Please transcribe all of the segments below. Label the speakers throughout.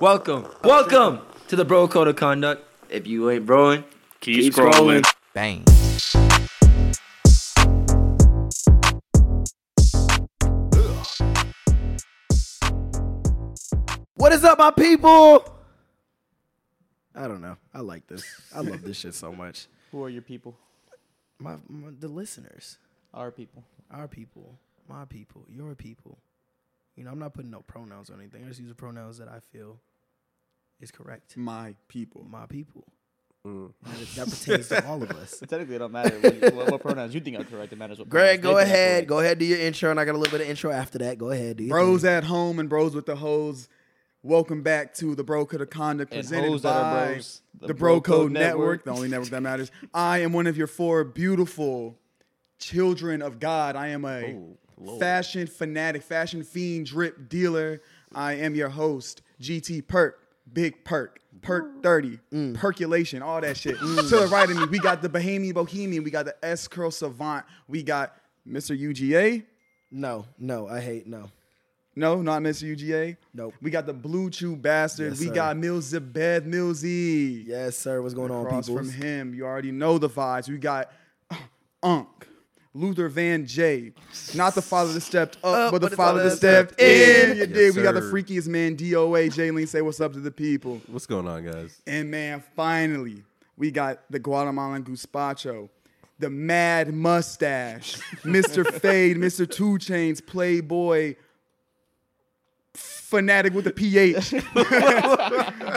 Speaker 1: Welcome, welcome to the Bro Code of Conduct. If you ain't broing,
Speaker 2: Keep,
Speaker 1: Keep
Speaker 2: scrolling.
Speaker 1: scrolling.
Speaker 3: Bang.
Speaker 4: What is up, my people? I don't know. I like this. I love this shit so much.
Speaker 5: Who are your people?
Speaker 4: My, my the listeners,
Speaker 5: Our people.
Speaker 4: our people, my people, your people. You know, I'm not putting no pronouns or anything. I just use the pronouns that I feel is correct.
Speaker 6: my people.
Speaker 4: My people. And That, that pertains to all of us.
Speaker 5: So technically, it don't matter what, you- what, what pronouns you think are correct. It matters what.
Speaker 4: Greg,
Speaker 5: pronouns
Speaker 4: go
Speaker 5: they think are
Speaker 4: ahead.
Speaker 5: correct.
Speaker 4: Go ahead. Do your intro, and I got a little bit of intro after that. Go ahead. Do your
Speaker 6: Bros
Speaker 4: thing.
Speaker 6: at home and bros with the hoes. Welcome back to the Bro Code of Conduct
Speaker 5: And
Speaker 6: presented
Speaker 5: hoes that are
Speaker 6: by
Speaker 5: bros,
Speaker 6: the, Bro, Code Network, the only network that matters. I am one of your four beautiful children of God. I am a
Speaker 5: Oh,
Speaker 6: fashion fanatic, fashion fiend, drip dealer. I am your host, GT Perk, Big Perk,
Speaker 5: Mm.
Speaker 6: Perk 30, Percolation, all that shit. To the right of me, we got the Bahamian Bohemian, we got the S Curl Savant, we got Mr. UGA.
Speaker 4: No, no, I hate no.
Speaker 6: No, not Mr. UGA.
Speaker 4: Nope.
Speaker 6: We got the Blue Chew Bastard.
Speaker 4: Yes,
Speaker 6: we
Speaker 4: sir.
Speaker 6: got Milzebeth Milzy.
Speaker 4: Yes, sir. What's going on,
Speaker 6: Across
Speaker 4: people?
Speaker 6: from him, you already know the vibes. We got Unk, Luther Van J. Not the father that stepped up, but, the father, that stepped in. You
Speaker 7: Yes,
Speaker 6: dig? We got the
Speaker 7: sir.
Speaker 6: freakiest man, DOA. Jalen, say what's up to the people.
Speaker 7: What's going on, guys?
Speaker 6: And man, finally, we got the Guatemalan Guzpacho, the Mad Mustache, Mr. Fade, Mr. Two Chains, Playboy, Fanatic with the PH.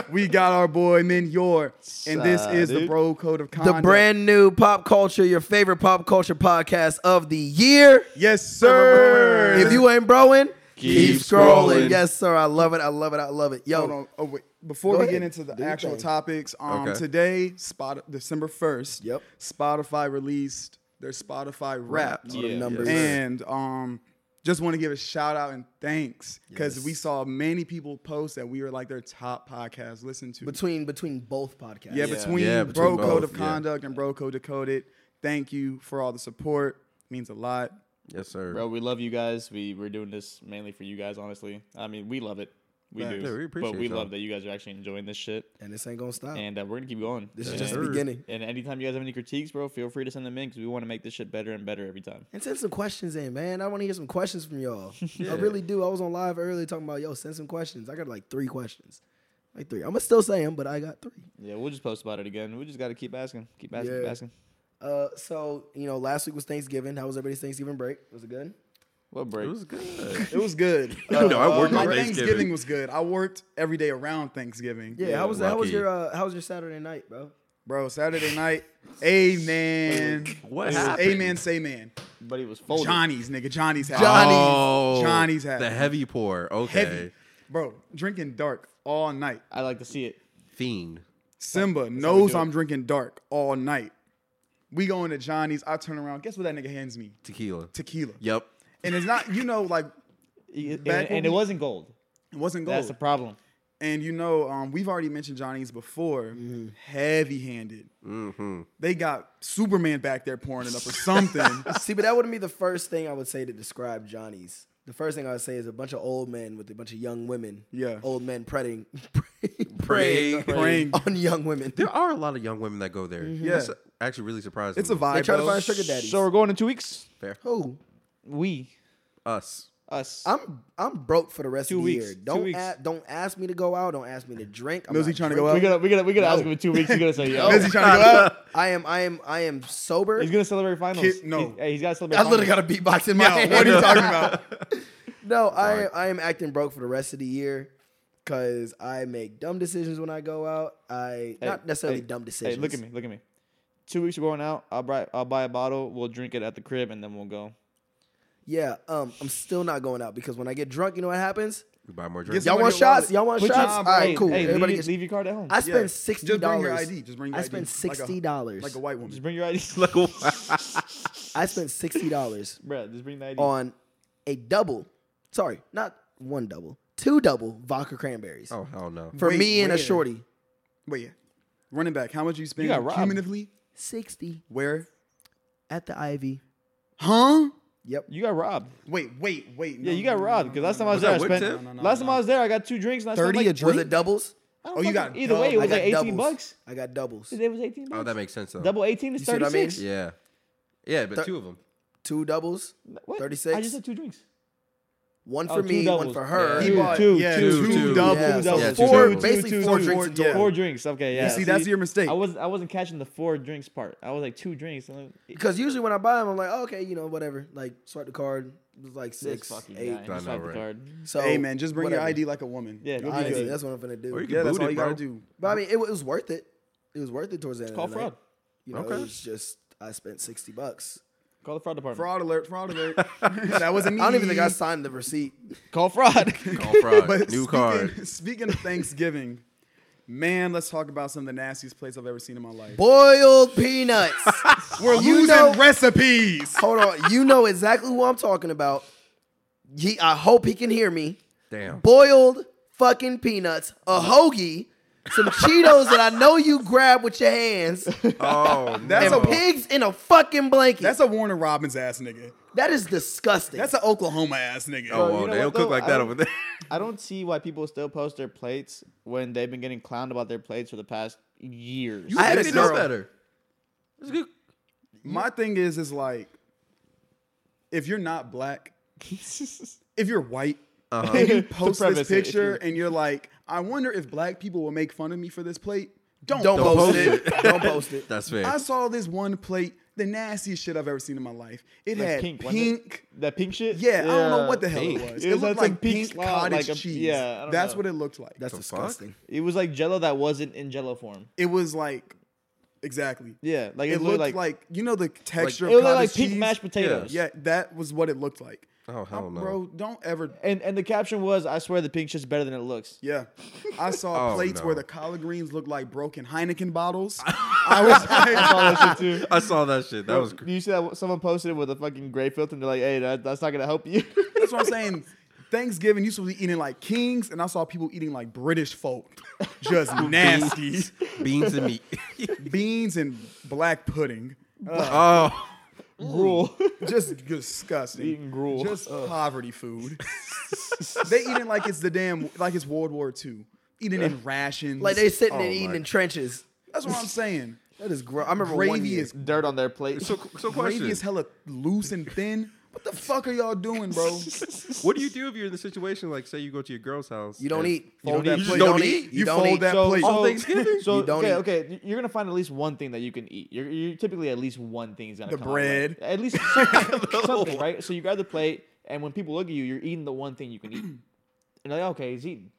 Speaker 6: we got our boy Menyor. And this is the
Speaker 5: Salute.
Speaker 6: Bro Code of Conduct.
Speaker 4: the brand new pop culture, your favorite pop culture podcast of the year.
Speaker 6: Yes, sir.
Speaker 4: If you ain't broing,
Speaker 2: Keep scrolling.
Speaker 4: Yes, sir. I love it. I love it. I love it. Yo,
Speaker 6: Hold on. Oh, wait. Before
Speaker 4: Go
Speaker 6: we
Speaker 4: ahead.
Speaker 6: get into the
Speaker 4: Do your
Speaker 6: actual
Speaker 4: thing.
Speaker 6: topics, um,
Speaker 7: Okay.
Speaker 6: today, spot December 1st,
Speaker 4: Yep.
Speaker 6: Spotify released their Spotify rap.
Speaker 4: all the
Speaker 5: Yeah.
Speaker 4: numbers.
Speaker 6: And um, just want to give a shout out and thanks because we saw many people post that we were like their top podcast listened to.
Speaker 4: between between both podcasts.
Speaker 6: yeah, between
Speaker 7: Yeah,
Speaker 6: Bro
Speaker 7: between
Speaker 6: Code
Speaker 7: both,
Speaker 6: of
Speaker 7: yeah.
Speaker 6: Conduct and Bro Code Decoded. Thank you for all the support. means a lot.
Speaker 7: Yes, sir.
Speaker 5: Bro, we love you guys. We we're doing this mainly for you guys. Honestly, I mean, we love it. We do.
Speaker 7: Yeah, we
Speaker 5: But
Speaker 7: appreciate
Speaker 5: we
Speaker 7: y'all.
Speaker 5: love that you guys are actually enjoying this shit,
Speaker 4: and this ain't gonna stop.
Speaker 5: and uh, we're gonna keep going.
Speaker 4: this
Speaker 5: and,
Speaker 4: is just
Speaker 7: Sure.
Speaker 4: the beginning.
Speaker 5: and anytime you guys have any critiques, bro, feel free to send them in because we want to make this shit better and better every time.
Speaker 4: And send some questions in, man. I want to hear some questions from y'all. I really do. I was on live earlier talking about yo, send some questions. I got like three questions, like three. I'm gonna still say them, but I got three.
Speaker 5: Yeah, we'll just post about it again. We just got to keep asking, keep asking, keep
Speaker 4: Yeah.
Speaker 5: asking.
Speaker 4: Uh, so you know, last week was Thanksgiving. How was everybody's Thanksgiving break? Was it good?
Speaker 5: What break?
Speaker 7: It was good.
Speaker 6: It was good. Um,
Speaker 7: You know, I worked
Speaker 6: my
Speaker 7: on
Speaker 6: Thanksgiving
Speaker 7: Thanksgiving.
Speaker 6: was good. I worked every day around Thanksgiving.
Speaker 4: Yeah. how was how was
Speaker 7: lucky.
Speaker 4: your uh, how was your Saturday night, bro?
Speaker 6: Bro, Saturday night, amen.
Speaker 7: What
Speaker 6: It was
Speaker 7: happened?
Speaker 6: Amen, say man.
Speaker 5: But it was folded.
Speaker 6: Johnny's, nigga. Johnny's had
Speaker 7: Oh,
Speaker 6: Johnny's had
Speaker 7: the heavy pour. Okay,
Speaker 6: heavy. Bro, drinking dark all night.
Speaker 5: I like to see it.
Speaker 7: fiend.
Speaker 6: Simba
Speaker 5: we
Speaker 6: knows
Speaker 5: do it.
Speaker 6: I'm drinking dark all night. We going to Johnny's. I turn around. Guess what that nigga hands me?
Speaker 7: Tequila.
Speaker 6: Tequila.
Speaker 7: Yep.
Speaker 6: And it's not, you know, like
Speaker 5: E, And,
Speaker 6: Back when
Speaker 5: and it
Speaker 6: we-
Speaker 5: wasn't gold.
Speaker 6: it wasn't gold.
Speaker 5: That's the problem.
Speaker 6: and you know, um, we've already mentioned Johnny's before. Heavy handed. They got Superman back there pouring it up or something.
Speaker 4: See, but that wouldn't be the first thing I would say to describe Johnny's. The first thing I would say is a bunch of old men with a bunch of young women.
Speaker 6: Yeah.
Speaker 4: Old men preying,
Speaker 7: Praying.
Speaker 6: Praying.
Speaker 4: on young women.
Speaker 7: There are a lot of young women that go there.
Speaker 6: Mm-hmm. Yeah.
Speaker 7: That's actually really surprising.
Speaker 6: It's a
Speaker 7: me.
Speaker 6: vibe.
Speaker 4: They try to
Speaker 6: bro.
Speaker 4: find sugar daddies.
Speaker 5: So we're going in two weeks.
Speaker 7: Fair.
Speaker 4: Who?
Speaker 5: We,
Speaker 7: Us.
Speaker 5: us.
Speaker 4: I'm I'm broke for the rest
Speaker 5: Two
Speaker 4: of the
Speaker 5: weeks.
Speaker 4: year.
Speaker 5: Two
Speaker 4: Don't
Speaker 5: weeks.
Speaker 4: a- don't ask me to go out. Don't ask me to drink. I'm
Speaker 6: Millsy
Speaker 4: not
Speaker 6: trying to go
Speaker 4: drinking.
Speaker 5: we
Speaker 6: out.
Speaker 5: gotta we gotta we gotta ask him in two weeks. He's gonna say yo.
Speaker 6: Busy trying to go out.
Speaker 4: I am I am I am sober.
Speaker 5: He's gonna celebrate finals.
Speaker 6: Kid- no.
Speaker 5: He- hey, he's gotta celebrate.
Speaker 4: I literally
Speaker 5: finals.
Speaker 4: got a beatbox in my
Speaker 6: Yeah,
Speaker 4: hand.
Speaker 6: what are you talking about?
Speaker 4: No, I I am acting broke for the rest of the year because I make dumb decisions when I go out. I
Speaker 5: Hey,
Speaker 4: not necessarily
Speaker 5: hey,
Speaker 4: dumb decisions.
Speaker 5: Hey, look at me, look at me. Two weeks we're going out. I'll buy I'll buy a bottle. We'll drink it at the crib and then we'll go.
Speaker 4: Yeah, um, I'm still not going out because when I get drunk, you know what happens?
Speaker 7: We buy more drinks.
Speaker 6: Yes,
Speaker 4: Y'all want
Speaker 6: your wallet.
Speaker 4: shots? Y'all want
Speaker 6: Put your-
Speaker 4: shots?
Speaker 6: Nah,
Speaker 4: All
Speaker 6: bro.
Speaker 4: right,
Speaker 5: Hey,
Speaker 4: cool.
Speaker 5: Hey,
Speaker 4: Everybody
Speaker 5: leave,
Speaker 4: gets.
Speaker 5: leave your card at home.
Speaker 4: I spend
Speaker 6: Yeah.
Speaker 4: sixty
Speaker 6: Just bring
Speaker 4: dollars.
Speaker 6: your ID. Just bring your
Speaker 4: I
Speaker 6: ID.
Speaker 4: spend
Speaker 6: Like a-
Speaker 4: sixty dollars.
Speaker 6: Like a white woman.
Speaker 5: just bring your ID.
Speaker 4: I spent sixty dollars
Speaker 5: Bruh, just bring the ID.
Speaker 4: on a double. Sorry, not one double, two double vodka cranberries
Speaker 7: Oh hell no.
Speaker 4: for
Speaker 6: wait,
Speaker 4: me and a
Speaker 6: where?
Speaker 4: shorty.
Speaker 6: Wait, yeah. Running back, how much you spend
Speaker 5: got robbed.
Speaker 6: cumulatively?
Speaker 4: Sixty
Speaker 6: Where?
Speaker 4: at the Ivy.
Speaker 6: Huh?
Speaker 4: Yep.
Speaker 5: You got robbed.
Speaker 6: Wait, wait, wait.
Speaker 5: Yeah,
Speaker 6: no,
Speaker 5: you got
Speaker 6: no,
Speaker 5: robbed
Speaker 6: no,
Speaker 5: because
Speaker 6: no,
Speaker 5: last time
Speaker 6: no,
Speaker 5: I was
Speaker 7: Was
Speaker 5: there, I
Speaker 7: that
Speaker 5: spent.
Speaker 7: with
Speaker 6: tip? No, no, no,
Speaker 5: last time
Speaker 6: no.
Speaker 5: I was there, I got two drinks. And I spent,
Speaker 4: Thirty
Speaker 5: like,
Speaker 4: a drink.
Speaker 2: Was it doubles?
Speaker 5: I
Speaker 6: Oh,
Speaker 5: don't
Speaker 6: you
Speaker 5: fucking-
Speaker 6: got
Speaker 5: either way. It
Speaker 2: double- I
Speaker 5: was like
Speaker 2: got
Speaker 5: eighteen
Speaker 2: doubles.
Speaker 5: bucks.
Speaker 4: I got doubles.
Speaker 5: It was eighteen bucks.
Speaker 7: Oh, that makes sense though.
Speaker 5: Double eighteen is
Speaker 2: see what I
Speaker 5: thirty
Speaker 2: mean?
Speaker 5: six.
Speaker 7: Yeah, yeah, but
Speaker 2: Thir-
Speaker 7: two of them.
Speaker 2: Two doubles,
Speaker 5: What? I
Speaker 2: 36?
Speaker 5: just had two drinks.
Speaker 2: one
Speaker 5: Oh,
Speaker 2: for
Speaker 5: two
Speaker 2: me, one
Speaker 5: doubles.
Speaker 2: for her.
Speaker 7: Yeah.
Speaker 6: He
Speaker 5: Two,
Speaker 6: bought
Speaker 5: two,
Speaker 6: yeah, two,
Speaker 7: two, two.
Speaker 6: doubles.
Speaker 2: Yeah, so
Speaker 7: Yeah, two
Speaker 2: four,
Speaker 7: doubles.
Speaker 2: basically
Speaker 5: Two,
Speaker 2: four
Speaker 5: two,
Speaker 2: drinks.
Speaker 6: four,
Speaker 2: total.
Speaker 6: yeah.
Speaker 5: Four drinks. Okay, yeah.
Speaker 6: see, that's your mistake.
Speaker 5: I was I wasn't catching the four drinks part. I was like two drinks. and I'm
Speaker 4: Because usually when I buy them, I'm like, oh, okay, you know, whatever. Like, swipe the card. It was like six,
Speaker 5: Six fucking
Speaker 4: eight.
Speaker 5: guy. and
Speaker 7: I
Speaker 5: just
Speaker 7: know,
Speaker 5: swiped the
Speaker 7: right?
Speaker 5: card.
Speaker 4: So,
Speaker 6: hey man, just bring
Speaker 4: whatever.
Speaker 6: your ID like a woman.
Speaker 5: Yeah, you'll be
Speaker 4: Honestly,
Speaker 5: good.
Speaker 4: that's what I'm finna do.
Speaker 7: Or you can
Speaker 6: yeah,
Speaker 7: boot
Speaker 6: that's all
Speaker 7: it,
Speaker 6: you
Speaker 7: bro.
Speaker 6: gotta do.
Speaker 4: But I mean, it, wa- it was worth it. It was worth it towards the end.
Speaker 5: Call
Speaker 4: of the night.
Speaker 5: fraud.
Speaker 4: You know,
Speaker 7: Okay.
Speaker 4: it was just I spent sixty bucks.
Speaker 5: Call the fraud department.
Speaker 6: Fraud alert! Fraud alert! that wasn't
Speaker 4: I
Speaker 6: me.
Speaker 4: don't even think I signed the receipt.
Speaker 5: Call fraud.
Speaker 7: Call fraud. New
Speaker 6: But speaking,
Speaker 7: card.
Speaker 6: Speaking of Thanksgiving, man, let's talk about some of the nastiest plates I've ever seen in my life.
Speaker 4: Boiled peanuts.
Speaker 6: We're
Speaker 4: you
Speaker 6: losing
Speaker 4: know-
Speaker 6: recipes.
Speaker 4: Hold on, you know exactly who I'm talking about. He, I hope he can hear me.
Speaker 7: Damn.
Speaker 4: Boiled fucking peanuts, a hoagie, some Cheetos that I know you grab with your hands,
Speaker 7: Oh,
Speaker 6: That's
Speaker 7: no.
Speaker 6: a
Speaker 4: and pigs in a fucking blanket.
Speaker 6: That's a Warner Robbins ass nigga.
Speaker 4: that is disgusting.
Speaker 6: That's an Oklahoma ass nigga.
Speaker 7: Oh,
Speaker 5: you
Speaker 7: well,
Speaker 5: know
Speaker 7: they
Speaker 5: what,
Speaker 7: don't
Speaker 5: though?
Speaker 7: cook like
Speaker 5: I
Speaker 7: that
Speaker 5: don't-
Speaker 7: over there.
Speaker 5: I don't see why people still post their plates when they've been getting clowned about their plates for the past years.
Speaker 7: You
Speaker 4: I had a
Speaker 7: think they know
Speaker 4: girl-
Speaker 7: better. It's good.
Speaker 6: My thing is, is like, if you're not black, if you're white,
Speaker 7: Uh-huh.
Speaker 6: and you post this
Speaker 5: premise it, if
Speaker 6: picture
Speaker 5: you're-
Speaker 6: and you're like, I wonder if black people will make fun of me for this plate. Don't,
Speaker 4: don't,
Speaker 6: post
Speaker 4: post
Speaker 7: post
Speaker 4: it. don't post it.
Speaker 7: That's fair.
Speaker 6: I saw this one plate, the nastiest shit I've ever seen in my life. It
Speaker 5: Like
Speaker 6: had
Speaker 5: pink,
Speaker 6: pink.
Speaker 5: wasn't it? That pink shit.
Speaker 6: Yeah, I don't know what the hell
Speaker 7: pink.
Speaker 6: it was.
Speaker 5: It
Speaker 6: It,
Speaker 5: was
Speaker 6: looked
Speaker 5: like some
Speaker 6: like
Speaker 5: pink
Speaker 6: pink
Speaker 5: slop,
Speaker 6: cottage
Speaker 5: like a-
Speaker 6: cheese.
Speaker 5: yeah, I don't
Speaker 6: That's
Speaker 5: know.
Speaker 6: what it looked like.
Speaker 4: That's
Speaker 7: The fuck?
Speaker 4: disgusting.
Speaker 5: It was like Jello that wasn't in Jello form.
Speaker 6: it was like exactly.
Speaker 5: Yeah, like it,
Speaker 6: It, looked
Speaker 5: looked,
Speaker 6: like,
Speaker 5: like
Speaker 6: you know the texture
Speaker 5: it
Speaker 6: of
Speaker 5: looked
Speaker 6: cottage
Speaker 5: like
Speaker 6: cheese.
Speaker 5: pink mashed potatoes.
Speaker 6: Yeah, that was what it looked like.
Speaker 7: Oh, hell no.
Speaker 6: Bro, don't ever.
Speaker 5: And and the caption was, "I swear the pink shit's better than it looks."
Speaker 6: Yeah, I saw
Speaker 7: Oh,
Speaker 6: plates
Speaker 7: no.
Speaker 6: where the collard greens looked like broken Heineken bottles. I was like,
Speaker 5: That shit too.
Speaker 7: I saw that shit. That was cr-
Speaker 5: Do you see that someone posted it with a fucking gray filter and they're like, "Hey, that, that's not gonna help you."
Speaker 6: that's what I'm saying. Thanksgiving, you supposed to be eating like kings, and I saw people eating like British folk, just nasty
Speaker 7: beans and meat.
Speaker 6: beans and black pudding,
Speaker 7: oh,
Speaker 5: Rule.
Speaker 6: just disgusting.
Speaker 5: Eating gruel.
Speaker 6: just poverty food. they eating like it's the damn like it's World War II. Eating in rations.
Speaker 4: Like they sitting and
Speaker 7: my-
Speaker 4: eating in trenches.
Speaker 6: that's what I'm saying.
Speaker 4: That is gross. I remember one
Speaker 6: Gravy
Speaker 4: year.
Speaker 6: is
Speaker 5: Dirt on their plate.
Speaker 7: so so
Speaker 6: gravy
Speaker 7: question.
Speaker 6: is hella loose and thin. What the fuck are y'all doing, bro?
Speaker 7: What do you do if you're in the situation like say you go to your girl's house?
Speaker 4: You don't
Speaker 7: and-
Speaker 4: eat.
Speaker 5: Fold
Speaker 4: you
Speaker 5: that
Speaker 4: don't, eat.
Speaker 5: plate.
Speaker 7: Don't eat?
Speaker 4: You,
Speaker 6: You
Speaker 4: don't
Speaker 6: fold
Speaker 4: eat. Oh,
Speaker 6: that plate.
Speaker 5: Oh.
Speaker 7: On Thanksgiving?
Speaker 5: So
Speaker 4: You don't
Speaker 5: okay,
Speaker 4: eat.
Speaker 5: okay, you're gonna find at least one thing that you can eat. You're, you're typically at least one thing is gonna
Speaker 6: The
Speaker 5: come out, right?
Speaker 6: bread.
Speaker 5: At least something, something, right? So you grab the plate, and when people look at you, you're eating the one thing you can eat. And they're like, okay, he's eating.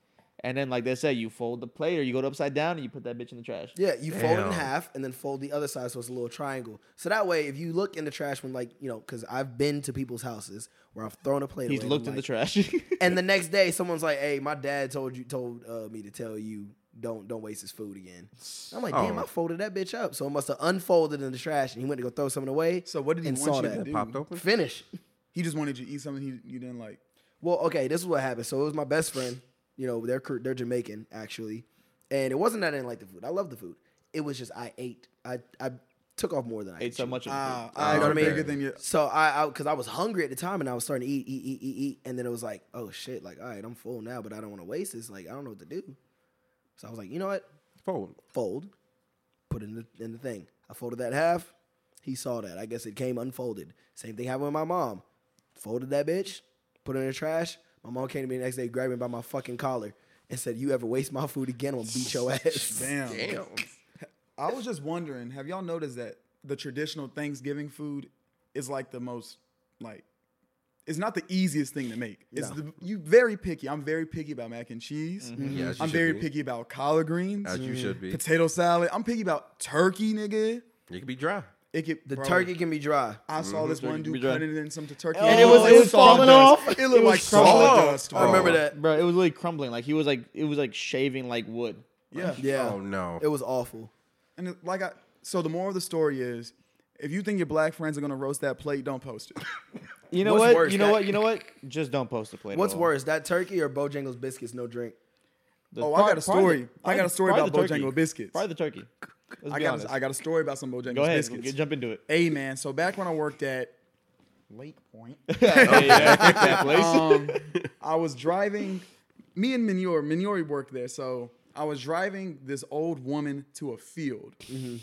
Speaker 5: And then, like they said, you fold the plate or you go upside down and you put that bitch in the trash.
Speaker 4: Yeah, you fold it in
Speaker 7: Damn.
Speaker 4: half and then fold the other side so it's a little triangle. So that way, if you look in the trash when, like, you know, because I've been to people's houses where I've thrown a plate.
Speaker 5: he's
Speaker 4: away,
Speaker 5: looked
Speaker 4: and
Speaker 5: in
Speaker 4: I'm
Speaker 5: the
Speaker 4: like-
Speaker 5: trash.
Speaker 4: And the next day, someone's like, "Hey, my dad told you told uh, me to tell you don't don't waste his food again." I'm like, "Damn,
Speaker 7: Oh.
Speaker 4: I folded that bitch up." So it must have unfolded in the trash, and he went to go throw something away.
Speaker 6: So what did he
Speaker 4: and
Speaker 6: want
Speaker 4: saw
Speaker 6: you
Speaker 4: that.
Speaker 6: to do?
Speaker 7: Popped open.
Speaker 4: Finish.
Speaker 6: He just wanted you to eat something he, you didn't like.
Speaker 4: Well, okay, this is what happened. So it was my best friend. You know, they're Kor- they're Jamaican actually, and it wasn't that I didn't like the food. I love the food. It was just I ate. I I took off more than I
Speaker 5: ate so much of the
Speaker 6: Ah,
Speaker 5: food.
Speaker 6: I
Speaker 7: Oh,
Speaker 6: know what I mean.
Speaker 7: okay.
Speaker 6: Bigger than you.
Speaker 4: So I, because I, was hungry at the time, and I was starting to eat, eat, eat, eat, eat, and then it was like, oh shit, like all right, I'm full now, but I don't want to waste this. Like I don't know what to do. So I was like, you know what?
Speaker 7: Fold.
Speaker 4: Fold, put it in the in the thing. I folded that half. He saw that. I guess it came unfolded. Same thing happened with my mom. Folded that bitch, put it in the trash. My mom came to me the next day, grabbed me by my fucking collar, and said, "You ever waste my food again, I'm gonna beat your ass."
Speaker 6: Damn. I was just wondering, have y'all noticed that the traditional Thanksgiving food is like the most like it's not the easiest thing to make. It's the, you very picky. I'm very picky about mac and cheese.
Speaker 7: Yeah, as Mm-hmm. you
Speaker 6: I'm
Speaker 7: should
Speaker 6: very
Speaker 7: be.
Speaker 6: picky about collard greens,
Speaker 7: As you should be.
Speaker 6: potato salad. I'm picky about turkey, nigga.
Speaker 7: You could be dry.
Speaker 6: It could,
Speaker 4: The
Speaker 6: bro,
Speaker 4: turkey can be dry.
Speaker 6: I saw
Speaker 7: Mm-hmm.
Speaker 6: this one
Speaker 5: be
Speaker 6: dude
Speaker 5: dry.
Speaker 6: cutting in some turkey,
Speaker 5: And it was- it was
Speaker 6: solid
Speaker 5: falling
Speaker 6: dust.
Speaker 5: off.
Speaker 6: It
Speaker 5: It
Speaker 6: looked
Speaker 5: was
Speaker 6: like solid
Speaker 7: solid.
Speaker 6: dust.
Speaker 7: I
Speaker 6: bro.
Speaker 7: remember
Speaker 4: that.
Speaker 5: Bro, it was really crumbling. Like he was like it was like shaving like wood.
Speaker 6: Yeah,
Speaker 4: Yeah,
Speaker 7: Oh no.
Speaker 4: it was awful.
Speaker 6: And it- like I, so the moral of the story is, if you think your black friends are gonna roast that plate, don't post it.
Speaker 5: You know
Speaker 4: What's
Speaker 5: what?
Speaker 4: worse,
Speaker 5: you know
Speaker 4: that-
Speaker 5: what? You know what? Just don't post the plate. at
Speaker 4: What's
Speaker 6: Oh.
Speaker 5: all.
Speaker 4: worse, that turkey or Bojangles biscuits, no drink?
Speaker 5: The
Speaker 6: Oh, I
Speaker 5: fry-
Speaker 6: got a
Speaker 5: fry the-
Speaker 6: story. I
Speaker 5: fry
Speaker 6: got
Speaker 5: the-
Speaker 6: a story
Speaker 5: fry
Speaker 6: about
Speaker 5: the turkey.
Speaker 6: Bojangles biscuits.
Speaker 5: Fry the turkey. Let's
Speaker 6: I
Speaker 5: be
Speaker 6: got,
Speaker 5: honest.
Speaker 6: a, I got a story about some Bojangles
Speaker 5: Go ahead.
Speaker 6: biscuits.
Speaker 5: Get, jump into it.
Speaker 6: hey man, so back when I worked at Lake Point.
Speaker 5: yeah, fuck that place.
Speaker 6: Oh, um, I was driving. Me and Minor, Minori worked there, so I was driving this old woman to a field,
Speaker 5: Mm-hmm.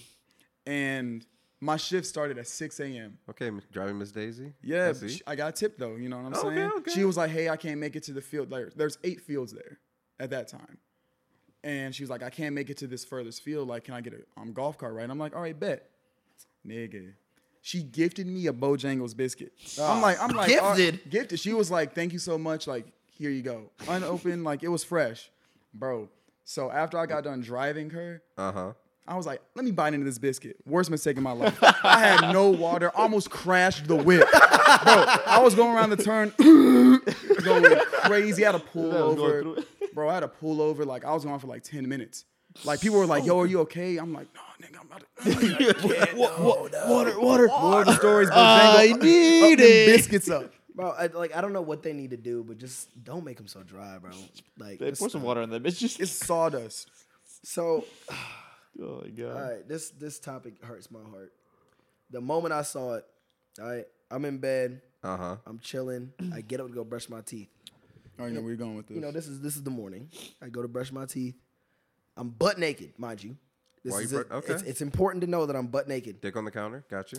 Speaker 6: and my shift started at six a.m.
Speaker 7: Okay, m- driving Miss Daisy.
Speaker 6: Yeah,
Speaker 7: I
Speaker 6: but
Speaker 7: see.
Speaker 6: she- I got a tip though. You know what I'm
Speaker 7: Okay,
Speaker 6: saying?
Speaker 7: okay.
Speaker 6: She was like, "Hey, I can't make it to the field. Like, there's eight fields there at that time." And she was like, "I can't make it to this furthest field. Like, can I get a um, golf cart ride?" I'm like, "All right, bet, nigga." She gifted me a Bojangles biscuit.
Speaker 7: Ah.
Speaker 6: I'm like, I'm like, all-
Speaker 4: Gifted?
Speaker 6: gifted. She was like, "Thank you so much. Like, here you go, unopened. like, it was fresh, bro." So after I got done driving her,
Speaker 7: Uh huh.
Speaker 6: I was like, let me bite into this biscuit. Worst mistake in my life. I had no water, almost crashed the whip. Bro, I was going around the turn, going crazy. I had to pull
Speaker 5: was going
Speaker 6: over. Bro, I had to pull over. Like, I was going for like 10 minutes. Like, people were like, yo, are you okay? I'm like, no, nigga, I'm not.
Speaker 4: Water, water.
Speaker 6: More of the stories, but
Speaker 5: I need it.
Speaker 6: Oh, biscuits up.
Speaker 4: Bro, I, like I don't know what they need to do, but just don't make them so dry, bro. Like
Speaker 5: Hey,
Speaker 4: just
Speaker 5: Pour some
Speaker 4: stop.
Speaker 5: water on that bitch. Just
Speaker 6: It's sawdust.
Speaker 4: So,
Speaker 5: oh my god.
Speaker 4: all right, this this topic hurts my heart. The moment I saw it, all right, I'm in bed,
Speaker 7: Uh huh.
Speaker 4: I'm chilling, I get up to go brush my teeth.
Speaker 6: I already Oh, know where you're going with this.
Speaker 4: You know, this is this is the morning. I go to brush my teeth. I'm butt naked, mind you. This
Speaker 7: Why you
Speaker 4: is
Speaker 7: bru-
Speaker 4: it.
Speaker 7: okay.
Speaker 4: It's, it's important to know that I'm butt naked.
Speaker 7: Dick on the counter. Got you.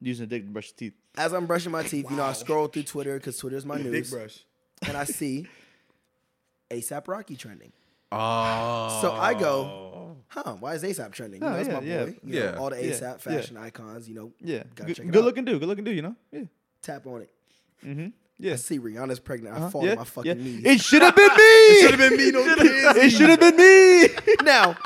Speaker 5: Using a dick to brush your teeth.
Speaker 4: As I'm brushing my teeth, you know, I scroll through Twitter because Twitter is my
Speaker 6: Dick
Speaker 4: news,
Speaker 6: brush.
Speaker 4: and I see ASAP Rocky trending.
Speaker 7: Oh.
Speaker 4: So I go, huh? Why is ASAP trending? You know,
Speaker 5: Oh,
Speaker 4: that's
Speaker 5: yeah,
Speaker 4: my boy.
Speaker 5: yeah.
Speaker 4: You know,
Speaker 7: Yeah.
Speaker 4: all the
Speaker 5: Yeah,
Speaker 4: ASAP
Speaker 5: yeah.
Speaker 4: fashion icons. You know,
Speaker 5: Yeah.
Speaker 4: Gotta
Speaker 5: Good,
Speaker 4: check it
Speaker 5: good
Speaker 4: out.
Speaker 5: looking dude. Good looking dude. You know. Yeah.
Speaker 4: tap on it.
Speaker 5: Mm-hmm. Yeah. Uh-huh.
Speaker 4: I see Rihanna's pregnant. I fall
Speaker 5: yeah.
Speaker 4: on my fucking
Speaker 5: yeah.
Speaker 4: knees.
Speaker 5: It should have been me. it should have
Speaker 6: been me, no kids.
Speaker 5: It should have been me.
Speaker 4: now,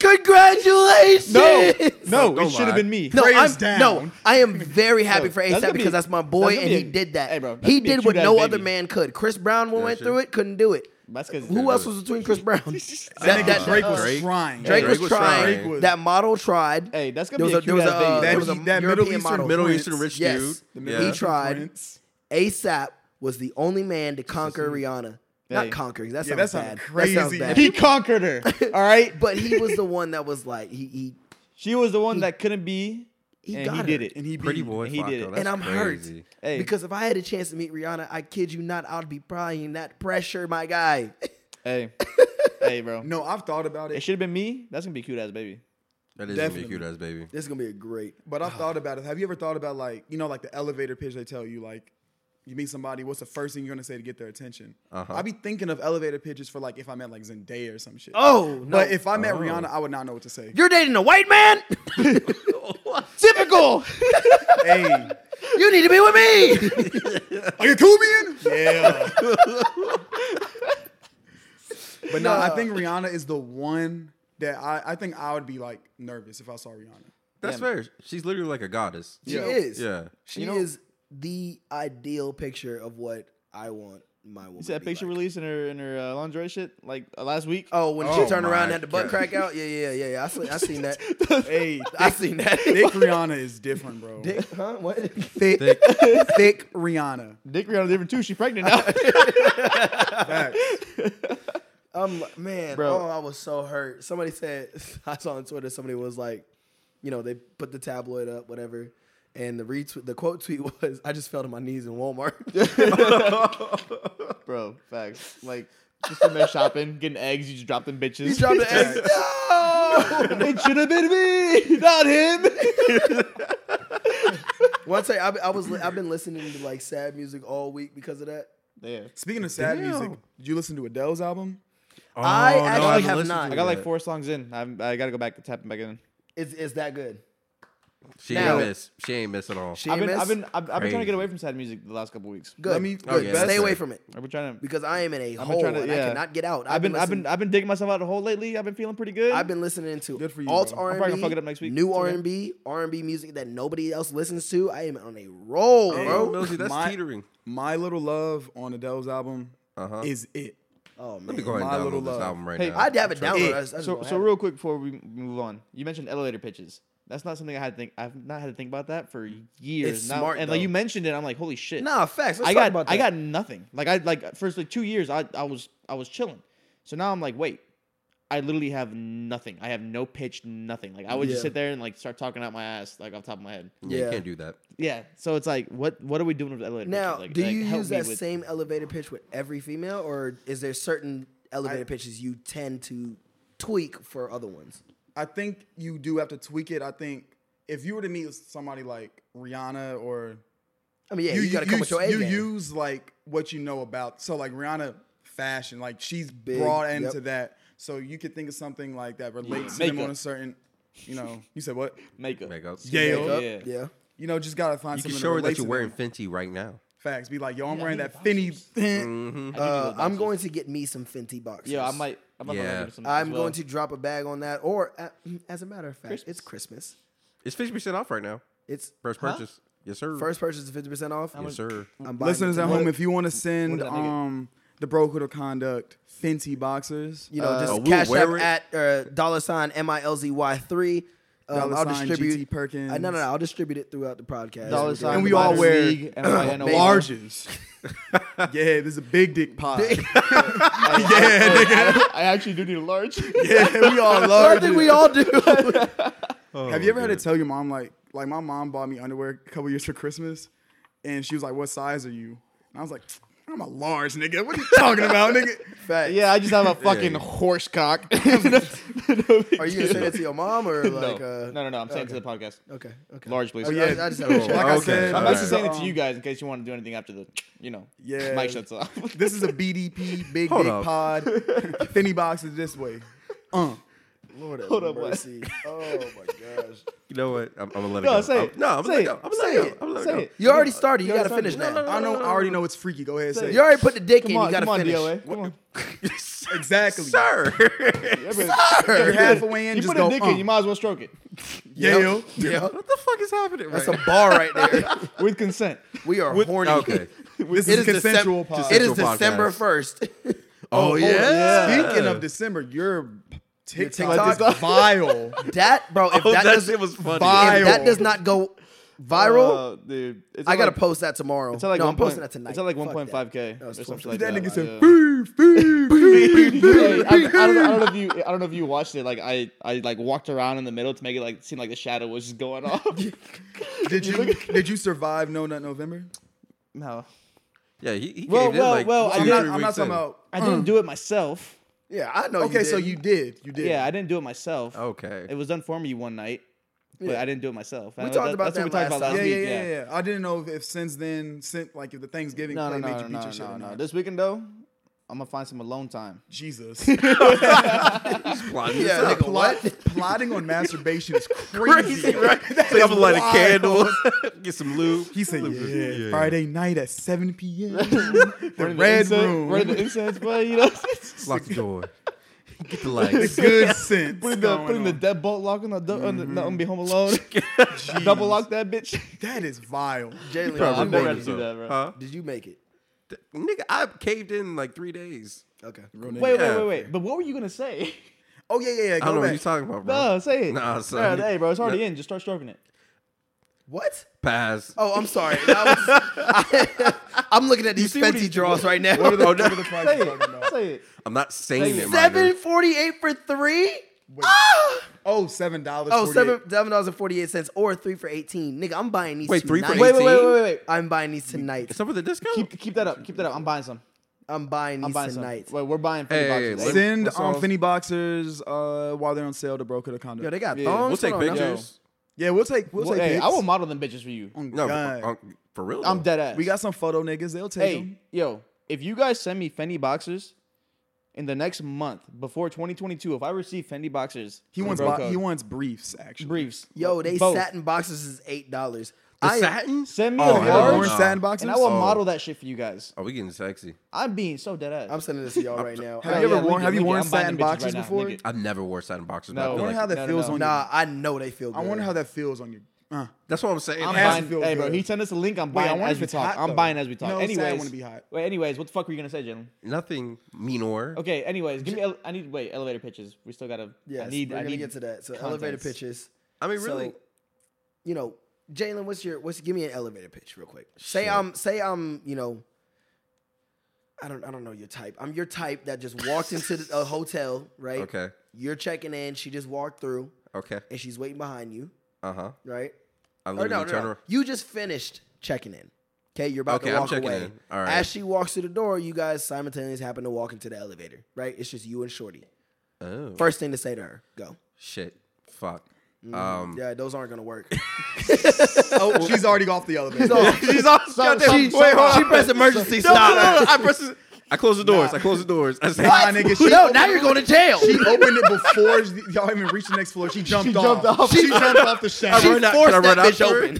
Speaker 4: congratulations.
Speaker 5: No, no,
Speaker 7: don't
Speaker 5: it should
Speaker 7: lie.
Speaker 5: have been me.
Speaker 4: No,
Speaker 6: Prayers
Speaker 4: I'm,
Speaker 6: down.
Speaker 4: no, I am very happy
Speaker 5: No,
Speaker 4: for
Speaker 5: that's
Speaker 4: ASAP
Speaker 5: gonna be-
Speaker 4: because that's my boy
Speaker 5: that's
Speaker 4: and
Speaker 5: gonna
Speaker 4: he
Speaker 5: be a-
Speaker 4: did that.
Speaker 5: hey, bro, that's
Speaker 4: he
Speaker 5: gonna be a
Speaker 4: did what
Speaker 5: cute-ass
Speaker 4: no other
Speaker 5: baby.
Speaker 4: man could. Chris Brown when went
Speaker 7: shit.
Speaker 4: through it, couldn't do it.
Speaker 5: That's because
Speaker 4: Who else was between Chris Brown?
Speaker 6: That,
Speaker 4: that,
Speaker 6: nigga
Speaker 4: that,
Speaker 6: Drake
Speaker 4: uh,
Speaker 6: was
Speaker 7: Drake-
Speaker 6: trying.
Speaker 4: Drake was
Speaker 7: was
Speaker 4: trying.
Speaker 6: trying.
Speaker 4: That model tried.
Speaker 5: Hey, that's gonna
Speaker 4: There was
Speaker 5: be a
Speaker 4: a, there
Speaker 5: cute
Speaker 4: was a,
Speaker 5: ass
Speaker 4: uh,
Speaker 5: baby.
Speaker 4: there
Speaker 6: That-
Speaker 4: was a
Speaker 6: he- that Middle
Speaker 4: European
Speaker 6: Eastern-
Speaker 4: model.
Speaker 7: Middle
Speaker 6: Prince.
Speaker 7: Eastern rich
Speaker 4: Yes.
Speaker 7: dude.
Speaker 6: Middle
Speaker 7: yeah.
Speaker 4: He tried.
Speaker 6: Prince.
Speaker 4: ASAP was the only man to conquer Rihanna.
Speaker 5: Hey.
Speaker 4: Not conquering. That sounds
Speaker 6: Yeah, that sounded
Speaker 4: bad. That sounds
Speaker 6: crazy.
Speaker 4: bad.
Speaker 5: he conquered her. All right,
Speaker 4: but he was the one that was like he he
Speaker 5: she was the one that couldn't be,
Speaker 4: he
Speaker 5: and
Speaker 4: got
Speaker 5: he
Speaker 4: her.
Speaker 5: did it.
Speaker 6: And he
Speaker 7: Pretty
Speaker 6: beat-
Speaker 7: boy.
Speaker 5: He
Speaker 7: Flacco,
Speaker 5: did it.
Speaker 7: That's
Speaker 4: and I'm
Speaker 7: crazy.
Speaker 4: hurt
Speaker 5: Hey.
Speaker 4: because if I had a chance to meet Rihanna, I kid you not, I'd be prying that pressure, my guy.
Speaker 5: Hey, hey, bro.
Speaker 6: No, I've thought about
Speaker 5: It
Speaker 6: it,
Speaker 5: should have been me. That's gonna be a cute ass baby.
Speaker 7: That is gonna be a
Speaker 6: Definitely.
Speaker 7: cute ass baby.
Speaker 4: this is gonna be a great.
Speaker 6: but I've thought about it. Have you ever thought about like you know like the elevator pitch they tell you like you meet somebody, what's the first thing you're gonna say to get their attention?
Speaker 7: Uh-huh.
Speaker 6: I'd be thinking of elevator pitches for like if I met like Zendaya or some shit.
Speaker 4: Oh no!
Speaker 6: But if I met
Speaker 7: Oh.
Speaker 6: Rihanna, I would not know what to say.
Speaker 4: You're dating a white man.
Speaker 5: Typical.
Speaker 6: hey,
Speaker 4: you need to be with me.
Speaker 6: are you Cuban? Yeah. but no, I think Rihanna is the one that I, I think I would be like nervous if I saw Rihanna.
Speaker 7: That's fair. She's literally like a goddess.
Speaker 4: she is.
Speaker 7: Yeah.
Speaker 4: She
Speaker 5: You know-
Speaker 4: is the ideal picture of what I want my woman.
Speaker 5: You see
Speaker 4: to
Speaker 5: that
Speaker 4: be
Speaker 5: picture
Speaker 4: like.
Speaker 5: released in her in her uh, lingerie shit like uh, last week?
Speaker 4: Oh, when
Speaker 7: Oh
Speaker 4: she turned around and
Speaker 7: my
Speaker 4: had the butt
Speaker 7: God.
Speaker 4: crack out. Yeah, yeah, yeah, yeah. I seen, I seen that.
Speaker 6: Hey,
Speaker 4: I seen that.
Speaker 6: thick Rihanna is different, bro.
Speaker 4: Dick, huh? What?
Speaker 6: thick, thick Rihanna.
Speaker 5: Dick Rihanna different too. She pregnant now.
Speaker 6: Facts.
Speaker 4: Um, man,
Speaker 5: Bro.
Speaker 4: oh, I was so hurt. Somebody said I saw on Twitter. Somebody was like, you know, they put the tabloid up, whatever, and the retweet, the quote tweet was, "I just fell to my knees in Walmart."
Speaker 5: bro, facts. Like just in there shopping, getting eggs. You just drop them bitches.
Speaker 4: He dropped the egg. No.
Speaker 5: it should have been me, not him.
Speaker 4: Once I, I, I was, li- I've been listening to like sad music all week because of that.
Speaker 5: yeah.
Speaker 6: Speaking of sad
Speaker 7: Damn.
Speaker 6: music, did you listen to Adele's album?
Speaker 4: I
Speaker 7: Oh, no,
Speaker 4: actually
Speaker 7: haven't
Speaker 4: have
Speaker 7: listened
Speaker 4: not.
Speaker 7: to
Speaker 5: I got like
Speaker 7: that.
Speaker 5: four songs in. I'm, I got to go back to tapping back in.
Speaker 4: It's, it's that good.
Speaker 7: She
Speaker 4: Now-
Speaker 7: ain't miss. She ain't miss at all.
Speaker 4: She
Speaker 5: I've been,
Speaker 4: miss?
Speaker 5: I've been, I've, I've been trying to
Speaker 7: Crazy.
Speaker 5: get away from sad music the last couple weeks.
Speaker 4: good.
Speaker 6: Let me
Speaker 7: Oh,
Speaker 6: good.
Speaker 7: yeah,
Speaker 6: best-
Speaker 4: Stay
Speaker 7: that's
Speaker 4: away
Speaker 7: it.
Speaker 4: from it
Speaker 5: I've been trying to.
Speaker 4: because I am in a
Speaker 5: I've
Speaker 4: hole
Speaker 5: been trying to.
Speaker 4: and
Speaker 5: Yeah.
Speaker 4: I cannot get out.
Speaker 5: I've been, I've
Speaker 4: listening-
Speaker 5: been, I've been digging myself out a hole lately. I've been feeling pretty good.
Speaker 4: I've been listening to
Speaker 6: Good for you,
Speaker 4: alt
Speaker 6: bro.
Speaker 4: R
Speaker 5: I'm
Speaker 4: and
Speaker 5: probably
Speaker 4: B,
Speaker 5: gonna fuck it up next week.
Speaker 4: new
Speaker 5: It's
Speaker 4: R
Speaker 5: okay.
Speaker 4: and B, R and B music that nobody else listens to. I am on a roll,
Speaker 7: Hey,
Speaker 4: bro.
Speaker 7: Millsy, that's
Speaker 6: My-
Speaker 7: teetering.
Speaker 6: My Little Love on Adele's album
Speaker 7: Uh-huh.
Speaker 6: is it.
Speaker 4: Oh man,
Speaker 7: Let me go ahead
Speaker 6: My
Speaker 7: and
Speaker 6: Little
Speaker 7: download this
Speaker 6: Love.
Speaker 7: album right
Speaker 5: Hey,
Speaker 7: now.
Speaker 4: I'd have it
Speaker 7: Trust
Speaker 4: downloaded.
Speaker 7: me.
Speaker 4: I just- I just
Speaker 5: so
Speaker 4: don't
Speaker 5: so
Speaker 4: have
Speaker 5: real quick before we move on, you mentioned elevator pitches. That's not something I had to think. I've not had to think about that for years.
Speaker 4: It's
Speaker 5: now,
Speaker 4: smart,
Speaker 5: and like
Speaker 4: though.
Speaker 5: you mentioned it, I'm like, holy shit.
Speaker 4: it. Nah, facts. Let's
Speaker 5: I
Speaker 4: talk
Speaker 5: got
Speaker 4: about that.
Speaker 5: I got nothing. Like I like first like two years, I, I was I was chilling. So now I'm like, wait, I literally have nothing. I have no pitch, nothing. Like I would just
Speaker 4: Yeah.
Speaker 5: sit there and like start talking out my ass, like off the top of my head.
Speaker 7: Yeah,
Speaker 4: Yeah.
Speaker 7: you can't do that.
Speaker 5: Yeah. So it's like, what what are we doing with the elevator? pitches?
Speaker 4: Now,
Speaker 5: like,
Speaker 4: do
Speaker 5: like,
Speaker 4: you
Speaker 5: help
Speaker 4: use
Speaker 5: me
Speaker 4: that
Speaker 5: with-
Speaker 4: same elevator pitch with every female, or is there certain elevator pitches you tend to tweak for other ones?
Speaker 6: I think you do have to tweak it. I think if you were to meet somebody like Rihanna or
Speaker 4: I mean, yeah, you, gotta come with your A
Speaker 6: you
Speaker 4: game.
Speaker 6: use like what you know about. So like Rihanna fashion, like she's
Speaker 4: Big,
Speaker 6: brought
Speaker 4: yep.
Speaker 6: into that. So you could think of something like that relates to them
Speaker 5: makeup.
Speaker 6: on a certain, you know. You said what?
Speaker 5: makeup.
Speaker 7: Makeup.
Speaker 6: Yeah.
Speaker 5: Makeup,
Speaker 4: yeah.
Speaker 5: yeah.
Speaker 6: You know, just gotta find
Speaker 7: You can
Speaker 6: something.
Speaker 7: show her
Speaker 6: that relates
Speaker 7: that you're
Speaker 6: to
Speaker 7: wearing
Speaker 6: them.
Speaker 7: Fenty right now.
Speaker 6: facts. Be like, yo, I'm
Speaker 5: Yeah, I
Speaker 6: wearing
Speaker 5: need
Speaker 6: that
Speaker 5: boxers.
Speaker 6: Finny.
Speaker 5: I do need
Speaker 4: Uh,
Speaker 5: those
Speaker 4: I'm
Speaker 5: boxers.
Speaker 4: going to get me some Fenty boxers.
Speaker 5: Yeah, I might. I might
Speaker 7: Yeah.
Speaker 5: yeah. Some
Speaker 4: I'm
Speaker 5: as well.
Speaker 4: going to drop a bag on that. Or uh, as a matter of fact, it's Christmas.
Speaker 7: It's fifty percent off right now.
Speaker 4: It's
Speaker 7: First purchase. Yes, sir.
Speaker 4: first purchase is fifty percent off.
Speaker 7: Yes, sir.
Speaker 4: I'm buying
Speaker 6: Listeners
Speaker 4: it
Speaker 6: at
Speaker 4: tomorrow.
Speaker 6: home, if you want to send
Speaker 5: did I make it?
Speaker 6: um the bro code of conduct Fenty boxers,
Speaker 4: you know, just
Speaker 7: Uh, we'll
Speaker 4: cash
Speaker 7: wear
Speaker 4: up
Speaker 7: it.
Speaker 4: at uh, dollar sign M I L Z Y three. Um,
Speaker 6: Dollar
Speaker 4: I'll
Speaker 6: sign
Speaker 4: distribute.
Speaker 6: GT Perkins.
Speaker 4: Uh, no, no, no. I'll distribute it throughout the podcast.
Speaker 5: Dollar
Speaker 4: We'll do it.
Speaker 5: sign
Speaker 6: And we all
Speaker 5: Miners
Speaker 6: wear
Speaker 5: League, MINOR.
Speaker 6: larges. yeah, this is a big dick pod.
Speaker 5: I, I actually do need a large.
Speaker 6: yeah, we all
Speaker 4: I
Speaker 6: larges.
Speaker 4: think we all do.
Speaker 6: Have you ever had to tell your mom like like my mom bought me underwear a couple years for Christmas, and she was like, "What size are you?" And I was like, "I'm a large nigga. What are you talking about, nigga?"
Speaker 4: Fact.
Speaker 5: yeah, I just have a fucking horse cock.
Speaker 4: Are you gonna send it to your mom or like?
Speaker 5: no.
Speaker 4: Uh,
Speaker 5: no, no, no. I'm saying to the podcast.
Speaker 4: Okay. Okay.
Speaker 5: Large, please.
Speaker 4: Oh, yeah. I, I just had
Speaker 6: Like
Speaker 4: a
Speaker 6: I
Speaker 5: I'm
Speaker 6: said,
Speaker 7: okay. I'm All
Speaker 5: not
Speaker 7: right.
Speaker 5: just saying it
Speaker 6: um,
Speaker 5: to you guys in case you want to do anything after the, you know,
Speaker 6: Yeah.
Speaker 5: mic shuts off.
Speaker 6: This is a BDP big
Speaker 7: Hold
Speaker 6: dick
Speaker 7: up.
Speaker 6: pod. Finny box is this way. Uh,
Speaker 4: Lord have
Speaker 5: Hold up, what?
Speaker 4: mercy. Oh my gosh.
Speaker 7: You know what? I'm, I'm gonna let it
Speaker 5: No,
Speaker 7: go.
Speaker 5: say
Speaker 7: I'm-
Speaker 5: it.
Speaker 7: No, I'm gonna
Speaker 5: Say
Speaker 7: let it
Speaker 5: it.
Speaker 7: go. I'm gonna let
Speaker 5: Say
Speaker 7: it
Speaker 5: it. Say
Speaker 7: go. I'm gonna let it
Speaker 5: it.
Speaker 4: You already started. You
Speaker 5: already
Speaker 4: gotta finish
Speaker 5: started.
Speaker 4: now.
Speaker 6: I know. I already know it's freaky. Go ahead, say.
Speaker 4: You
Speaker 6: it.
Speaker 4: already put the dick in.
Speaker 5: Come on,
Speaker 4: You gotta
Speaker 5: come on,
Speaker 4: finish.
Speaker 5: DOA. Come on.
Speaker 6: Exactly.
Speaker 7: Sir.
Speaker 6: You're halfway in.
Speaker 5: You
Speaker 6: just
Speaker 5: put
Speaker 6: go.
Speaker 5: a dick
Speaker 6: uh.
Speaker 5: in, you might as well stroke it
Speaker 6: Yeah.
Speaker 4: Yeah.
Speaker 7: what the fuck is happening right
Speaker 4: That's a bar right there.
Speaker 5: with consent.
Speaker 4: We are horny.
Speaker 7: now? Okay.
Speaker 6: This
Speaker 4: It
Speaker 6: is,
Speaker 4: is consensual.
Speaker 6: consensual pod.
Speaker 4: It is
Speaker 7: Central podcast.
Speaker 4: December first.
Speaker 7: Oh, yeah.
Speaker 6: Speaking of December, your TikTok,
Speaker 4: TikTok
Speaker 6: is vile.
Speaker 4: That bro, if
Speaker 7: Oh,
Speaker 4: that,
Speaker 7: that
Speaker 4: does,
Speaker 7: shit was funny.
Speaker 4: if that
Speaker 6: viral.
Speaker 4: does not go viral,
Speaker 5: Uh, dude. It's
Speaker 4: I
Speaker 5: at
Speaker 4: gotta
Speaker 5: like-
Speaker 4: post that tomorrow.
Speaker 5: It's at like
Speaker 4: no,
Speaker 5: one
Speaker 4: I'm posting
Speaker 5: point-
Speaker 4: that tonight.
Speaker 5: It's at like
Speaker 4: Fuck that.
Speaker 5: 1.5k
Speaker 4: That
Speaker 5: or
Speaker 4: was
Speaker 5: something
Speaker 4: torture.
Speaker 5: like
Speaker 6: that
Speaker 5: that.
Speaker 6: nigga
Speaker 5: like,
Speaker 6: said,
Speaker 5: yeah.
Speaker 6: "Beef, beef, beef, beef,
Speaker 5: Hey, I, I, don't, I don't know if you I don't know if you watched it. Like I, I like walked around in the middle to make it like seem like the shadow was just going off.
Speaker 6: Did you did you survive No Nut November?
Speaker 5: no,
Speaker 7: Yeah, he, he
Speaker 5: Well,
Speaker 7: caved
Speaker 5: well,
Speaker 7: in like
Speaker 5: well, I
Speaker 7: two,
Speaker 6: I'm
Speaker 5: did-
Speaker 6: not,
Speaker 7: three
Speaker 6: I'm not
Speaker 7: weeks
Speaker 6: talking
Speaker 7: in.
Speaker 6: about.
Speaker 5: I didn't do it myself.
Speaker 4: Yeah, I know.
Speaker 6: Okay,
Speaker 4: you
Speaker 6: so
Speaker 4: did.
Speaker 6: you did. You did.
Speaker 5: Yeah, I didn't do it myself.
Speaker 7: Oh, Okay.
Speaker 5: it was done for me one night, but I didn't do it myself.
Speaker 4: We talked about that last time.
Speaker 6: Yeah, yeah, yeah, yeah, I didn't know if, if since then, since like if the Thanksgiving
Speaker 5: No, no,
Speaker 6: play
Speaker 5: no,
Speaker 6: made
Speaker 5: no,
Speaker 6: you beat
Speaker 5: no,
Speaker 6: your shit
Speaker 5: no,
Speaker 6: or
Speaker 5: no.
Speaker 6: not.
Speaker 5: This weekend though, I'm gonna find some alone time.
Speaker 6: Jesus,
Speaker 7: Plotting this
Speaker 4: Yeah,
Speaker 7: out.
Speaker 4: nigga, what?
Speaker 6: plotting on masturbation is crazy.
Speaker 7: Crazy, right?
Speaker 6: That
Speaker 7: So I'm
Speaker 6: is
Speaker 7: gonna light a
Speaker 6: wild.
Speaker 7: candle, get some lube.
Speaker 6: He said,
Speaker 7: Lube.
Speaker 6: yeah,
Speaker 7: Yeah.
Speaker 6: Friday night at 7 p.m.
Speaker 5: We're
Speaker 6: the
Speaker 5: in
Speaker 6: red
Speaker 5: incense,
Speaker 6: room.
Speaker 5: we're in the incense, but you know,
Speaker 7: Lock the door. Get
Speaker 6: The
Speaker 7: the lights.
Speaker 6: good sense.
Speaker 5: putting the
Speaker 6: going
Speaker 5: putting the
Speaker 6: on.
Speaker 5: deadbolt lock on the do- on the not on be home alone. Double lock that bitch.
Speaker 6: that is vile.
Speaker 4: Jalen,
Speaker 7: Probably
Speaker 4: did, you make
Speaker 5: I'm never
Speaker 7: made
Speaker 4: it?
Speaker 5: gonna do
Speaker 7: himself.
Speaker 5: that, bro.
Speaker 7: Huh?
Speaker 4: did you make it?
Speaker 7: Nigga, I caved in like three days.
Speaker 4: Okay.
Speaker 5: Wait,
Speaker 7: Yeah.
Speaker 5: wait, wait, wait. But what were you gonna say?
Speaker 6: Oh yeah, yeah, yeah.
Speaker 7: I don't
Speaker 6: Go
Speaker 7: know what
Speaker 6: back.
Speaker 7: you're talking about, bro.
Speaker 5: No, say it.
Speaker 7: Nah,
Speaker 5: Nah,
Speaker 7: son.
Speaker 5: hey, bro, it's already
Speaker 7: No.
Speaker 5: in. Just start stroking it.
Speaker 4: What?
Speaker 7: Pass.
Speaker 4: Oh, I'm sorry. I am looking at these
Speaker 7: see what
Speaker 4: Fenty
Speaker 7: he's-
Speaker 4: draws right now.
Speaker 7: What are the- oh, no.
Speaker 6: What the fuck are you talking about?
Speaker 5: Say it.
Speaker 7: I'm not saying it,
Speaker 4: Seven
Speaker 7: Seven.
Speaker 4: forty-eight for three.
Speaker 6: Wait. Oh, seven dollars.
Speaker 4: Oh, seven seven dollars and forty-eight cents, or three for eighteen. Nigga, I'm buying these.
Speaker 7: Wait, three for
Speaker 4: tonight.
Speaker 5: Wait, wait, wait, wait,
Speaker 7: 18?
Speaker 5: wait, wait.
Speaker 4: I'm buying these tonight.
Speaker 7: It's up for the discount.
Speaker 5: Keep keep that up. Keep that up. I'm buying some.
Speaker 4: I'm buying
Speaker 5: I'm
Speaker 4: these
Speaker 5: buying
Speaker 4: tonight.
Speaker 5: some. Wait, we're buying.
Speaker 7: Hey,
Speaker 5: Hey,
Speaker 7: hey,
Speaker 5: boxes.
Speaker 7: hey,
Speaker 6: Send
Speaker 7: What's
Speaker 6: um,
Speaker 7: all-
Speaker 6: Finny boxers uh, while they're on sale to Broker the Conduct.
Speaker 4: Yo, they got
Speaker 5: Yeah.
Speaker 4: thongs.
Speaker 7: we'll take
Speaker 4: Hold on,
Speaker 5: pictures.
Speaker 4: I'm-
Speaker 6: yeah, we'll take. We'll,
Speaker 5: Well,
Speaker 6: take.
Speaker 5: hey,
Speaker 6: pics.
Speaker 5: I will model them bitches for you.
Speaker 6: Oh,
Speaker 7: no,
Speaker 6: God.
Speaker 7: for, um, for real.
Speaker 5: I'm dead ass.
Speaker 6: we got some photo niggas. They'll take
Speaker 5: Hey,
Speaker 6: them.
Speaker 5: yo, if you guys send me Fendi boxers in the next month before 2022, if I receive Fendi boxers,
Speaker 6: He
Speaker 5: from
Speaker 6: wants.
Speaker 5: Bro
Speaker 6: bo-
Speaker 5: Code,
Speaker 6: he wants briefs. Actually,
Speaker 5: briefs.
Speaker 4: Yo, they
Speaker 5: both.
Speaker 4: satin boxes is eight dollars.
Speaker 7: The
Speaker 4: I am-
Speaker 7: satin.
Speaker 5: Send me
Speaker 7: Oh,
Speaker 5: a
Speaker 7: hell
Speaker 6: Yeah,
Speaker 7: no.
Speaker 6: the
Speaker 5: large,
Speaker 6: orange
Speaker 7: Nah.
Speaker 6: sand boxes.
Speaker 5: and I will
Speaker 7: Oh.
Speaker 5: model that shit for you guys.
Speaker 7: Are we getting sexy?
Speaker 5: I'm being so dead ass.
Speaker 4: I'm sending this to y'all right now.
Speaker 6: Have
Speaker 5: Hell
Speaker 6: you ever
Speaker 5: yeah,
Speaker 6: worn-
Speaker 5: link it,
Speaker 6: have you
Speaker 5: link it.
Speaker 6: worn
Speaker 5: I'm buying
Speaker 6: satin
Speaker 5: them bitches
Speaker 6: boxes
Speaker 5: now.
Speaker 6: before?
Speaker 5: Link it.
Speaker 7: I've never wore satin boxers.
Speaker 5: No.
Speaker 7: No, I
Speaker 5: I
Speaker 7: feel
Speaker 6: wonder
Speaker 7: like
Speaker 6: how
Speaker 7: it.
Speaker 6: that
Speaker 5: No, no,
Speaker 6: feels
Speaker 5: no.
Speaker 6: on
Speaker 4: Nah, I know they feel good.
Speaker 6: you. I wonder how that feels on you. Uh,
Speaker 7: That's what I'm saying.
Speaker 5: I'm
Speaker 7: It has
Speaker 6: to
Speaker 5: buying.
Speaker 6: feel
Speaker 5: hey, bro,
Speaker 6: good.
Speaker 5: he sent us a link. I'm
Speaker 6: Wait, I
Speaker 5: buying
Speaker 6: wonder
Speaker 5: as
Speaker 6: if
Speaker 5: we
Speaker 6: it's
Speaker 5: talk.
Speaker 6: hot,
Speaker 5: I'm
Speaker 6: though.
Speaker 5: buying as we talk.
Speaker 6: No, sad
Speaker 5: anyways,
Speaker 6: wanna be hot.
Speaker 5: Wait, anyways, what the fuck were you gonna say, Jalen?
Speaker 7: nothing meanor.
Speaker 5: Okay, anyways, give me. ele- I need wait elevator pitches. We still gotta.
Speaker 4: Yes,
Speaker 5: I need.
Speaker 4: we're
Speaker 5: I
Speaker 4: gonna
Speaker 5: need
Speaker 4: get to that. So elevator
Speaker 5: context.
Speaker 4: pitches.
Speaker 7: I mean, really.
Speaker 4: So, you know, Jalen, what's your what's give me an elevator pitch real quick. Say I'm say I'm, you know, I don't I don't know your type. I'm your type that just walked into the, a hotel, right?
Speaker 7: Okay.
Speaker 4: You're checking in. She just walked through,
Speaker 7: Okay.
Speaker 4: and she's waiting behind you,
Speaker 7: Uh huh.
Speaker 4: right?
Speaker 7: I
Speaker 4: Or
Speaker 7: literally
Speaker 4: no, no,
Speaker 7: turn
Speaker 4: no.
Speaker 7: around.
Speaker 4: You just finished checking in. Okay, you're about
Speaker 7: Okay,
Speaker 4: to
Speaker 7: I'm
Speaker 4: walk
Speaker 7: checking
Speaker 4: away.
Speaker 7: in. All right.
Speaker 4: As she walks through the door, you guys simultaneously happen to walk into the elevator, right? It's just you and Shorty.
Speaker 7: Oh
Speaker 4: First thing to say to her, go.
Speaker 7: shit! Fuck. Um.
Speaker 4: Yeah, those aren't gonna work.
Speaker 6: Oh, she's already off the elevator.
Speaker 7: She's all
Speaker 5: So, she,
Speaker 4: she pressed emergency
Speaker 7: No, no,
Speaker 4: stop.
Speaker 7: no, no, I press. I close the doors. I close the doors. I say,
Speaker 6: Nah, nigga, she,
Speaker 4: No, now you're going to jail.
Speaker 6: she opened it before she- y'all even reached the next floor. She jumped,
Speaker 5: jumped
Speaker 6: off.
Speaker 5: off.
Speaker 6: She jumped off the shaft.
Speaker 4: She
Speaker 7: run out-
Speaker 4: forced
Speaker 7: can I
Speaker 4: that
Speaker 7: run out
Speaker 4: bitch
Speaker 7: through
Speaker 4: open.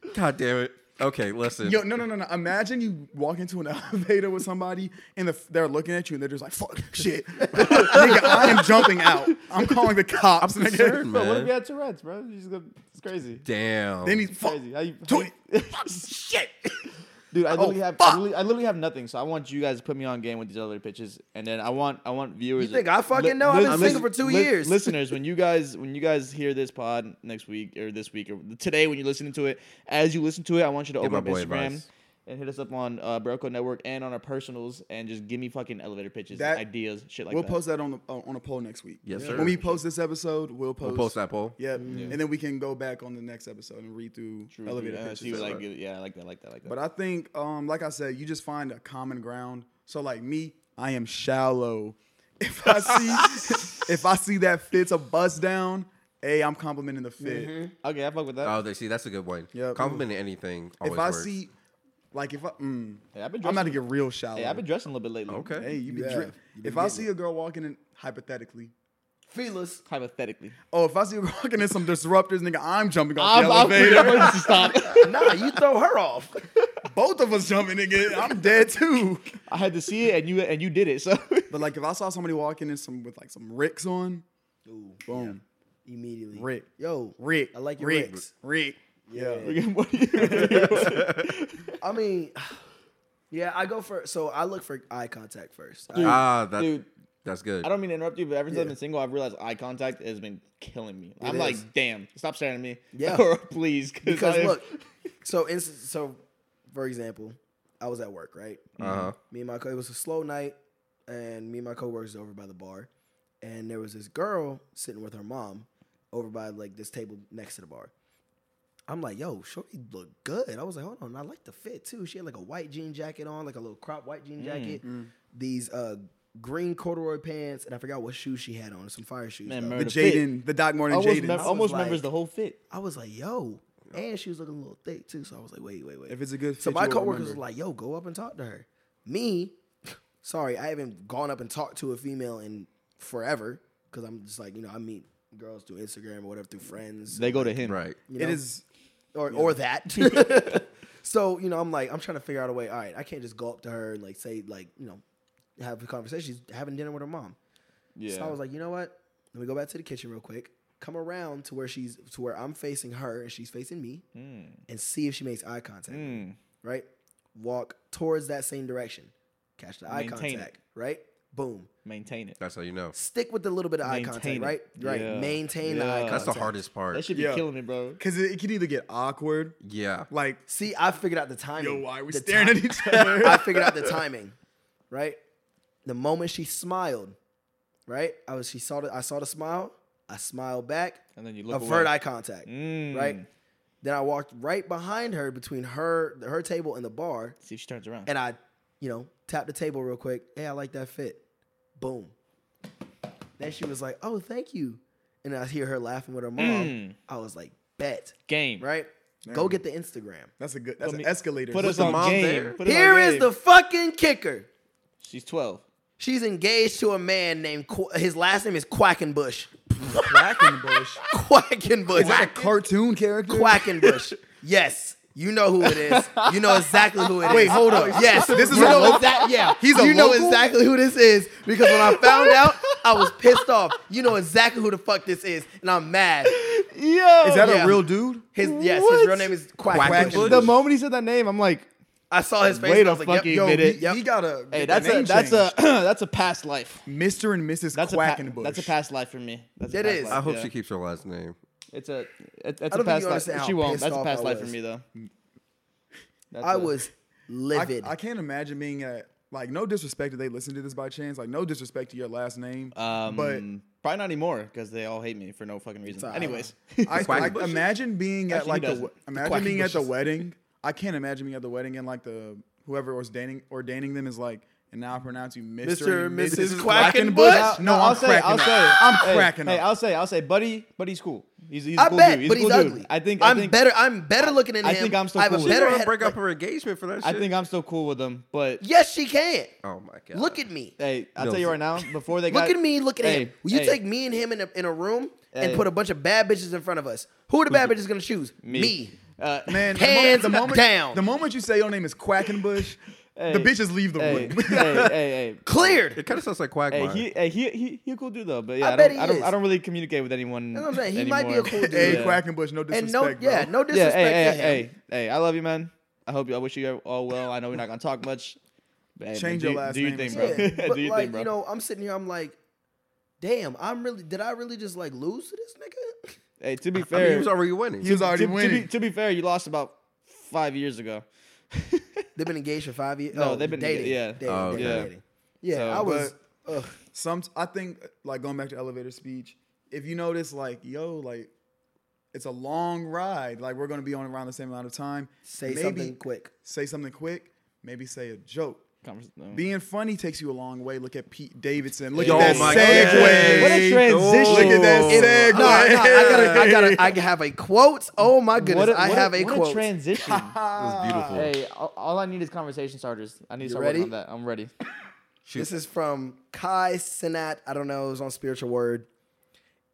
Speaker 7: God damn it. Okay, listen.
Speaker 6: Yo, no, no, no, no. Imagine you walk into an elevator with somebody and the, they're looking at you and they're just like, fuck, shit. nigga, I am jumping out. I'm calling the cops,
Speaker 7: I'm
Speaker 6: nigga.
Speaker 7: concerned,
Speaker 5: bro, what if you
Speaker 7: man.
Speaker 5: had Tourette's, bro? You just gonna, it's crazy.
Speaker 7: Damn.
Speaker 6: Then he's fuck.
Speaker 5: Crazy. How you,
Speaker 6: Tweet.
Speaker 7: shit.
Speaker 5: dude, I literally have I literally, I literally have nothing. So I want you guys to put me on game with these other pitches, and then I want I want viewers.
Speaker 4: You think I fucking know? I've been
Speaker 5: lis-
Speaker 4: single for two
Speaker 5: lis-
Speaker 4: years.
Speaker 5: Listeners, when you guys when you guys hear this pod next week or this week or today when you're listening to it, as you listen to it, I want you to open
Speaker 7: my
Speaker 5: up
Speaker 7: boy
Speaker 5: Instagram.
Speaker 7: advice.
Speaker 5: And hit us up on uh, Broco Network and on our personals, and just give me fucking elevator pitches,
Speaker 6: That-
Speaker 5: ideas, shit like
Speaker 6: We'll
Speaker 5: that.
Speaker 6: post that on the uh, on on a poll next week.
Speaker 7: Yes, sir.
Speaker 6: When we post this episode, we'll post.
Speaker 7: We'll post that poll.
Speaker 6: Yep. And then we can go back on the next episode and read through
Speaker 5: True,
Speaker 6: elevator
Speaker 5: dude, uh,
Speaker 6: pitches.
Speaker 5: see,
Speaker 6: that
Speaker 5: like,
Speaker 6: were-
Speaker 5: yeah, I like that, I like that, I like that.
Speaker 6: But I think, um, like I said, you just find a common ground. So like me, I am shallow. If I see if I see that fits a bus down, hey, I'm complimenting the fit.
Speaker 4: Mm-hmm.
Speaker 5: okay, I fuck with that.
Speaker 7: Oh, they see. That's a good one.
Speaker 6: Yep.
Speaker 7: Complimenting anything.
Speaker 6: If
Speaker 7: Always
Speaker 6: I
Speaker 7: works.
Speaker 6: see, like if I, mm,
Speaker 5: Hey, I've been
Speaker 6: I'm
Speaker 5: dressing.
Speaker 6: not to get real shallow.
Speaker 5: hey, I've been dressing a little bit lately.
Speaker 7: Okay.
Speaker 6: Hey, you be
Speaker 4: Yeah,
Speaker 6: drip.
Speaker 4: you been
Speaker 6: If I
Speaker 4: getting
Speaker 6: see a girl walking in, hypothetically,
Speaker 4: Feelers.
Speaker 5: Hypothetically,
Speaker 6: oh, if I see a girl walking in some disruptors, nigga, I'm jumping off
Speaker 5: I'm,
Speaker 6: the
Speaker 5: I'm,
Speaker 6: elevator.
Speaker 5: I'm ready to stop.
Speaker 4: Nah, you throw her off.
Speaker 6: Both of us jumping, nigga. I'm dead too.
Speaker 5: I had to see it, and you and you did it. So
Speaker 6: But like, if I saw somebody walking in some with like some ricks on,
Speaker 4: Ooh,
Speaker 6: boom,
Speaker 4: immediately.
Speaker 6: Rick.
Speaker 4: Yo,
Speaker 6: Rick,
Speaker 4: I like your
Speaker 6: Rick,
Speaker 4: Ricks.
Speaker 6: Rick. Yeah.
Speaker 5: What do you-
Speaker 4: I mean, yeah, I go for so I look for eye contact first. I-
Speaker 7: Ah, that,
Speaker 5: dude,
Speaker 7: that's good.
Speaker 5: I don't mean to interrupt you, but ever since I've been single, I've realized eye contact has been killing me. I'm
Speaker 4: is.
Speaker 5: like, damn, stop staring at me.
Speaker 4: Yeah.
Speaker 5: or please,
Speaker 4: because
Speaker 5: I am-
Speaker 4: look, so in, so for example, I was at work, right?
Speaker 7: Uh-huh.
Speaker 4: Me and my co- it was a slow night, and me and my coworkers over by the bar, and there was this girl sitting with her mom over by like this table next to the bar. I'm like, yo, Shorty look good. I was like, hold on, I like the fit too. She had like a white jean jacket on, like a little crop white jean jacket, these uh green corduroy pants, and I forgot what shoes she had on, some fire shoes.
Speaker 5: Man,
Speaker 4: though.
Speaker 6: The
Speaker 5: murder fit.
Speaker 6: Jaden, the Doc Martin
Speaker 5: Almost,
Speaker 6: Jaden.
Speaker 5: remem- almost
Speaker 4: like-
Speaker 5: remembers the whole fit.
Speaker 4: I was like, yo. And she was looking a little thick too. So I was like, wait, wait, wait.
Speaker 6: If it's a good
Speaker 4: So
Speaker 6: fit,
Speaker 4: my
Speaker 6: you will
Speaker 4: coworkers were
Speaker 6: remember.
Speaker 4: like, yo, go up and talk to her. Me, sorry, I haven't gone up and talked to a female in forever. Cause I'm just like, you know, I meet girls through Instagram or whatever through friends.
Speaker 5: They go to him.
Speaker 7: Right.
Speaker 4: you
Speaker 6: It
Speaker 4: know?
Speaker 6: is.
Speaker 4: or or that. so you know, I'm like, I'm trying to figure out a way. All right, I can't just go up to her and like say like you know, have a conversation. She's having dinner with her mom.
Speaker 5: Yeah.
Speaker 4: So I was like, you know what? Let me go back to the kitchen real quick. Come around to where she's to where I'm facing her and she's facing me,
Speaker 6: Hmm.
Speaker 4: and see if she makes eye contact.
Speaker 5: Hmm,
Speaker 4: Right. Walk towards that same direction. Catch the eye
Speaker 5: Maintain it.
Speaker 4: contact. Right. Boom.
Speaker 5: Maintain it.
Speaker 7: That's how you know.
Speaker 4: Stick with the little bit of eye
Speaker 5: Maintain
Speaker 4: contact.
Speaker 5: it.
Speaker 4: Right. Right.
Speaker 5: Yeah.
Speaker 4: Maintain the eye
Speaker 5: Yeah.
Speaker 4: contact.
Speaker 7: That's the hardest part.
Speaker 5: That should be
Speaker 6: Yeah.
Speaker 5: killing me, bro.
Speaker 6: Because it, it could either get awkward,
Speaker 7: yeah.
Speaker 6: like,
Speaker 4: See, I figured out the timing.
Speaker 6: yo, why are we
Speaker 4: The
Speaker 6: staring
Speaker 4: ti-
Speaker 6: at each other?
Speaker 4: I figured out the timing, right? The moment she smiled, right? I was she saw the I saw the smile. I smiled back.
Speaker 5: And then you look
Speaker 4: avert
Speaker 5: away. Mm.
Speaker 4: eye contact, right? Then I walked right behind her between her her table and the bar,
Speaker 5: See if she turns around.
Speaker 4: and I, you know, tapped the table real quick. Hey, I like that fit. Boom. Then she was like, "Oh, thank you," and I hear her laughing with her mom.
Speaker 6: Hmm.
Speaker 4: I was like, "Bet,
Speaker 5: game.
Speaker 4: right? Go get the Instagram."
Speaker 6: that's a good, that's
Speaker 5: Put me-
Speaker 6: an escalator.
Speaker 5: Put
Speaker 6: What
Speaker 5: us
Speaker 6: the-
Speaker 5: on
Speaker 7: mom
Speaker 5: game.
Speaker 7: there?
Speaker 5: Put us on
Speaker 4: Here is
Speaker 5: game.
Speaker 4: the fucking kicker.
Speaker 5: She's 12.
Speaker 4: She's engaged to a man named Qu- his last name is Quackenbush.
Speaker 6: Quackenbush.
Speaker 4: Quackenbush.
Speaker 6: Is that a cartoon character?
Speaker 4: Quackenbush. Yes, you know who it is. You know exactly who it is.
Speaker 6: Wait, hold up.
Speaker 4: Yes,
Speaker 6: This is
Speaker 4: You
Speaker 6: a
Speaker 4: know
Speaker 6: local-
Speaker 4: exact- yeah.
Speaker 6: He's a
Speaker 4: You know
Speaker 6: local?
Speaker 4: exactly who this is because when I found out, I was pissed off. You know exactly who the fuck this is, and I'm mad.
Speaker 5: Yo.
Speaker 6: Is that
Speaker 4: Yeah.
Speaker 6: a real dude?
Speaker 4: His yes, his
Speaker 5: What?
Speaker 4: real name is
Speaker 6: Quackenbush?
Speaker 4: Quackenbush.
Speaker 5: the moment he said that name, I'm like,
Speaker 4: I saw his face.
Speaker 5: Wait
Speaker 4: and I
Speaker 5: a
Speaker 4: was like,
Speaker 5: fucking
Speaker 4: yep, yo,
Speaker 5: minute.
Speaker 4: he- yep.
Speaker 6: He gotta.
Speaker 5: hey,
Speaker 6: get
Speaker 5: that's
Speaker 6: the
Speaker 5: a
Speaker 6: name
Speaker 5: that's a
Speaker 6: changed.
Speaker 5: that's a past life.
Speaker 6: Mr. and Mrs.
Speaker 5: That's a pa-
Speaker 6: Quackenbush.
Speaker 5: that's a past life for me. That's a
Speaker 4: It
Speaker 5: past
Speaker 4: is.
Speaker 5: Life.
Speaker 7: I hope
Speaker 5: yeah.
Speaker 7: she keeps her last name.
Speaker 5: It's a it, that's
Speaker 4: I don't
Speaker 5: a
Speaker 4: think
Speaker 5: past
Speaker 4: you understand
Speaker 5: life.
Speaker 4: how
Speaker 5: She won't.
Speaker 4: pissed
Speaker 5: That's a
Speaker 4: off
Speaker 5: past
Speaker 4: I
Speaker 5: life for
Speaker 4: was.
Speaker 5: me though. That's
Speaker 4: I
Speaker 5: a-
Speaker 4: was
Speaker 6: I,
Speaker 4: livid.
Speaker 6: I can't imagine being at Like, no disrespect if they listen to this by chance. Like, no disrespect to your last name.
Speaker 3: Um,
Speaker 6: but
Speaker 3: probably not anymore because they all hate me for no fucking reason.
Speaker 6: alright.
Speaker 3: Anyways,
Speaker 6: I,
Speaker 1: quacky
Speaker 6: I
Speaker 1: bushes?
Speaker 6: imagine being at
Speaker 3: Actually,
Speaker 6: like
Speaker 3: he
Speaker 6: the
Speaker 3: doesn't.
Speaker 6: we- imagine
Speaker 3: quacky
Speaker 6: being at the
Speaker 3: bushes.
Speaker 6: wedding. I can't imagine being at the wedding and like the whoever ordaining ordaining them is like. And now I pronounce you Mr. and
Speaker 2: Mrs.
Speaker 6: Mrs.
Speaker 2: Quackenbush?
Speaker 6: Quackenbush. No, I'm
Speaker 5: say,
Speaker 6: cracking
Speaker 5: I'll
Speaker 6: up.
Speaker 5: say,
Speaker 6: I'm
Speaker 5: hey,
Speaker 6: cracking
Speaker 5: Hey,
Speaker 6: up.
Speaker 5: I'll say, I'll say, buddy, buddy's cool. He's, he's a
Speaker 4: I
Speaker 5: cool
Speaker 4: bet,
Speaker 5: dude. He's
Speaker 4: but
Speaker 5: a
Speaker 4: he's
Speaker 5: cool
Speaker 4: ugly.
Speaker 5: Dude. I think,
Speaker 4: I'm
Speaker 5: I think,
Speaker 4: better. I'm better looking than
Speaker 5: I
Speaker 4: him.
Speaker 5: think I'm still
Speaker 4: I have
Speaker 5: cool
Speaker 4: a
Speaker 5: with
Speaker 4: better
Speaker 7: Better
Speaker 4: head.
Speaker 7: break up
Speaker 4: like-
Speaker 7: her engagement for that
Speaker 5: I
Speaker 7: shit.
Speaker 5: think I'm still cool with them. But
Speaker 4: yes, she can.
Speaker 7: oh my god.
Speaker 4: Look at me.
Speaker 5: hey, I'll
Speaker 7: No,
Speaker 5: tell you
Speaker 7: sir.
Speaker 5: right now, before they got
Speaker 4: Look at me. Look at
Speaker 5: Hey,
Speaker 4: him. Will you
Speaker 5: hey.
Speaker 4: take me and him in a, in a room and
Speaker 5: Hey.
Speaker 4: put a bunch of bad bitches in front of us? Who are the bad bitches gonna choose? Me.
Speaker 5: Uh,
Speaker 6: Man,
Speaker 4: Hands
Speaker 6: the moment, the moment,
Speaker 4: down.
Speaker 6: The moment you say your name is Quackenbush,
Speaker 5: Hey,
Speaker 6: the bitches leave the
Speaker 5: hey,
Speaker 6: room.
Speaker 5: hey, hey, hey.
Speaker 4: Cleared.
Speaker 7: It kind of sounds like
Speaker 5: Hey,
Speaker 7: Quagmire.
Speaker 5: he, hey, he, he, he a cool dude though, but yeah, I,
Speaker 4: I
Speaker 5: don't,
Speaker 4: bet he
Speaker 5: I don't, I
Speaker 4: is.
Speaker 5: don't really communicate with anyone.
Speaker 4: That's what I'm saying. He might be a
Speaker 5: anymore.
Speaker 4: cool dude.
Speaker 6: Hey,
Speaker 5: Yeah.
Speaker 6: Quackenbush, no disrespect,
Speaker 4: And no,
Speaker 6: bro.
Speaker 4: yeah, no
Speaker 5: Yeah,
Speaker 4: disrespect
Speaker 5: hey,
Speaker 4: to
Speaker 5: hey,
Speaker 4: him.
Speaker 5: hey, hey, I love you, man. I hope you, I wish you all well. I know we're not gonna talk much. but, hey,
Speaker 6: Change
Speaker 5: do,
Speaker 6: your last
Speaker 5: do
Speaker 6: name or
Speaker 5: Your thing, bro.
Speaker 4: Yeah, but
Speaker 5: do your
Speaker 4: like
Speaker 5: thing, bro.
Speaker 4: you know, I'm sitting here. I'm like, damn. I'm really. Did I really just like lose to this nigga?
Speaker 5: hey, to be
Speaker 7: I mean,
Speaker 5: fair,
Speaker 7: he was already winning.
Speaker 6: He was already
Speaker 5: to, to
Speaker 6: winning.
Speaker 5: be, to be fair, you lost about five years ago.
Speaker 4: They've been engaged for five years.
Speaker 5: No,
Speaker 4: oh,
Speaker 5: they've been
Speaker 4: dating.
Speaker 5: engaged- yeah.
Speaker 4: dating,
Speaker 7: Oh,
Speaker 4: dating,
Speaker 5: okay.
Speaker 4: dating. yeah.
Speaker 5: So-
Speaker 4: I was. ugh.
Speaker 6: some I think like going back to elevator speech, if you notice like yo like it's a long ride, like we're gonna be on around the same amount of time.
Speaker 4: Say something quick.
Speaker 6: Say something quick. Maybe say a joke.
Speaker 5: Convers- no.
Speaker 6: Being funny takes you a long way. Look at Pete Davidson. Look
Speaker 7: Yo,
Speaker 6: at that
Speaker 7: my
Speaker 6: segue.
Speaker 7: God.
Speaker 5: What a transition.
Speaker 6: Look at that
Speaker 4: No,
Speaker 6: segue.
Speaker 4: no, I gotta, I gotta, I have a quote. Oh my goodness,
Speaker 5: What a-
Speaker 4: I
Speaker 5: what a-
Speaker 4: have a
Speaker 5: what
Speaker 4: quote.
Speaker 5: transition.
Speaker 7: That was beautiful.
Speaker 5: hey, all, all I need is conversation starters. I need to start
Speaker 4: ready?
Speaker 5: working on that. I'm ready.
Speaker 4: This is from Kai Sinat. I don't know. It was on Spiritual Word.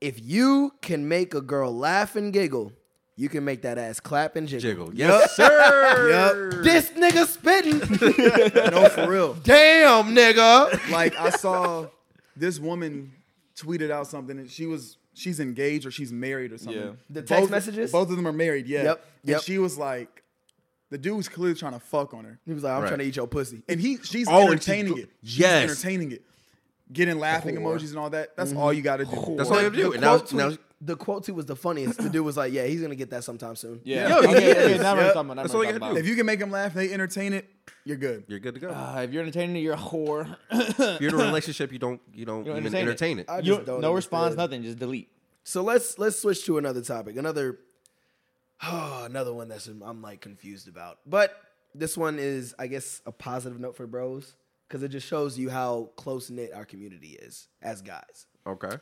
Speaker 4: If you can make a girl laugh and giggle, you can make that ass clap and jiggle.
Speaker 7: Jiggle. Yes, sir.
Speaker 4: This nigga spitting.
Speaker 6: no, for real.
Speaker 4: Damn, nigga.
Speaker 6: like I saw this woman tweeted out something and she was she's engaged or she's married or something.
Speaker 5: Yeah.
Speaker 4: The text
Speaker 6: both,
Speaker 4: messages?
Speaker 6: Both of them are married, yeah.
Speaker 4: Yep, yep.
Speaker 6: And she was like, the dude's clearly trying to fuck on her.
Speaker 4: He was like, I'm
Speaker 7: Right.
Speaker 4: trying to eat your pussy.
Speaker 6: And he she's
Speaker 7: Oh, and she
Speaker 6: entertaining
Speaker 7: go-
Speaker 6: it.
Speaker 7: Yes.
Speaker 6: She's entertaining it. Getting laughing emojis and all that. That's
Speaker 4: Mm-hmm.
Speaker 6: all you gotta do.
Speaker 7: That's all you have to do. And now,
Speaker 4: Quote
Speaker 7: now
Speaker 4: tweet- the quote too was the funniest. The dude was like, "Yeah, he's gonna get that sometime soon."
Speaker 5: Yeah.
Speaker 7: Yo,
Speaker 5: okay,
Speaker 7: yes.
Speaker 5: okay, now we're
Speaker 6: Yep.
Speaker 5: talking about- now
Speaker 7: That's
Speaker 5: we're
Speaker 7: all you
Speaker 5: talking
Speaker 7: gotta
Speaker 5: about-
Speaker 6: If you can make them laugh, they entertain it, you're good.
Speaker 7: you're good to go.
Speaker 5: Uh, if you're entertaining, you're a whore.
Speaker 7: If you're in a relationship, you don't you don't,
Speaker 5: don't
Speaker 7: even
Speaker 5: entertain
Speaker 7: entertain
Speaker 5: it.
Speaker 7: it.
Speaker 4: I just
Speaker 5: You-
Speaker 4: don't
Speaker 5: no response,
Speaker 4: understand.
Speaker 5: nothing. Just delete.
Speaker 4: So let's let's switch to another topic. Another oh, another one that's I'm like confused about. But this one is I guess a positive note for bros cuz it just shows you how close knit our community is as guys.
Speaker 7: Okay.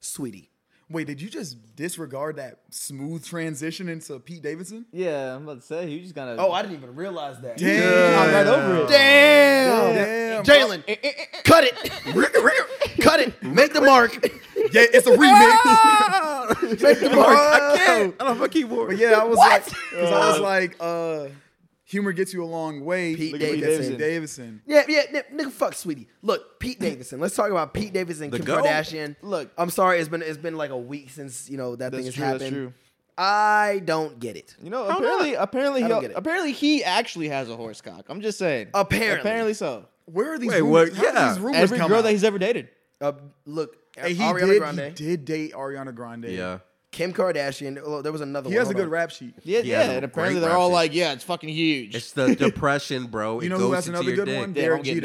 Speaker 4: Sweetie.
Speaker 6: Wait, did you just disregard that smooth transition into Pete Davidson?
Speaker 5: Yeah, I'm about to say you just gotta.
Speaker 4: Oh, I didn't even realize that.
Speaker 5: I'm right over it.
Speaker 4: Damn.
Speaker 6: oh, Damn.
Speaker 4: Jalen, cut it. cut it. Make the mark.
Speaker 6: Yeah, it's a remix.
Speaker 4: Make the mark. Oh.
Speaker 7: I can't. I don't have a keyboard.
Speaker 6: But yeah, I was
Speaker 4: What?
Speaker 6: like, because I was like, uh, humor gets you a long way.
Speaker 4: Pete
Speaker 6: Look at
Speaker 4: Davidson.
Speaker 6: Pete Davidson.
Speaker 4: Yeah, yeah, n- nigga, fuck, sweetie. Look, Pete Davidson. Let's talk about Pete Davidson,
Speaker 7: The
Speaker 4: Kim
Speaker 7: GOAT?
Speaker 4: Kardashian.
Speaker 5: Look.
Speaker 4: I'm sorry, it's been it's been like a week since you know that
Speaker 5: That's
Speaker 4: thing has
Speaker 5: true, that's
Speaker 4: happened.
Speaker 5: true.
Speaker 4: I don't get it.
Speaker 5: You know, apparently, apparently,
Speaker 4: I
Speaker 5: he,
Speaker 4: don't get it.
Speaker 5: apparently, he actually has a horse cock. I'm just saying.
Speaker 4: Apparently.
Speaker 5: apparently so.
Speaker 6: Where are these
Speaker 7: Wait,
Speaker 6: rumors?
Speaker 7: what?
Speaker 6: How did
Speaker 7: Yeah.
Speaker 6: these rumors
Speaker 5: Every
Speaker 6: come
Speaker 5: girl
Speaker 6: out?
Speaker 5: that he's ever dated.
Speaker 4: Uh, look,
Speaker 6: Hey, he
Speaker 4: Ariana
Speaker 6: did,
Speaker 4: Grande,
Speaker 6: He did date Ariana Grande.
Speaker 7: Yeah.
Speaker 4: Kim Kardashian. Oh, there was another
Speaker 6: He
Speaker 4: one.
Speaker 6: has a
Speaker 4: Hold
Speaker 6: good
Speaker 4: on.
Speaker 6: rap sheet.
Speaker 5: Yeah,
Speaker 7: He
Speaker 5: yeah.
Speaker 7: has a
Speaker 5: And apparently,
Speaker 7: great
Speaker 5: they're all
Speaker 7: rap
Speaker 5: like, "Yeah, it's fucking huge."
Speaker 7: It's the depression, bro.
Speaker 6: You
Speaker 7: it
Speaker 6: know
Speaker 7: goes
Speaker 6: who has
Speaker 7: into
Speaker 6: another
Speaker 7: your
Speaker 6: good
Speaker 7: dick.
Speaker 6: one?
Speaker 5: Yeah,
Speaker 6: Derek
Speaker 5: I'm getting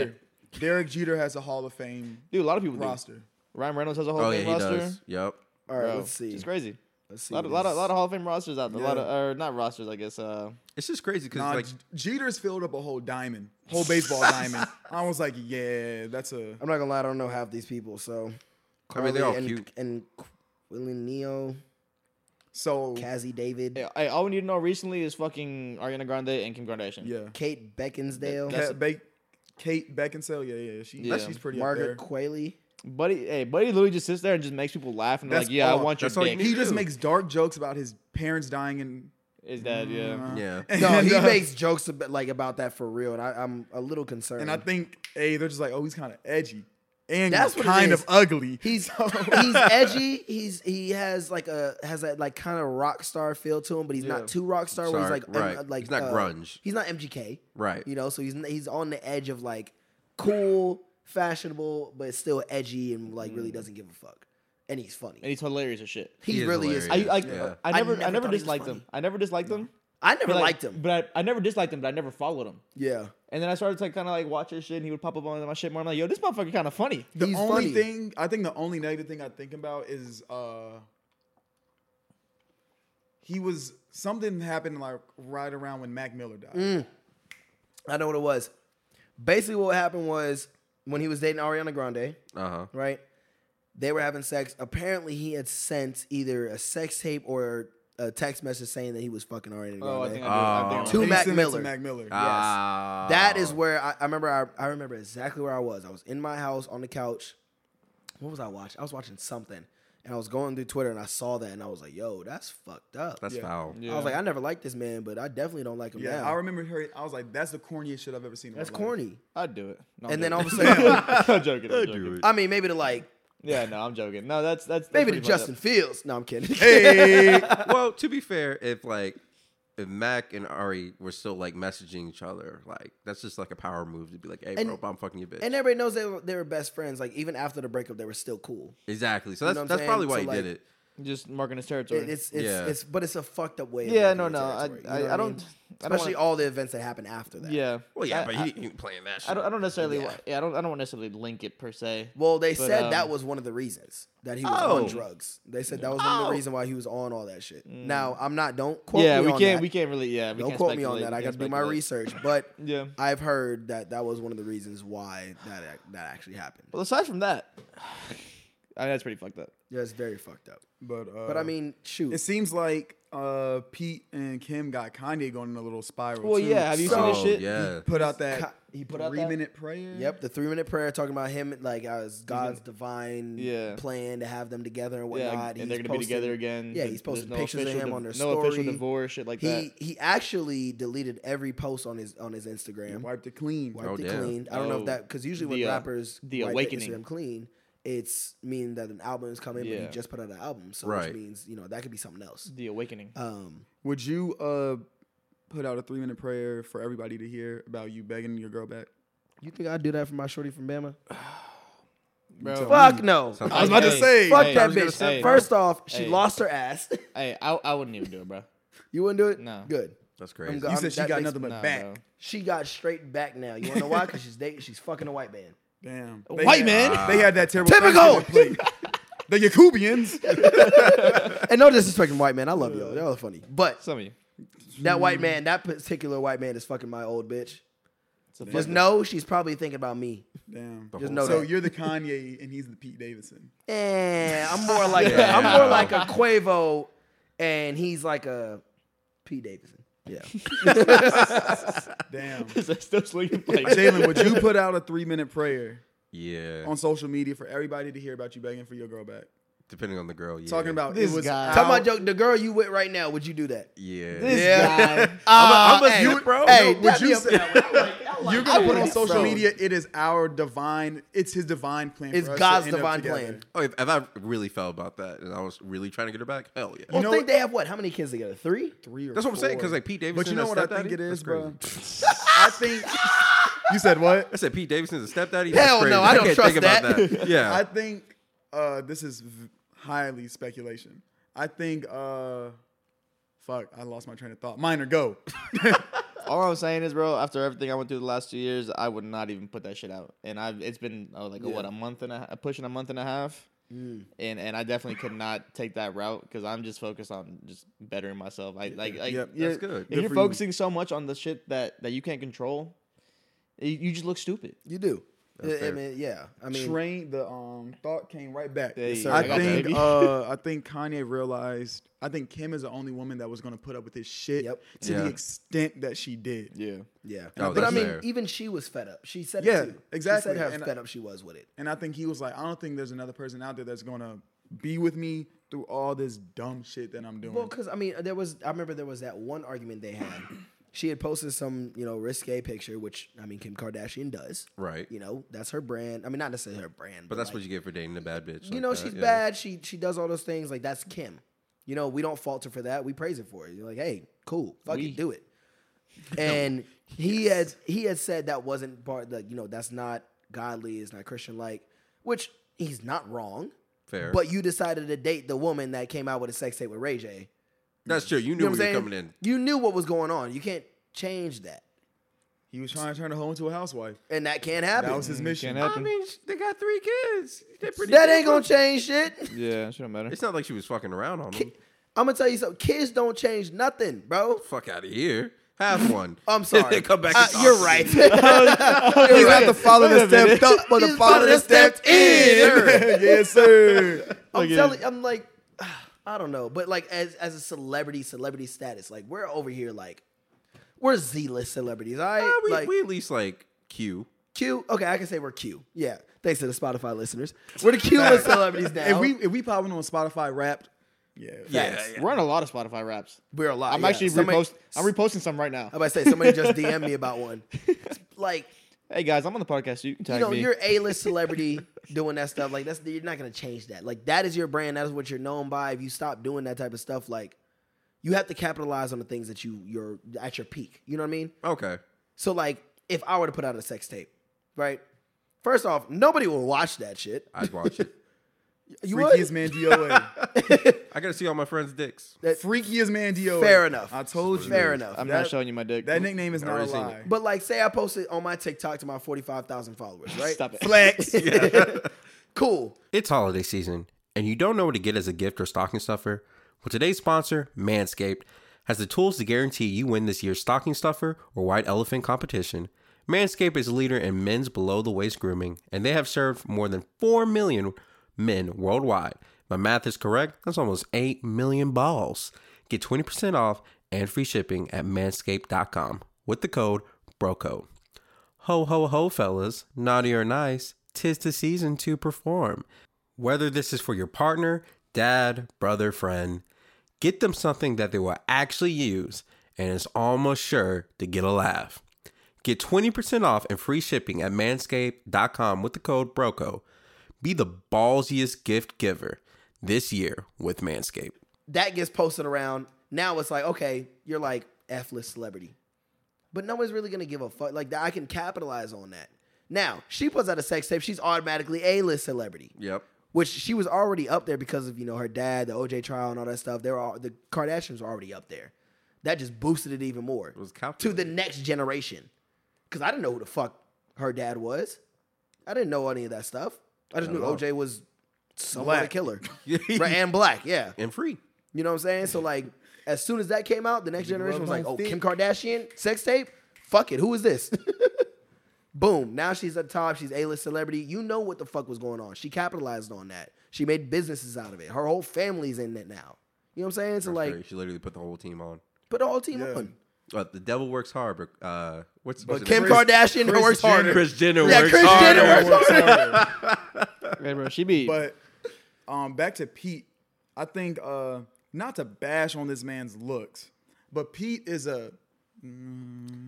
Speaker 6: Jeter. Derek Jeter has a Hall of Fame
Speaker 5: Dude, a lot of people do.
Speaker 6: roster.
Speaker 5: Ryan Reynolds has a Hall
Speaker 7: Oh
Speaker 5: of
Speaker 7: yeah,
Speaker 5: Fame
Speaker 7: he
Speaker 5: roster.
Speaker 7: does. Yep.
Speaker 4: All right,
Speaker 5: Bro,
Speaker 4: let's see.
Speaker 5: It's crazy.
Speaker 4: Let's see
Speaker 5: A lot, of,
Speaker 4: what
Speaker 5: lot, of,
Speaker 4: this-
Speaker 5: lot of Hall of Fame rosters out there. A lot
Speaker 6: Yeah.
Speaker 5: of, or not rosters, I guess. Uh,
Speaker 7: It's just crazy because
Speaker 6: Nah,
Speaker 7: like
Speaker 6: J- Jeter's filled up a whole diamond, whole baseball diamond. I was like, yeah, that's a.
Speaker 4: I'm not gonna lie, I don't know half these people. So
Speaker 7: I mean, they're all
Speaker 4: and,
Speaker 7: cute.
Speaker 4: And Willie Neo,
Speaker 6: So
Speaker 4: Cassie David,
Speaker 5: yeah, hey, all we need to know recently is fucking Ariana Grande and Kim Kardashian.
Speaker 6: yeah,
Speaker 4: Kate Beckinsdale,
Speaker 6: Cat Ba- Kate Beckinsale. Yeah, yeah, she,
Speaker 5: Yeah.
Speaker 6: she's pretty. up there.
Speaker 4: Margaret Qualley.
Speaker 5: Buddy, hey, buddy, literally just sits there and just makes people laugh and they're
Speaker 6: That's
Speaker 5: like, "Yeah,
Speaker 6: all-
Speaker 5: I want your
Speaker 7: that's all you
Speaker 5: dick."
Speaker 7: need.
Speaker 6: He just
Speaker 7: do.
Speaker 6: makes dark jokes about his parents dying and
Speaker 5: Is that yeah?
Speaker 7: yeah.
Speaker 4: No,
Speaker 6: And,
Speaker 4: he
Speaker 6: uh,
Speaker 4: makes jokes about, like about that for real, and I, I'm a little concerned.
Speaker 6: and I think hey, they're just like, oh, he's kind of edgy and
Speaker 4: That's
Speaker 6: he's
Speaker 4: what it
Speaker 6: kind
Speaker 4: is.
Speaker 6: of ugly.
Speaker 4: He's
Speaker 6: So-
Speaker 4: he's edgy. He's he has like a has that like kind of rock star feel to him, but he's not too rock star. Where he's
Speaker 7: Sorry,
Speaker 4: like um,
Speaker 7: right.
Speaker 4: uh, like
Speaker 7: He's not
Speaker 4: uh,
Speaker 7: grunge.
Speaker 4: He's not MGK.
Speaker 7: Right.
Speaker 4: You know, so he's n- he's on the edge of like cool, fashionable, but still edgy and like really doesn't give a fuck. And he's funny.
Speaker 5: And he's hilarious as shit.
Speaker 4: he,
Speaker 7: Mm. He is
Speaker 4: really is.
Speaker 5: I
Speaker 7: hilarious.
Speaker 5: like
Speaker 7: Yeah.
Speaker 5: I never
Speaker 4: never
Speaker 5: I never,
Speaker 4: thought he was
Speaker 5: disliked
Speaker 4: funny.
Speaker 5: them. I never disliked them.
Speaker 4: I never
Speaker 5: But, like,
Speaker 4: liked him.
Speaker 5: But I, I never disliked him, but I never followed him.
Speaker 4: yeah.
Speaker 5: And then I started to like, kind of like watch his shit, and he would pop up on my shit more. I'm like, yo, this motherfucker kind of funny.
Speaker 6: The
Speaker 4: He's funny.
Speaker 6: only thing I think the only negative thing I think about is uh he was something happened like right around when Mac Miller died.
Speaker 4: Mm. I know what it was. Basically, what happened was when he was dating Ariana Grande,
Speaker 7: Uh huh.
Speaker 4: right? They were having sex. Apparently, he had sent either a sex tape or a text message saying that he was fucking Ariana Grande.
Speaker 5: Oh, I think I did. I
Speaker 7: Oh.
Speaker 5: think I
Speaker 4: Two
Speaker 6: He
Speaker 4: Mac
Speaker 6: sent it to
Speaker 4: Miller.
Speaker 6: Mac Miller.
Speaker 7: Ah.
Speaker 4: That
Speaker 5: Oh.
Speaker 4: is where I, I remember. I, I remember exactly where I was. I was in my house on the couch. What was I watching? I was watching something, and I was going through Twitter, and I saw that, and I was like, "Yo, that's fucked up."
Speaker 7: That's foul.
Speaker 4: I was like, "I never liked this man, but I definitely don't like him
Speaker 6: Yeah,
Speaker 4: now."
Speaker 6: I remember her. I was like, "That's the corniest shit I've ever seen." in my
Speaker 4: that's
Speaker 6: life.
Speaker 4: corny.
Speaker 5: I'd do it. No, I'm
Speaker 4: And then all
Speaker 5: joking.
Speaker 4: of a sudden,
Speaker 5: I'm joking. I'm joking.
Speaker 7: Do it.
Speaker 4: I mean, maybe to like,
Speaker 5: Yeah, no, I'm joking. No, that's that's
Speaker 4: maybe to
Speaker 5: that's
Speaker 4: Justin
Speaker 5: pretty fucked
Speaker 4: Fields. No, I'm kidding.
Speaker 6: Hey,
Speaker 7: well, to be fair, if like if Mac and Ari were still like messaging each other, like that's just like a power move to be like, hey,
Speaker 4: And-
Speaker 7: bro, I'm fucking your bitch.
Speaker 4: And everybody knows they were, they were best friends. Like even after the breakup, they were still cool.
Speaker 7: exactly. So
Speaker 4: You
Speaker 7: that's
Speaker 4: know what I'm
Speaker 7: that's
Speaker 4: saying?
Speaker 7: probably why
Speaker 4: So,
Speaker 7: he
Speaker 4: like-
Speaker 7: did it.
Speaker 5: up. Just marking his territory.
Speaker 4: It, it's it's,
Speaker 7: Yeah.
Speaker 4: it's but it's a fucked up way. Of
Speaker 5: yeah,
Speaker 4: marketing
Speaker 5: no, no, I,
Speaker 4: territory, you know
Speaker 5: I,
Speaker 4: what
Speaker 5: I don't.
Speaker 4: mean?
Speaker 5: I don't
Speaker 4: Especially
Speaker 5: wanna-
Speaker 4: all the events that happened after that.
Speaker 5: Yeah.
Speaker 7: Well, yeah,
Speaker 5: I-
Speaker 7: but
Speaker 5: I-
Speaker 7: he didn't ain't playing that shit.
Speaker 5: I don't, I don't necessarily.
Speaker 4: Yeah.
Speaker 5: Yeah, I don't. I don't necessarily link it per se.
Speaker 4: Well, they
Speaker 5: But,
Speaker 4: said that
Speaker 5: um,
Speaker 4: was one of the reasons that he was
Speaker 7: Oh.
Speaker 4: on drugs. They said that was one of the reason why he was on all that shit. Now I'm not. Don't quote
Speaker 5: Oh. Mm. yeah,
Speaker 4: me
Speaker 5: we
Speaker 4: on
Speaker 5: can't.
Speaker 4: that.
Speaker 5: We can't really. Yeah, we
Speaker 4: don't
Speaker 5: can't
Speaker 4: quote me on
Speaker 5: speculate,
Speaker 4: that.
Speaker 5: we
Speaker 4: I got
Speaker 5: can't
Speaker 4: to do my
Speaker 5: speculate.
Speaker 4: research. But
Speaker 5: Yeah.
Speaker 4: I've heard that that was one of the reasons why that ac- that actually happened.
Speaker 5: Well, aside from that, I mean, that's pretty fucked up.
Speaker 4: Yeah, it's very fucked up.
Speaker 6: but uh,
Speaker 4: But I mean, shoot.
Speaker 6: it seems like uh, Pete and Kim got Kanye going in a little spiral.
Speaker 5: Well,
Speaker 6: too.
Speaker 5: yeah, have you seen this
Speaker 7: Oh,
Speaker 5: shit?
Speaker 7: Yeah.
Speaker 6: put out that
Speaker 4: Ka- he put out that-
Speaker 6: three minute
Speaker 5: Mm-hmm.
Speaker 6: prayer?
Speaker 4: Yep, the three minute prayer talking about him like as God's divine
Speaker 5: Yeah.
Speaker 4: plan to have them together and whatnot.
Speaker 5: Yeah, and
Speaker 4: He's
Speaker 5: they're gonna be together
Speaker 4: posting-
Speaker 5: again.
Speaker 4: Yeah,
Speaker 5: There-
Speaker 4: he's
Speaker 5: there's
Speaker 4: posting
Speaker 5: no
Speaker 4: pictures of
Speaker 5: official
Speaker 4: him
Speaker 5: div-
Speaker 4: on their
Speaker 5: No official
Speaker 4: story.
Speaker 5: divorce, shit like that.
Speaker 4: He he actually deleted every post on his on his Instagram.
Speaker 6: Wiped it clean.
Speaker 4: Wiped
Speaker 7: Oh,
Speaker 4: it
Speaker 7: damn.
Speaker 4: clean. I don't know
Speaker 5: Mm-hmm. Oh,
Speaker 4: if that because usually when
Speaker 5: the, uh,
Speaker 4: rappers
Speaker 5: the
Speaker 4: wipe their
Speaker 5: awakening.
Speaker 4: Instagram clean, it's mean that an album is coming, but
Speaker 5: Yeah.
Speaker 4: he just put out an album, so
Speaker 7: Right.
Speaker 4: which means you know that could be something else.
Speaker 5: The awakening.
Speaker 4: Um,
Speaker 6: Would you uh put out a three minute prayer for everybody to hear about you begging your girl back?
Speaker 4: you think I'd do that for my shorty from Bama?
Speaker 5: Bro,
Speaker 4: Fuck no.
Speaker 5: I was about to say.
Speaker 4: Fuck
Speaker 5: hey,
Speaker 4: that
Speaker 5: hey,
Speaker 4: bitch.
Speaker 5: hey,
Speaker 4: First off, she
Speaker 5: Hey.
Speaker 4: lost her ass.
Speaker 5: Hey, I, I wouldn't even do it, bro.
Speaker 4: you wouldn't do it?
Speaker 5: No.
Speaker 4: Good.
Speaker 7: That's crazy.
Speaker 4: I'm
Speaker 6: You
Speaker 4: go-
Speaker 6: said she
Speaker 4: that
Speaker 6: got
Speaker 4: makes-
Speaker 6: nothing but
Speaker 5: Nah,
Speaker 6: back.
Speaker 5: bro.
Speaker 4: She got straight back now. You wanna know why? Because she's dating. She's fucking a white man.
Speaker 6: Damn.
Speaker 5: A white
Speaker 6: had-
Speaker 5: man?
Speaker 6: They had that terrible
Speaker 4: Typical!
Speaker 6: Thanksgiving plate. The Yacubians.
Speaker 4: And no disrespect to white man. I love y'all. Y'all are funny. But
Speaker 5: Some of you.
Speaker 4: that white man, that particular white man, is fucking my old bitch.
Speaker 5: It's a
Speaker 4: Just
Speaker 5: fucking-
Speaker 4: know she's probably thinking about me.
Speaker 6: Damn.
Speaker 4: Just know
Speaker 6: So
Speaker 4: that.
Speaker 6: you're the Kanye and he's the Pete Davidson.
Speaker 4: Eh, I'm more like a,
Speaker 7: Yeah.
Speaker 4: I'm more like a Quavo, and he's like a P Davidson. Yeah.
Speaker 6: Damn.
Speaker 5: Is that still swinging place?
Speaker 6: Jalen, would you put out a three minute prayer
Speaker 7: yeah.
Speaker 6: on social media for everybody to hear about you begging for your girl back?
Speaker 7: Depending on the girl. Yeah.
Speaker 6: Talking about
Speaker 5: This
Speaker 6: it was
Speaker 5: guy.
Speaker 6: out-
Speaker 4: Talking about joke, the girl you with right now, would you do that?
Speaker 7: Yeah.
Speaker 5: yeah.
Speaker 4: I'm
Speaker 7: a zip, bro.
Speaker 4: Uh, Hey,
Speaker 6: No,
Speaker 4: would
Speaker 6: would you
Speaker 4: you?
Speaker 6: say- You're gonna put on social
Speaker 4: bro.
Speaker 6: media. It is our divine. It's his divine plan.
Speaker 4: It's
Speaker 6: for us to
Speaker 4: God's
Speaker 6: end up
Speaker 4: divine
Speaker 6: together.
Speaker 4: plan.
Speaker 7: Oh, if, if I really felt about that and I was really trying to get her back, hell yeah.
Speaker 4: Well,
Speaker 6: know
Speaker 4: think
Speaker 6: what-
Speaker 4: they have what? How many kids together? Three.
Speaker 6: Three or
Speaker 7: That's what I'm saying, 'cause,
Speaker 6: four.
Speaker 7: like, Pete
Speaker 6: But you
Speaker 7: Davidson
Speaker 6: know
Speaker 7: as
Speaker 6: what I think
Speaker 7: stepdaddy?
Speaker 6: it is,
Speaker 7: That's
Speaker 6: bro.
Speaker 7: crazy.
Speaker 6: I think you said what?
Speaker 7: I said Pete Davidson's a stepdaddy.
Speaker 4: Hell
Speaker 7: That's crazy.
Speaker 4: no, I don't
Speaker 7: can't
Speaker 4: trust
Speaker 7: think about
Speaker 4: that.
Speaker 7: yeah.
Speaker 6: I think uh, this is v- highly speculation. I think. Uh, fuck, I lost my train of thought. Minor, go.
Speaker 5: All I'm saying is, bro, after everything I went through the last two years, I would not even put that shit out. And I've it's been oh, like a, what a month and a h- pushing a month and a half, and and I definitely could not take that route because I'm just focused on just bettering myself. I like like
Speaker 6: Yep, that's
Speaker 5: you're-
Speaker 7: good.
Speaker 5: If
Speaker 7: Good
Speaker 5: you're
Speaker 6: for you.
Speaker 5: focusing so much on the shit that that you can't control, you, you just look stupid.
Speaker 4: You do. I, I
Speaker 7: fair.
Speaker 4: mean, yeah. I mean,
Speaker 6: Train the um thought came right back.
Speaker 5: There Yes, you sir. go.
Speaker 6: I
Speaker 5: I got that,
Speaker 6: think
Speaker 5: baby.
Speaker 6: uh I think Kanye realized I think Kim is the only woman that was gonna put up with his shit
Speaker 4: Yep.
Speaker 6: to
Speaker 7: Yeah.
Speaker 6: the extent that she did.
Speaker 5: Yeah.
Speaker 4: yeah.
Speaker 7: Oh,
Speaker 4: but I
Speaker 7: that's
Speaker 4: mean,
Speaker 7: fair.
Speaker 4: even she was fed up. She said
Speaker 6: Yeah,
Speaker 4: it too.
Speaker 6: exactly.
Speaker 4: She said
Speaker 6: And
Speaker 4: how
Speaker 6: I-
Speaker 4: fed up she was with it.
Speaker 6: And I think he was like, I don't think there's another person out there that's gonna be with me through all this dumb shit that I'm doing.
Speaker 7: Mm.
Speaker 4: Well, because I mean, there was I remember there was that one argument they had. She had posted some, you know, risque picture, which I mean, Kim Kardashian does.
Speaker 7: Right.
Speaker 4: You know, that's her brand. I mean, not necessarily her brand,
Speaker 7: but that's what you get for dating a bad bitch.
Speaker 4: You
Speaker 7: like
Speaker 4: know,
Speaker 7: that,
Speaker 4: she's
Speaker 7: yeah.
Speaker 4: bad. She she does all those things. Like that's Kim. You know, we don't fault her for that. We praise her for it. You're like, hey, cool, fuck
Speaker 5: We.
Speaker 4: it, do it. And he had he had said that wasn't part like you know that's not godly. It's not Christian like, which he's not wrong.
Speaker 7: Fair.
Speaker 4: But you decided to date the woman that came out with a sex tape with Ray J.
Speaker 7: That's true. You
Speaker 4: You
Speaker 7: knew
Speaker 4: know what
Speaker 7: we
Speaker 4: I'm
Speaker 7: were
Speaker 4: saying?
Speaker 7: coming in.
Speaker 4: You knew what was going on. You can't change that,
Speaker 6: He was trying to turn the hoe into a housewife.
Speaker 4: and that can't happen.
Speaker 6: That was his mission.
Speaker 5: Can't happen.
Speaker 7: sh- they got three kids. They're pretty
Speaker 4: that
Speaker 7: good.
Speaker 4: ain't gonna change shit.
Speaker 5: yeah, it shouldn't matter.
Speaker 7: It's not like she was fucking around on them.
Speaker 4: I'm gonna tell you something. Kids don't change nothing, bro.
Speaker 7: Fuck out of here. Have one.
Speaker 4: I'm sorry.
Speaker 7: They come back.
Speaker 4: Uh,
Speaker 7: and talk
Speaker 4: you're
Speaker 7: to
Speaker 4: right.
Speaker 7: you.
Speaker 4: You're
Speaker 5: Wait
Speaker 4: right.
Speaker 5: a minute.
Speaker 4: up, but the father that stepped in.
Speaker 6: yes, sir.
Speaker 4: I'm
Speaker 5: at
Speaker 4: telling, I'm like, I don't know, but like as as a celebrity, celebrity status, like we're over here, like we're Z-list celebrities. I
Speaker 7: Uh, we,
Speaker 4: like
Speaker 7: we at least like Q.
Speaker 4: Q. Okay, I can say we're Q. Yeah, thanks to the Spotify listeners, we're the Q-list celebrities now.
Speaker 6: If we if we popping on Spotify Wrapped, yeah,
Speaker 7: Yeah, yeah.
Speaker 5: We're on a lot of Spotify raps.
Speaker 4: we're a lot.
Speaker 5: I'm
Speaker 4: yeah.
Speaker 5: actually
Speaker 4: Somebody-
Speaker 5: repost- I'm reposting some right now.
Speaker 4: I'm about to say somebody just DM me about one. Like
Speaker 5: Hey guys, I'm on the podcast. So you can tag
Speaker 4: you know,
Speaker 5: me.
Speaker 4: you're A-list celebrity doing that stuff. Like that's you're not gonna change that. Like that is your brand. That is what you're known by. If you stop doing that type of stuff, like you have to capitalize on the things that you you're at your peak. You know what I mean?
Speaker 7: Okay.
Speaker 4: So like, if I were to put out a sex tape, right? First off, nobody will watch that shit.
Speaker 7: I'd watch it.
Speaker 4: You
Speaker 6: freakiest
Speaker 4: would?
Speaker 6: man DOA.
Speaker 7: I gotta see all my friends' dicks.
Speaker 6: freakiest man DOA.
Speaker 4: Fair enough.
Speaker 6: I told you.
Speaker 4: Fair enough.
Speaker 5: I'm
Speaker 6: that-
Speaker 5: not showing you my dick.
Speaker 6: That nickname is not a
Speaker 7: already seen
Speaker 6: lie.
Speaker 4: But like, say I posted on my TikTok to my forty-five thousand followers, right?
Speaker 5: Stop it.
Speaker 6: Flex.
Speaker 4: Cool.
Speaker 7: It's holiday season, and you don't know what to get as a gift or stocking stuffer? Well, today's sponsor, Manscaped, has the tools to guarantee you win this year's stocking stuffer or white elephant competition. Manscaped is a leader in men's below the waist grooming, and they have served more than 4 million men worldwide. If My math is correct, that's almost 8 million balls. Get 20% off and free shipping at manscaped.com with the code BROCODE. Ho, ho, ho, fellas, naughty or nice, tis the season to perform. Whether this is for your partner, dad, brother, friend, get them something that they will actually use and is almost sure to get a laugh. Get 20% off and free shipping at manscaped.com with the code BROCO. Be the ballsiest gift giver this year with Manscaped.
Speaker 4: That gets posted around. Now it's like, okay, you're like F-list celebrity, but nobody's really gonna give a fuck. Like, I can capitalize on that. Now she puts out a sex tape. She's automatically A-list celebrity.
Speaker 7: Yep.
Speaker 4: which she was already up there because of you know her dad, the OJ trial, and all that stuff. They were all, the Kardashians were already up there. That just boosted it even more
Speaker 7: was
Speaker 4: to
Speaker 7: calculated.
Speaker 4: the next generation. Because I didn't know who the fuck her dad was. I didn't know any of that stuff. I just knew OJ was somewhat a
Speaker 6: Black.
Speaker 4: killer, right? And black, yeah.
Speaker 7: And free.
Speaker 4: You know what I'm saying? So like, as soon as that came out, the next generation was like,
Speaker 6: don't
Speaker 4: "Oh,
Speaker 6: fit."
Speaker 4: Kim Kardashian sex tape? Fuck it. Who is this?" Boom. Now she's at the top. She's a-list celebrity. You know what the fuck was going on. She capitalized on that. She made businesses out of it. Her whole family's in it now. You know what I'm saying? So like,
Speaker 7: she literally put the whole team on.
Speaker 4: put the whole team on.
Speaker 7: But the devil works hard, but uh, what's, what's
Speaker 4: Kim Kardashian
Speaker 6: Kris
Speaker 4: works
Speaker 6: Jenner.
Speaker 4: harder.
Speaker 7: Chris Jenner
Speaker 4: yeah,
Speaker 7: works
Speaker 4: Chris
Speaker 7: harder.
Speaker 4: Jenner works harder.
Speaker 5: Hey, bro, she be.
Speaker 6: But um, back to Pete, I think uh, not to bash on this man's looks, but Pete is a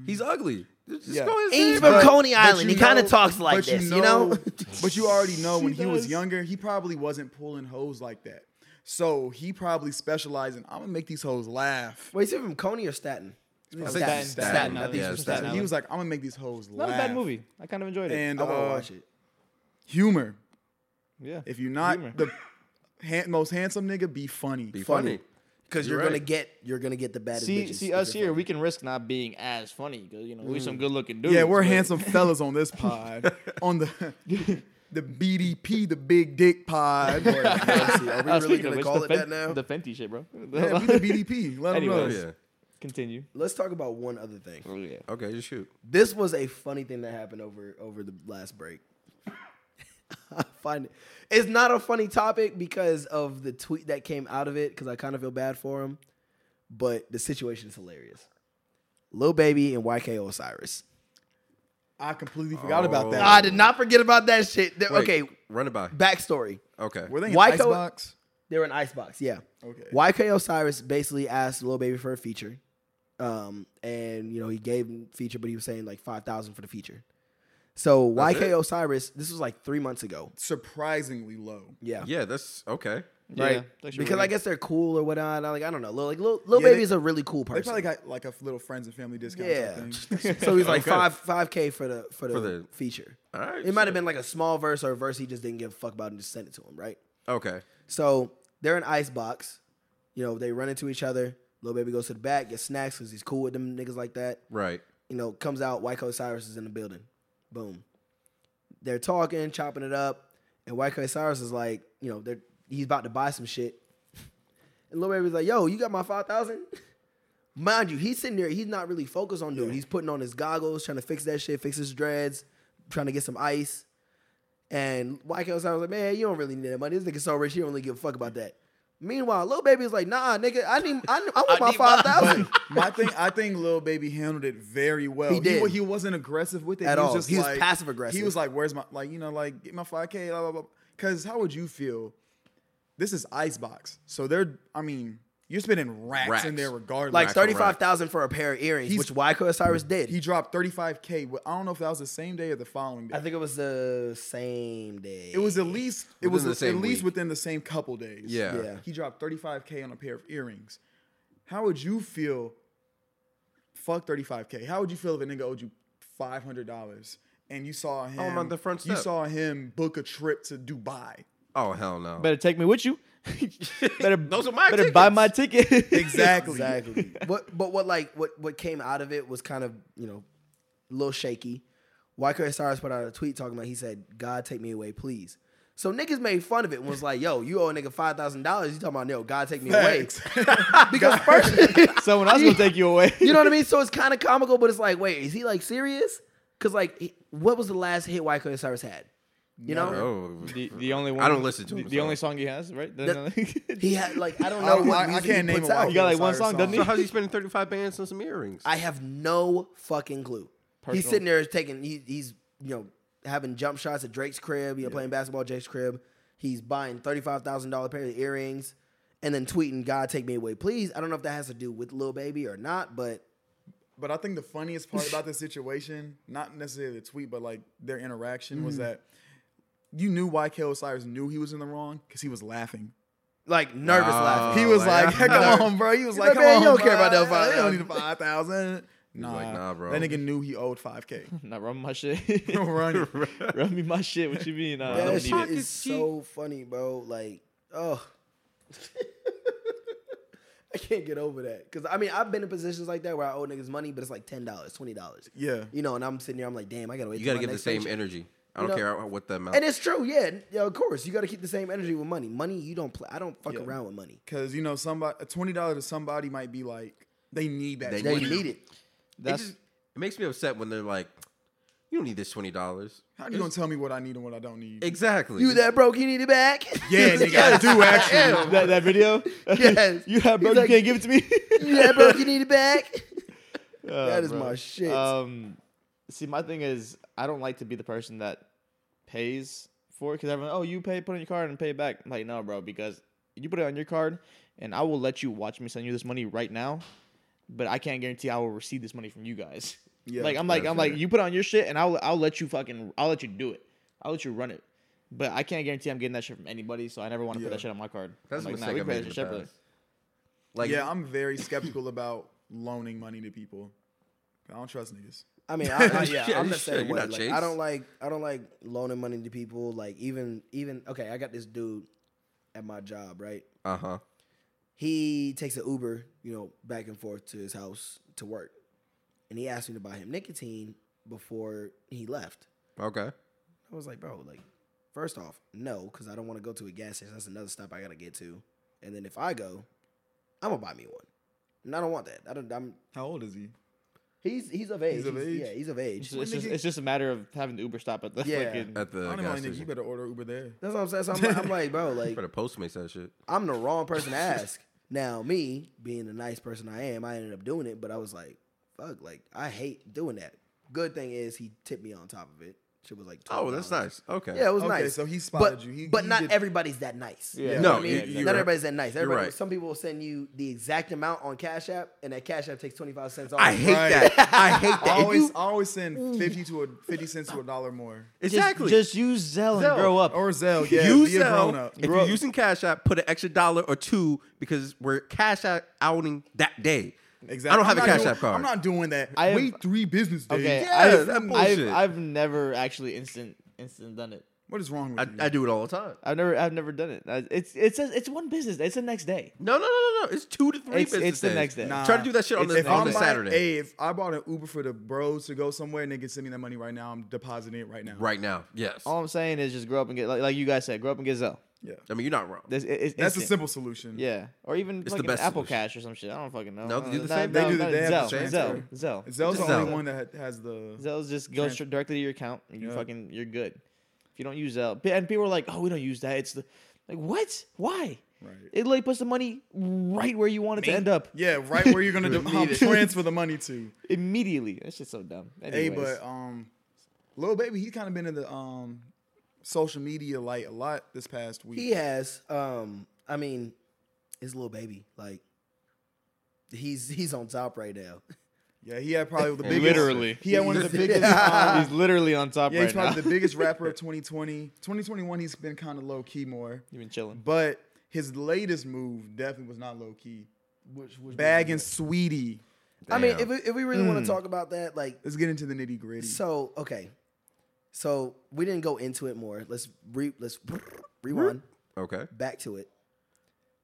Speaker 7: He's ugly. Just
Speaker 6: Yeah.
Speaker 7: go ahead and say
Speaker 4: He's
Speaker 7: it.
Speaker 4: from
Speaker 6: But-
Speaker 4: Coney
Speaker 6: but
Speaker 4: Island.
Speaker 6: you
Speaker 4: He kind
Speaker 6: know-
Speaker 4: of talks like
Speaker 6: but
Speaker 4: this, you know.
Speaker 6: but you already know when he was
Speaker 5: does.
Speaker 6: younger, he probably wasn't pulling hoes like that. So he probably specialized in I'm gonna make these hoes laugh.
Speaker 4: Wait, is he from Coney or Staten?
Speaker 6: I
Speaker 4: Staten.
Speaker 6: think
Speaker 4: Staten
Speaker 6: Staten. I think
Speaker 7: Island. Yeah,
Speaker 6: he's from
Speaker 7: Staten
Speaker 6: Staten. He
Speaker 5: Island.
Speaker 6: was like, I'm gonna make these hoes
Speaker 5: not
Speaker 6: laugh.
Speaker 5: a bad movie. I kind of enjoyed it.
Speaker 6: And
Speaker 4: I want to
Speaker 6: uh,
Speaker 4: watch it.
Speaker 6: humor.
Speaker 5: yeah.
Speaker 6: If you're not
Speaker 5: Humor.
Speaker 6: the han- most handsome nigga, be funny.
Speaker 7: Be funny.
Speaker 4: Because you're
Speaker 7: You're
Speaker 4: gonna
Speaker 7: right.
Speaker 4: get you're gonna get the baddest.
Speaker 5: see,
Speaker 4: bitches
Speaker 5: see
Speaker 4: if
Speaker 5: us
Speaker 4: you're
Speaker 5: here, we can risk not being as funny because you know we some good looking dudes.
Speaker 6: Yeah, we're
Speaker 5: but-
Speaker 6: handsome fellas on this pod. on the the BDP, the big dick pod.
Speaker 4: Honestly, are we
Speaker 5: Uh,
Speaker 4: really
Speaker 5: speaking of
Speaker 4: gonna
Speaker 5: which,
Speaker 4: call
Speaker 5: the
Speaker 4: it that
Speaker 5: Fen-
Speaker 4: now?
Speaker 5: The Fenty shit, bro.
Speaker 6: yeah, be the BDP. Let 'em
Speaker 5: Anyways.
Speaker 6: know.
Speaker 7: Oh, Yeah.
Speaker 5: Continue.
Speaker 4: Let's talk about one other thing.
Speaker 5: Oh, yeah.
Speaker 7: Okay, just shoot.
Speaker 4: This was a funny thing that happened over over the last break. I find it. It's not a funny topic because of the tweet that came out of it. Because I kind of feel bad for him, but the situation is hilarious. Lil Baby and YK Osiris.
Speaker 6: I completely forgot
Speaker 7: Oh.
Speaker 6: about that.
Speaker 4: I did not forget about that shit. They're-
Speaker 7: Wait,
Speaker 4: okay,
Speaker 7: Run it by.
Speaker 4: backstory.
Speaker 7: Okay.
Speaker 6: Were they in
Speaker 4: Why co-
Speaker 6: Icebox?
Speaker 4: They were in Icebox, yeah.
Speaker 6: Okay.
Speaker 4: YK Osiris basically asked Lil Baby for a feature. Um, and you know, he gave him feature, but he was saying like five thousand for the feature. So
Speaker 7: That's
Speaker 4: YK
Speaker 7: it?
Speaker 4: Osiris, this was like three months ago.
Speaker 6: Surprisingly low.
Speaker 4: Yeah.
Speaker 7: Yeah, that's okay.
Speaker 5: Yeah, that's your
Speaker 4: Because I
Speaker 5: ring.
Speaker 4: guess they're cool or whatnot. I, Like I don't know. Lil, like Lil, Lil
Speaker 6: Yeah,
Speaker 4: Baby
Speaker 6: they-
Speaker 4: is a really cool
Speaker 6: They
Speaker 4: person.
Speaker 6: probably got like a little friends and family discount.
Speaker 4: yeah.
Speaker 6: Yeah.
Speaker 4: so he's like
Speaker 7: Okay.
Speaker 4: five five k for the for the,
Speaker 7: For the-
Speaker 4: feature.
Speaker 7: All right.
Speaker 4: It might have
Speaker 7: shit.
Speaker 4: been like a small verse or a verse he just didn't give a fuck about and just sent it to him, right?
Speaker 7: Okay.
Speaker 4: So they're in Icebox. You know, they run into each other. Little baby goes to the back, gets snacks because he's cool with them niggas like that.
Speaker 7: Right.
Speaker 4: You know, comes out. White Coat Cyrus is in the building. Boom. They're talking, chopping it up, and White Coat Cyrus is like, you know, they're he's about to buy some shit. And Lil Baby's like, yo, you got my 5,000? Mind you, he's sitting there, he's not really focused on doing it. He's putting on his goggles, trying to fix that shit, fix his dreads, trying to get some ice. And YK was like, man, you don't really need that money. This nigga so rich, he don't really give a fuck about that. Meanwhile, Lil Baby is like, nah, nigga, I need, I, I want my 5,000.
Speaker 6: My thing, I think Lil Baby handled it very well.
Speaker 4: He did.
Speaker 6: wa- He, wasn't aggressive with it
Speaker 4: At
Speaker 6: he
Speaker 4: all.
Speaker 6: Was just
Speaker 4: He was
Speaker 6: like-
Speaker 4: passive-aggressive.
Speaker 6: He was like, "Where's my like? You know, like get my five k." Blah blah blah. Because how would you feel? This is Icebox, so they're. I mean, you're spending racks,
Speaker 7: Racks.
Speaker 6: in there regardless.
Speaker 4: Like
Speaker 7: Rack a rack.
Speaker 4: 35,000 for a pair of earrings,
Speaker 6: He's-
Speaker 4: which YK Osiris did.
Speaker 6: he dropped 35k. But I don't know if that was the same day or the following day.
Speaker 4: I think it was the same day.
Speaker 6: it was at least. It was
Speaker 7: Within the
Speaker 6: at
Speaker 7: same
Speaker 6: least
Speaker 7: week.
Speaker 6: within the same couple days.
Speaker 7: Yeah.
Speaker 4: Yeah.
Speaker 6: He dropped 35k on a pair of earrings. How would you feel? Fuck 35k. How would you feel if a nigga owed you $500 and you saw him?
Speaker 7: I'm on the front
Speaker 6: You
Speaker 7: step.
Speaker 6: saw him book a trip to Dubai.
Speaker 7: Oh hell no.
Speaker 5: Better take me with you. better
Speaker 7: Those are my
Speaker 5: better buy
Speaker 7: tickets.
Speaker 5: my ticket.
Speaker 6: Exactly.
Speaker 4: Exactly. but but what like what what came out of it was kind of you know a little shaky. YK Cyrus put out a tweet talking about he said, "God take me away, please." So niggas made fun of it and was like, "Yo, you owe a nigga five thousand dollars. You talking about yo, God take me away?" because first,
Speaker 5: Someone else gonna take you away.
Speaker 4: you know what I mean. So it's kind of comical, but it's like, wait, is he like serious? Because like, he- what was the last hit YK Cyrus had? You know,
Speaker 7: Oh.
Speaker 5: the, the only one
Speaker 7: I don't listen to
Speaker 5: the,
Speaker 7: him,
Speaker 5: the only
Speaker 7: so.
Speaker 5: song he has, right? uh,
Speaker 4: he had like I don't
Speaker 6: I
Speaker 4: know.
Speaker 6: don't-
Speaker 4: what
Speaker 6: I- I
Speaker 4: music
Speaker 6: can't
Speaker 4: he
Speaker 6: name
Speaker 4: puts
Speaker 6: a
Speaker 4: out.
Speaker 5: you got like
Speaker 6: Osiris
Speaker 5: one song, doesn't he?
Speaker 7: So how's he spending 35 bands on some earrings?
Speaker 4: I have no fucking clue. He's
Speaker 5: Personal.
Speaker 4: sitting there taking he, he's you know having jump shots at Drake's crib. You know playing basketball at Drake's crib. He's buying thirty five thousand dollar pair of earrings, and then tweeting "God take me away, please." I don't know if that has to do with Lil Baby or not, but
Speaker 6: But I think the funniest part about this situation, not necessarily the tweet, but like their interaction, was that you knew YK Osiris knew he was in the wrong because he was laughing.
Speaker 4: like nervous
Speaker 7: Wow.
Speaker 5: Oh,
Speaker 4: laughing.
Speaker 6: He was
Speaker 7: like,
Speaker 6: like, "Come on, bro." He was
Speaker 4: He's
Speaker 6: like,
Speaker 4: like,
Speaker 6: "Come
Speaker 4: "Man,
Speaker 6: on,
Speaker 4: you don't care about
Speaker 6: bro.
Speaker 4: that 5,000."
Speaker 6: They don't need the five thousand. Nah,
Speaker 7: like, "Nah, bro."
Speaker 6: That nigga knew he owed five k.
Speaker 5: Not run my shit.
Speaker 6: Run.
Speaker 5: run me my shit. What you mean? Nah, I
Speaker 4: that
Speaker 5: don't need
Speaker 4: shit
Speaker 5: it.
Speaker 4: is so funny, bro. Like, oh, I can't get over that. Cause I mean, I've been in positions like that where I owe niggas money, but it's like ten dollars, twenty dollars.
Speaker 6: Yeah.
Speaker 4: you know, and I'm sitting here, I'm like, damn, I gotta wait.
Speaker 7: you
Speaker 4: till
Speaker 7: gotta
Speaker 4: my
Speaker 7: give the
Speaker 4: next
Speaker 7: same
Speaker 4: paycheck.
Speaker 7: energy. I
Speaker 4: You
Speaker 7: don't
Speaker 4: know-
Speaker 7: care what the amount.
Speaker 4: And it's true, yeah, n- yeah, of course. You got to keep the same energy with money. Money, you don't play. I don't fuck
Speaker 6: Yeah.
Speaker 4: around with money.
Speaker 6: Because you know, somebody a twenty dollars to somebody might be like they need that.
Speaker 7: They
Speaker 4: They
Speaker 6: money.
Speaker 4: need it.
Speaker 7: it,
Speaker 5: That's
Speaker 7: just, it makes me upset when they're like, "You don't need this twenty dollars."
Speaker 6: How you gonna tell me what I need and what I don't need?
Speaker 7: Exactly.
Speaker 4: You that broke? You need it back.
Speaker 6: yeah, nigga, I do actually.
Speaker 5: that, that video.
Speaker 4: Yes.
Speaker 5: you have bro.
Speaker 4: He's
Speaker 5: You
Speaker 4: like-
Speaker 5: can't give it to me.
Speaker 4: you that broke? You need it back.
Speaker 5: that
Speaker 4: That is my shit.
Speaker 5: Um, see, my thing is, I don't like to be the person that pays for it because everyone, oh, you pay, put on your card and pay it back. I'm like, no, bro, because you put it on your card, and I will let you watch me send you this money right now, but I can't guarantee I will receive this money from you guys.
Speaker 6: Yeah,
Speaker 5: like I'm like
Speaker 7: yeah,
Speaker 5: I'm
Speaker 7: fair.
Speaker 5: like you put on your shit, and I'll I'll let you fucking I'll let you do it. I'll let you run it. But I can't guarantee I'm getting that shit from anybody, so I never want to
Speaker 6: Yeah.
Speaker 5: put that shit on my card.
Speaker 7: That's
Speaker 5: I'm
Speaker 7: a
Speaker 5: like,
Speaker 7: mistake I
Speaker 5: we pay
Speaker 7: made
Speaker 5: that
Speaker 7: in
Speaker 5: shit
Speaker 7: the
Speaker 5: separately.
Speaker 7: past. Like,
Speaker 6: yeah, I'm very skeptical about loaning money to people. I don't trust niggas.
Speaker 4: I mean, I, I, yeah,
Speaker 7: Yeah,
Speaker 4: I'm
Speaker 7: you
Speaker 4: the
Speaker 7: sure?
Speaker 4: same
Speaker 7: You're
Speaker 4: way.
Speaker 7: not
Speaker 4: Like,
Speaker 7: Chase.
Speaker 4: I don't like I don't like loaning money to people. Like even even okay, I got this dude at my job, right?
Speaker 7: uh huh.
Speaker 4: He takes an Uber, you know, back and forth to his house to work, and he asked me to buy him nicotine before he left.
Speaker 7: Okay.
Speaker 4: I was like, bro, like, first off, no, because I don't want to go to a gas station. That's another stop I gotta get to. And then if I go, I'm gonna buy me one, and I don't want that. I don't. I'm.
Speaker 6: How old is he?
Speaker 4: He's he's of age.
Speaker 6: He's of age?
Speaker 4: Yeah, he's of age.
Speaker 5: It's, it's just, it's just a matter of having the Uber stop at the
Speaker 4: Yeah.
Speaker 5: fucking.
Speaker 7: At the
Speaker 6: I don't know,
Speaker 7: gas
Speaker 6: nigga. You
Speaker 7: station.
Speaker 6: better order Uber there.
Speaker 4: That's what I'm saying. So I'm, like- I'm like, bro, like,
Speaker 7: For the Postmates that shit.
Speaker 4: I'm the wrong person to ask. Now, me being the nice person I am, I ended up doing it, but I was like, fuck, like, I hate doing that. Good thing is he tipped me on top of it. Shit was like,
Speaker 7: Oh, that's
Speaker 4: $12.
Speaker 7: nice. Okay.
Speaker 4: Yeah, it was
Speaker 6: Okay,
Speaker 4: nice.
Speaker 6: so he spotted
Speaker 4: but,
Speaker 6: you. He-
Speaker 4: but
Speaker 6: he
Speaker 4: not
Speaker 6: did-
Speaker 4: everybody's that nice. You
Speaker 5: Yeah.
Speaker 4: know
Speaker 7: No,
Speaker 4: what I mean?
Speaker 7: you- you're
Speaker 4: not
Speaker 7: right.
Speaker 4: everybody's that nice. Everybody,
Speaker 7: right.
Speaker 4: Some people will send you the exact amount on Cash App, and that Cash App takes twenty five cents off.
Speaker 7: I hate
Speaker 6: Right.
Speaker 7: that. I hate
Speaker 6: I
Speaker 7: that. If
Speaker 6: always,
Speaker 7: you-
Speaker 6: I always send fifty to a fifty cents to a dollar more.
Speaker 7: exactly.
Speaker 5: Just, just use Zelle and
Speaker 7: Zelle.
Speaker 5: grow up.
Speaker 6: Or Zelle, yeah,
Speaker 7: you
Speaker 6: be a
Speaker 7: sell.
Speaker 6: grown up.
Speaker 7: If
Speaker 5: Grow
Speaker 7: you're
Speaker 5: up.
Speaker 7: using Cash App, put an extra dollar or two because we're Cash App outing that day.
Speaker 6: Exactly.
Speaker 7: I don't have
Speaker 6: I'm
Speaker 7: a
Speaker 6: not
Speaker 7: Cash
Speaker 6: doing-
Speaker 7: App card.
Speaker 6: I'm not doing that.
Speaker 5: I have-
Speaker 6: Wait three business days.
Speaker 5: Okay,
Speaker 7: Yeah,
Speaker 5: I've,
Speaker 7: that
Speaker 5: I've,
Speaker 7: bullshit.
Speaker 5: I've never actually instant instant done it.
Speaker 6: What is wrong
Speaker 7: I,
Speaker 6: with you?
Speaker 7: I do it all the time.
Speaker 5: I've never I've never done it. I, it's it's a, it's one business. It's the next day.
Speaker 7: No, no, no, no, no. It's two to three
Speaker 5: It's-
Speaker 7: business
Speaker 5: it's the
Speaker 7: days.
Speaker 5: next day.
Speaker 6: Nah.
Speaker 7: Try to do that shit on,
Speaker 5: It's
Speaker 7: the,
Speaker 5: if
Speaker 7: on
Speaker 5: I'm
Speaker 7: the
Speaker 6: like,
Speaker 7: Saturday
Speaker 6: Hey, if I bought an Uber for the bros to go somewhere and they can send me that money right now, I'm depositing it right now.
Speaker 7: right now. Yes.
Speaker 5: All I'm saying is just grow up and get like, like you guys said, grow up and get Zelle.
Speaker 7: I mean, you're not wrong.
Speaker 5: That's, it- it's
Speaker 6: That's a
Speaker 5: instant.
Speaker 6: simple solution.
Speaker 5: Yeah, or even
Speaker 7: It's the
Speaker 5: fucking
Speaker 7: best
Speaker 5: Apple
Speaker 7: solution.
Speaker 5: Cash or some shit. I don't fucking know.
Speaker 7: No, they do the
Speaker 5: Uh, no,
Speaker 7: same
Speaker 6: thing. They do
Speaker 5: no,
Speaker 6: the- they have
Speaker 5: Zelle,
Speaker 6: the
Speaker 5: Zelle,
Speaker 6: transfer.
Speaker 5: Zelle.
Speaker 6: Zell's the
Speaker 7: Zelle.
Speaker 6: only one that ha- has the.
Speaker 5: Zelle just goes
Speaker 6: Trans-
Speaker 5: stri- directly to your account. And you
Speaker 6: Yeah.
Speaker 5: fucking you're good. If you don't use Zelle, P- and people are like, "Oh, we don't use that." It's the like what? Why?
Speaker 6: Right.
Speaker 5: It like puts the money right where you want it to end up
Speaker 6: Yeah, right where you're gonna
Speaker 7: need
Speaker 6: de-
Speaker 7: it.
Speaker 6: transfer the money to.
Speaker 5: immediately. That's just so dumb.
Speaker 6: Hey,
Speaker 5: Anyways,
Speaker 6: but um, little baby, he kind of been in the um, social media light a lot this past week.
Speaker 4: He has. Um, I mean, his little baby. Like, he's he's on top right now.
Speaker 6: Yeah, he had probably the biggest.
Speaker 5: literally,
Speaker 6: he had one of the biggest. um,
Speaker 5: he's literally on top
Speaker 6: yeah,
Speaker 5: right
Speaker 6: he's probably
Speaker 5: now.
Speaker 6: the biggest rapper of 2020. 2021, he's been kind of low key more,
Speaker 5: You've been chilling.
Speaker 6: but his latest move definitely was not low key. Which, which bagging sweetie.
Speaker 4: I mean,
Speaker 7: Damn. Mm.
Speaker 4: if we, if we really want to talk about that, like,
Speaker 6: Let's get into the nitty gritty.
Speaker 4: so okay, so we didn't go into it more. Let's re let's rewind
Speaker 7: Okay.
Speaker 4: back to it.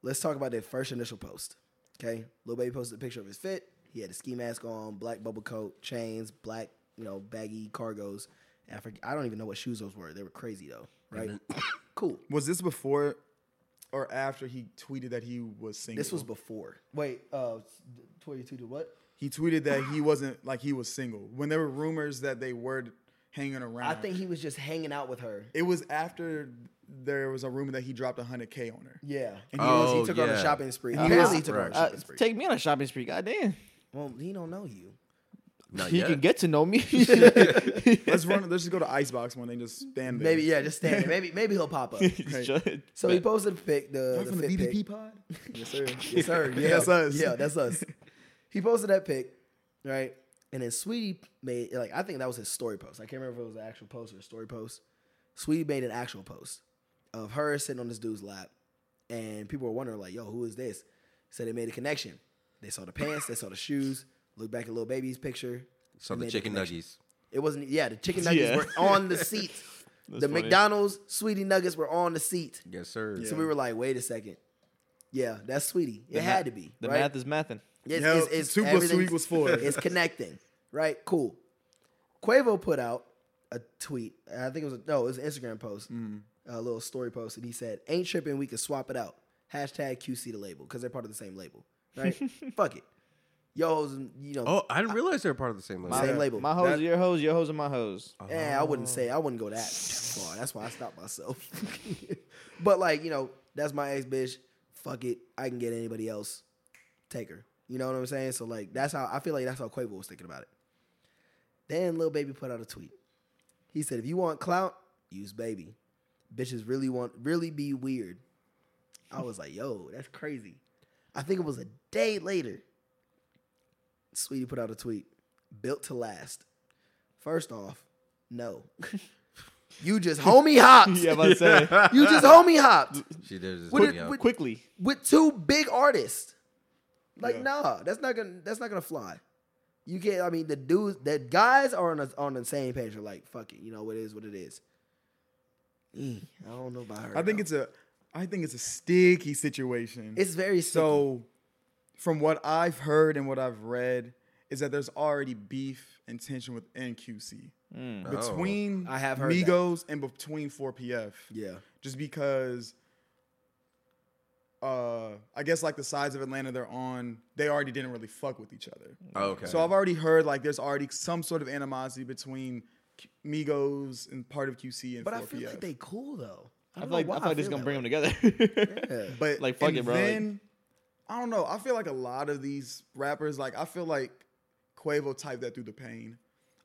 Speaker 4: Let's talk about their first initial post. Okay, Lil Baby posted a picture of his fit. He had a ski mask on, black bubble coat, chains, black you know baggy cargos. And I, forget, I don't even know what shoes those were. They were crazy though, right? cool.
Speaker 6: was this before or after he tweeted that he was single?
Speaker 4: This was before. Wait, uh, twenty two to what?
Speaker 6: he tweeted that he wasn't like he was single when there were rumors that they were hanging around.
Speaker 4: I think he was just hanging out with her.
Speaker 6: it was after there was a rumor that he dropped 100k on her.
Speaker 4: Yeah.
Speaker 6: And he was,
Speaker 7: Oh,
Speaker 4: he took her on
Speaker 7: yeah.
Speaker 4: a shopping spree.
Speaker 6: was-
Speaker 4: Apparently, he took her on a
Speaker 7: right.
Speaker 5: Uh,
Speaker 4: shopping spree.
Speaker 5: take me on a shopping spree, goddamn.
Speaker 4: well, he don't know you.
Speaker 7: Not
Speaker 5: He
Speaker 7: yet.
Speaker 5: can get to know me.
Speaker 6: let's run. Let's just go to Icebox one day and just stand there.
Speaker 4: Maybe yeah, just stand there. Maybe maybe he'll pop up.
Speaker 5: He's ju-
Speaker 4: So he posted a pic. The,
Speaker 6: Y'all
Speaker 4: the
Speaker 6: from the
Speaker 4: fit
Speaker 6: BDP
Speaker 4: pic.
Speaker 6: pod. Yes, sir.
Speaker 4: Yes, sir. Yeah,
Speaker 6: That's us.
Speaker 4: Yeah, that's us. He posted that pic, right? And then Sweetie made like I think that was his story post. I can't remember if it was an actual post or a story post. Sweetie made an actual post of her sitting on this dude's lap, and people were wondering like, "Yo, who is this?" So they made a connection. They saw the pants. They saw the shoes. Look back at little baby's picture.
Speaker 7: So
Speaker 4: they
Speaker 7: the
Speaker 4: made a
Speaker 7: chicken
Speaker 4: connection.
Speaker 7: nuggies.
Speaker 4: It wasn't. Yeah, the chicken nuggets
Speaker 5: Yeah.
Speaker 4: were on the seat. the
Speaker 5: funny.
Speaker 4: McDonald's sweetie nuggets were on the seat.
Speaker 7: Yes, sir.
Speaker 4: So we were like, wait a second. Yeah, that's sweetie. It
Speaker 5: The
Speaker 4: had
Speaker 5: ma-
Speaker 4: to be.
Speaker 5: The
Speaker 4: right?
Speaker 5: math is mathing.
Speaker 4: It's,
Speaker 6: Yeah,
Speaker 4: it's, it's
Speaker 6: two plus two
Speaker 4: everything's-
Speaker 6: equals four.
Speaker 4: It's connecting, right? Cool. Quavo put out a tweet. I think it was a, no, it was an Instagram post, a little story post, and he said, "Ain't tripping. We can swap it out." Hashtag QC the label because they're part of the same label, right? Fuck it, yo, you know,
Speaker 7: Oh, I didn't realize they were part of the same label.
Speaker 4: same
Speaker 6: yeah.
Speaker 4: label.
Speaker 5: My hoes
Speaker 6: That-
Speaker 5: are your hoes, your hoes are my hoes.
Speaker 4: Yeah, I wouldn't say I wouldn't go that far. That's why I stopped myself. but like you know, that's my ex bitch. Fuck it, I can get anybody else. Take her. You know what I'm saying? So like that's how I feel like that's how Quavo was thinking about it. Then Lil Baby put out a tweet. He said, "If you want clout, use Baby. Bitches really want really be weird." I was like, "Yo, that's crazy." I think it was a day later. Sweetie put out a tweet, "Built to last." First off, no. you just homie hopped.
Speaker 5: Yeah, I'm about to say
Speaker 4: You just homie hopped
Speaker 7: She did this.
Speaker 4: What
Speaker 7: What
Speaker 4: did-
Speaker 7: did,
Speaker 4: what-
Speaker 5: quickly.
Speaker 4: with two big artists. Like, nah, that's not gonna that's not gonna fly. You can't. I mean, the dudes, the guys are on the, on the same page. Are like, fuck it, you know it is what it is. Mm, I don't know about her.
Speaker 6: I think
Speaker 4: though.
Speaker 6: it's a. I think it's a sticky situation.
Speaker 4: it's very so.
Speaker 6: So, from what I've heard and what I've read, is that there's already beef and tension within QC
Speaker 5: Hmm.
Speaker 7: Oh.
Speaker 6: between
Speaker 4: I have heard that.
Speaker 6: Migos and between 4PF.
Speaker 4: Yeah.
Speaker 6: just because. Uh, I guess like the sides of Atlanta they're on, they already didn't really fuck with each other.
Speaker 7: Oh, okay.
Speaker 6: So I've already heard like there's already some sort of animosity between Q- Migos and part of QC and
Speaker 4: But
Speaker 6: 4PF.
Speaker 4: I feel like they cool though.
Speaker 5: I
Speaker 4: don't
Speaker 5: feel
Speaker 4: know
Speaker 5: like I
Speaker 4: why
Speaker 5: feel like this
Speaker 4: feel
Speaker 5: is
Speaker 4: that
Speaker 5: gonna bring
Speaker 4: way.
Speaker 5: them together.
Speaker 6: But
Speaker 5: Like, fuck
Speaker 6: and
Speaker 5: it, bro, like-
Speaker 6: Then, I don't know. I feel like a lot of these rappers, like I feel like Quavo typed that through the pain.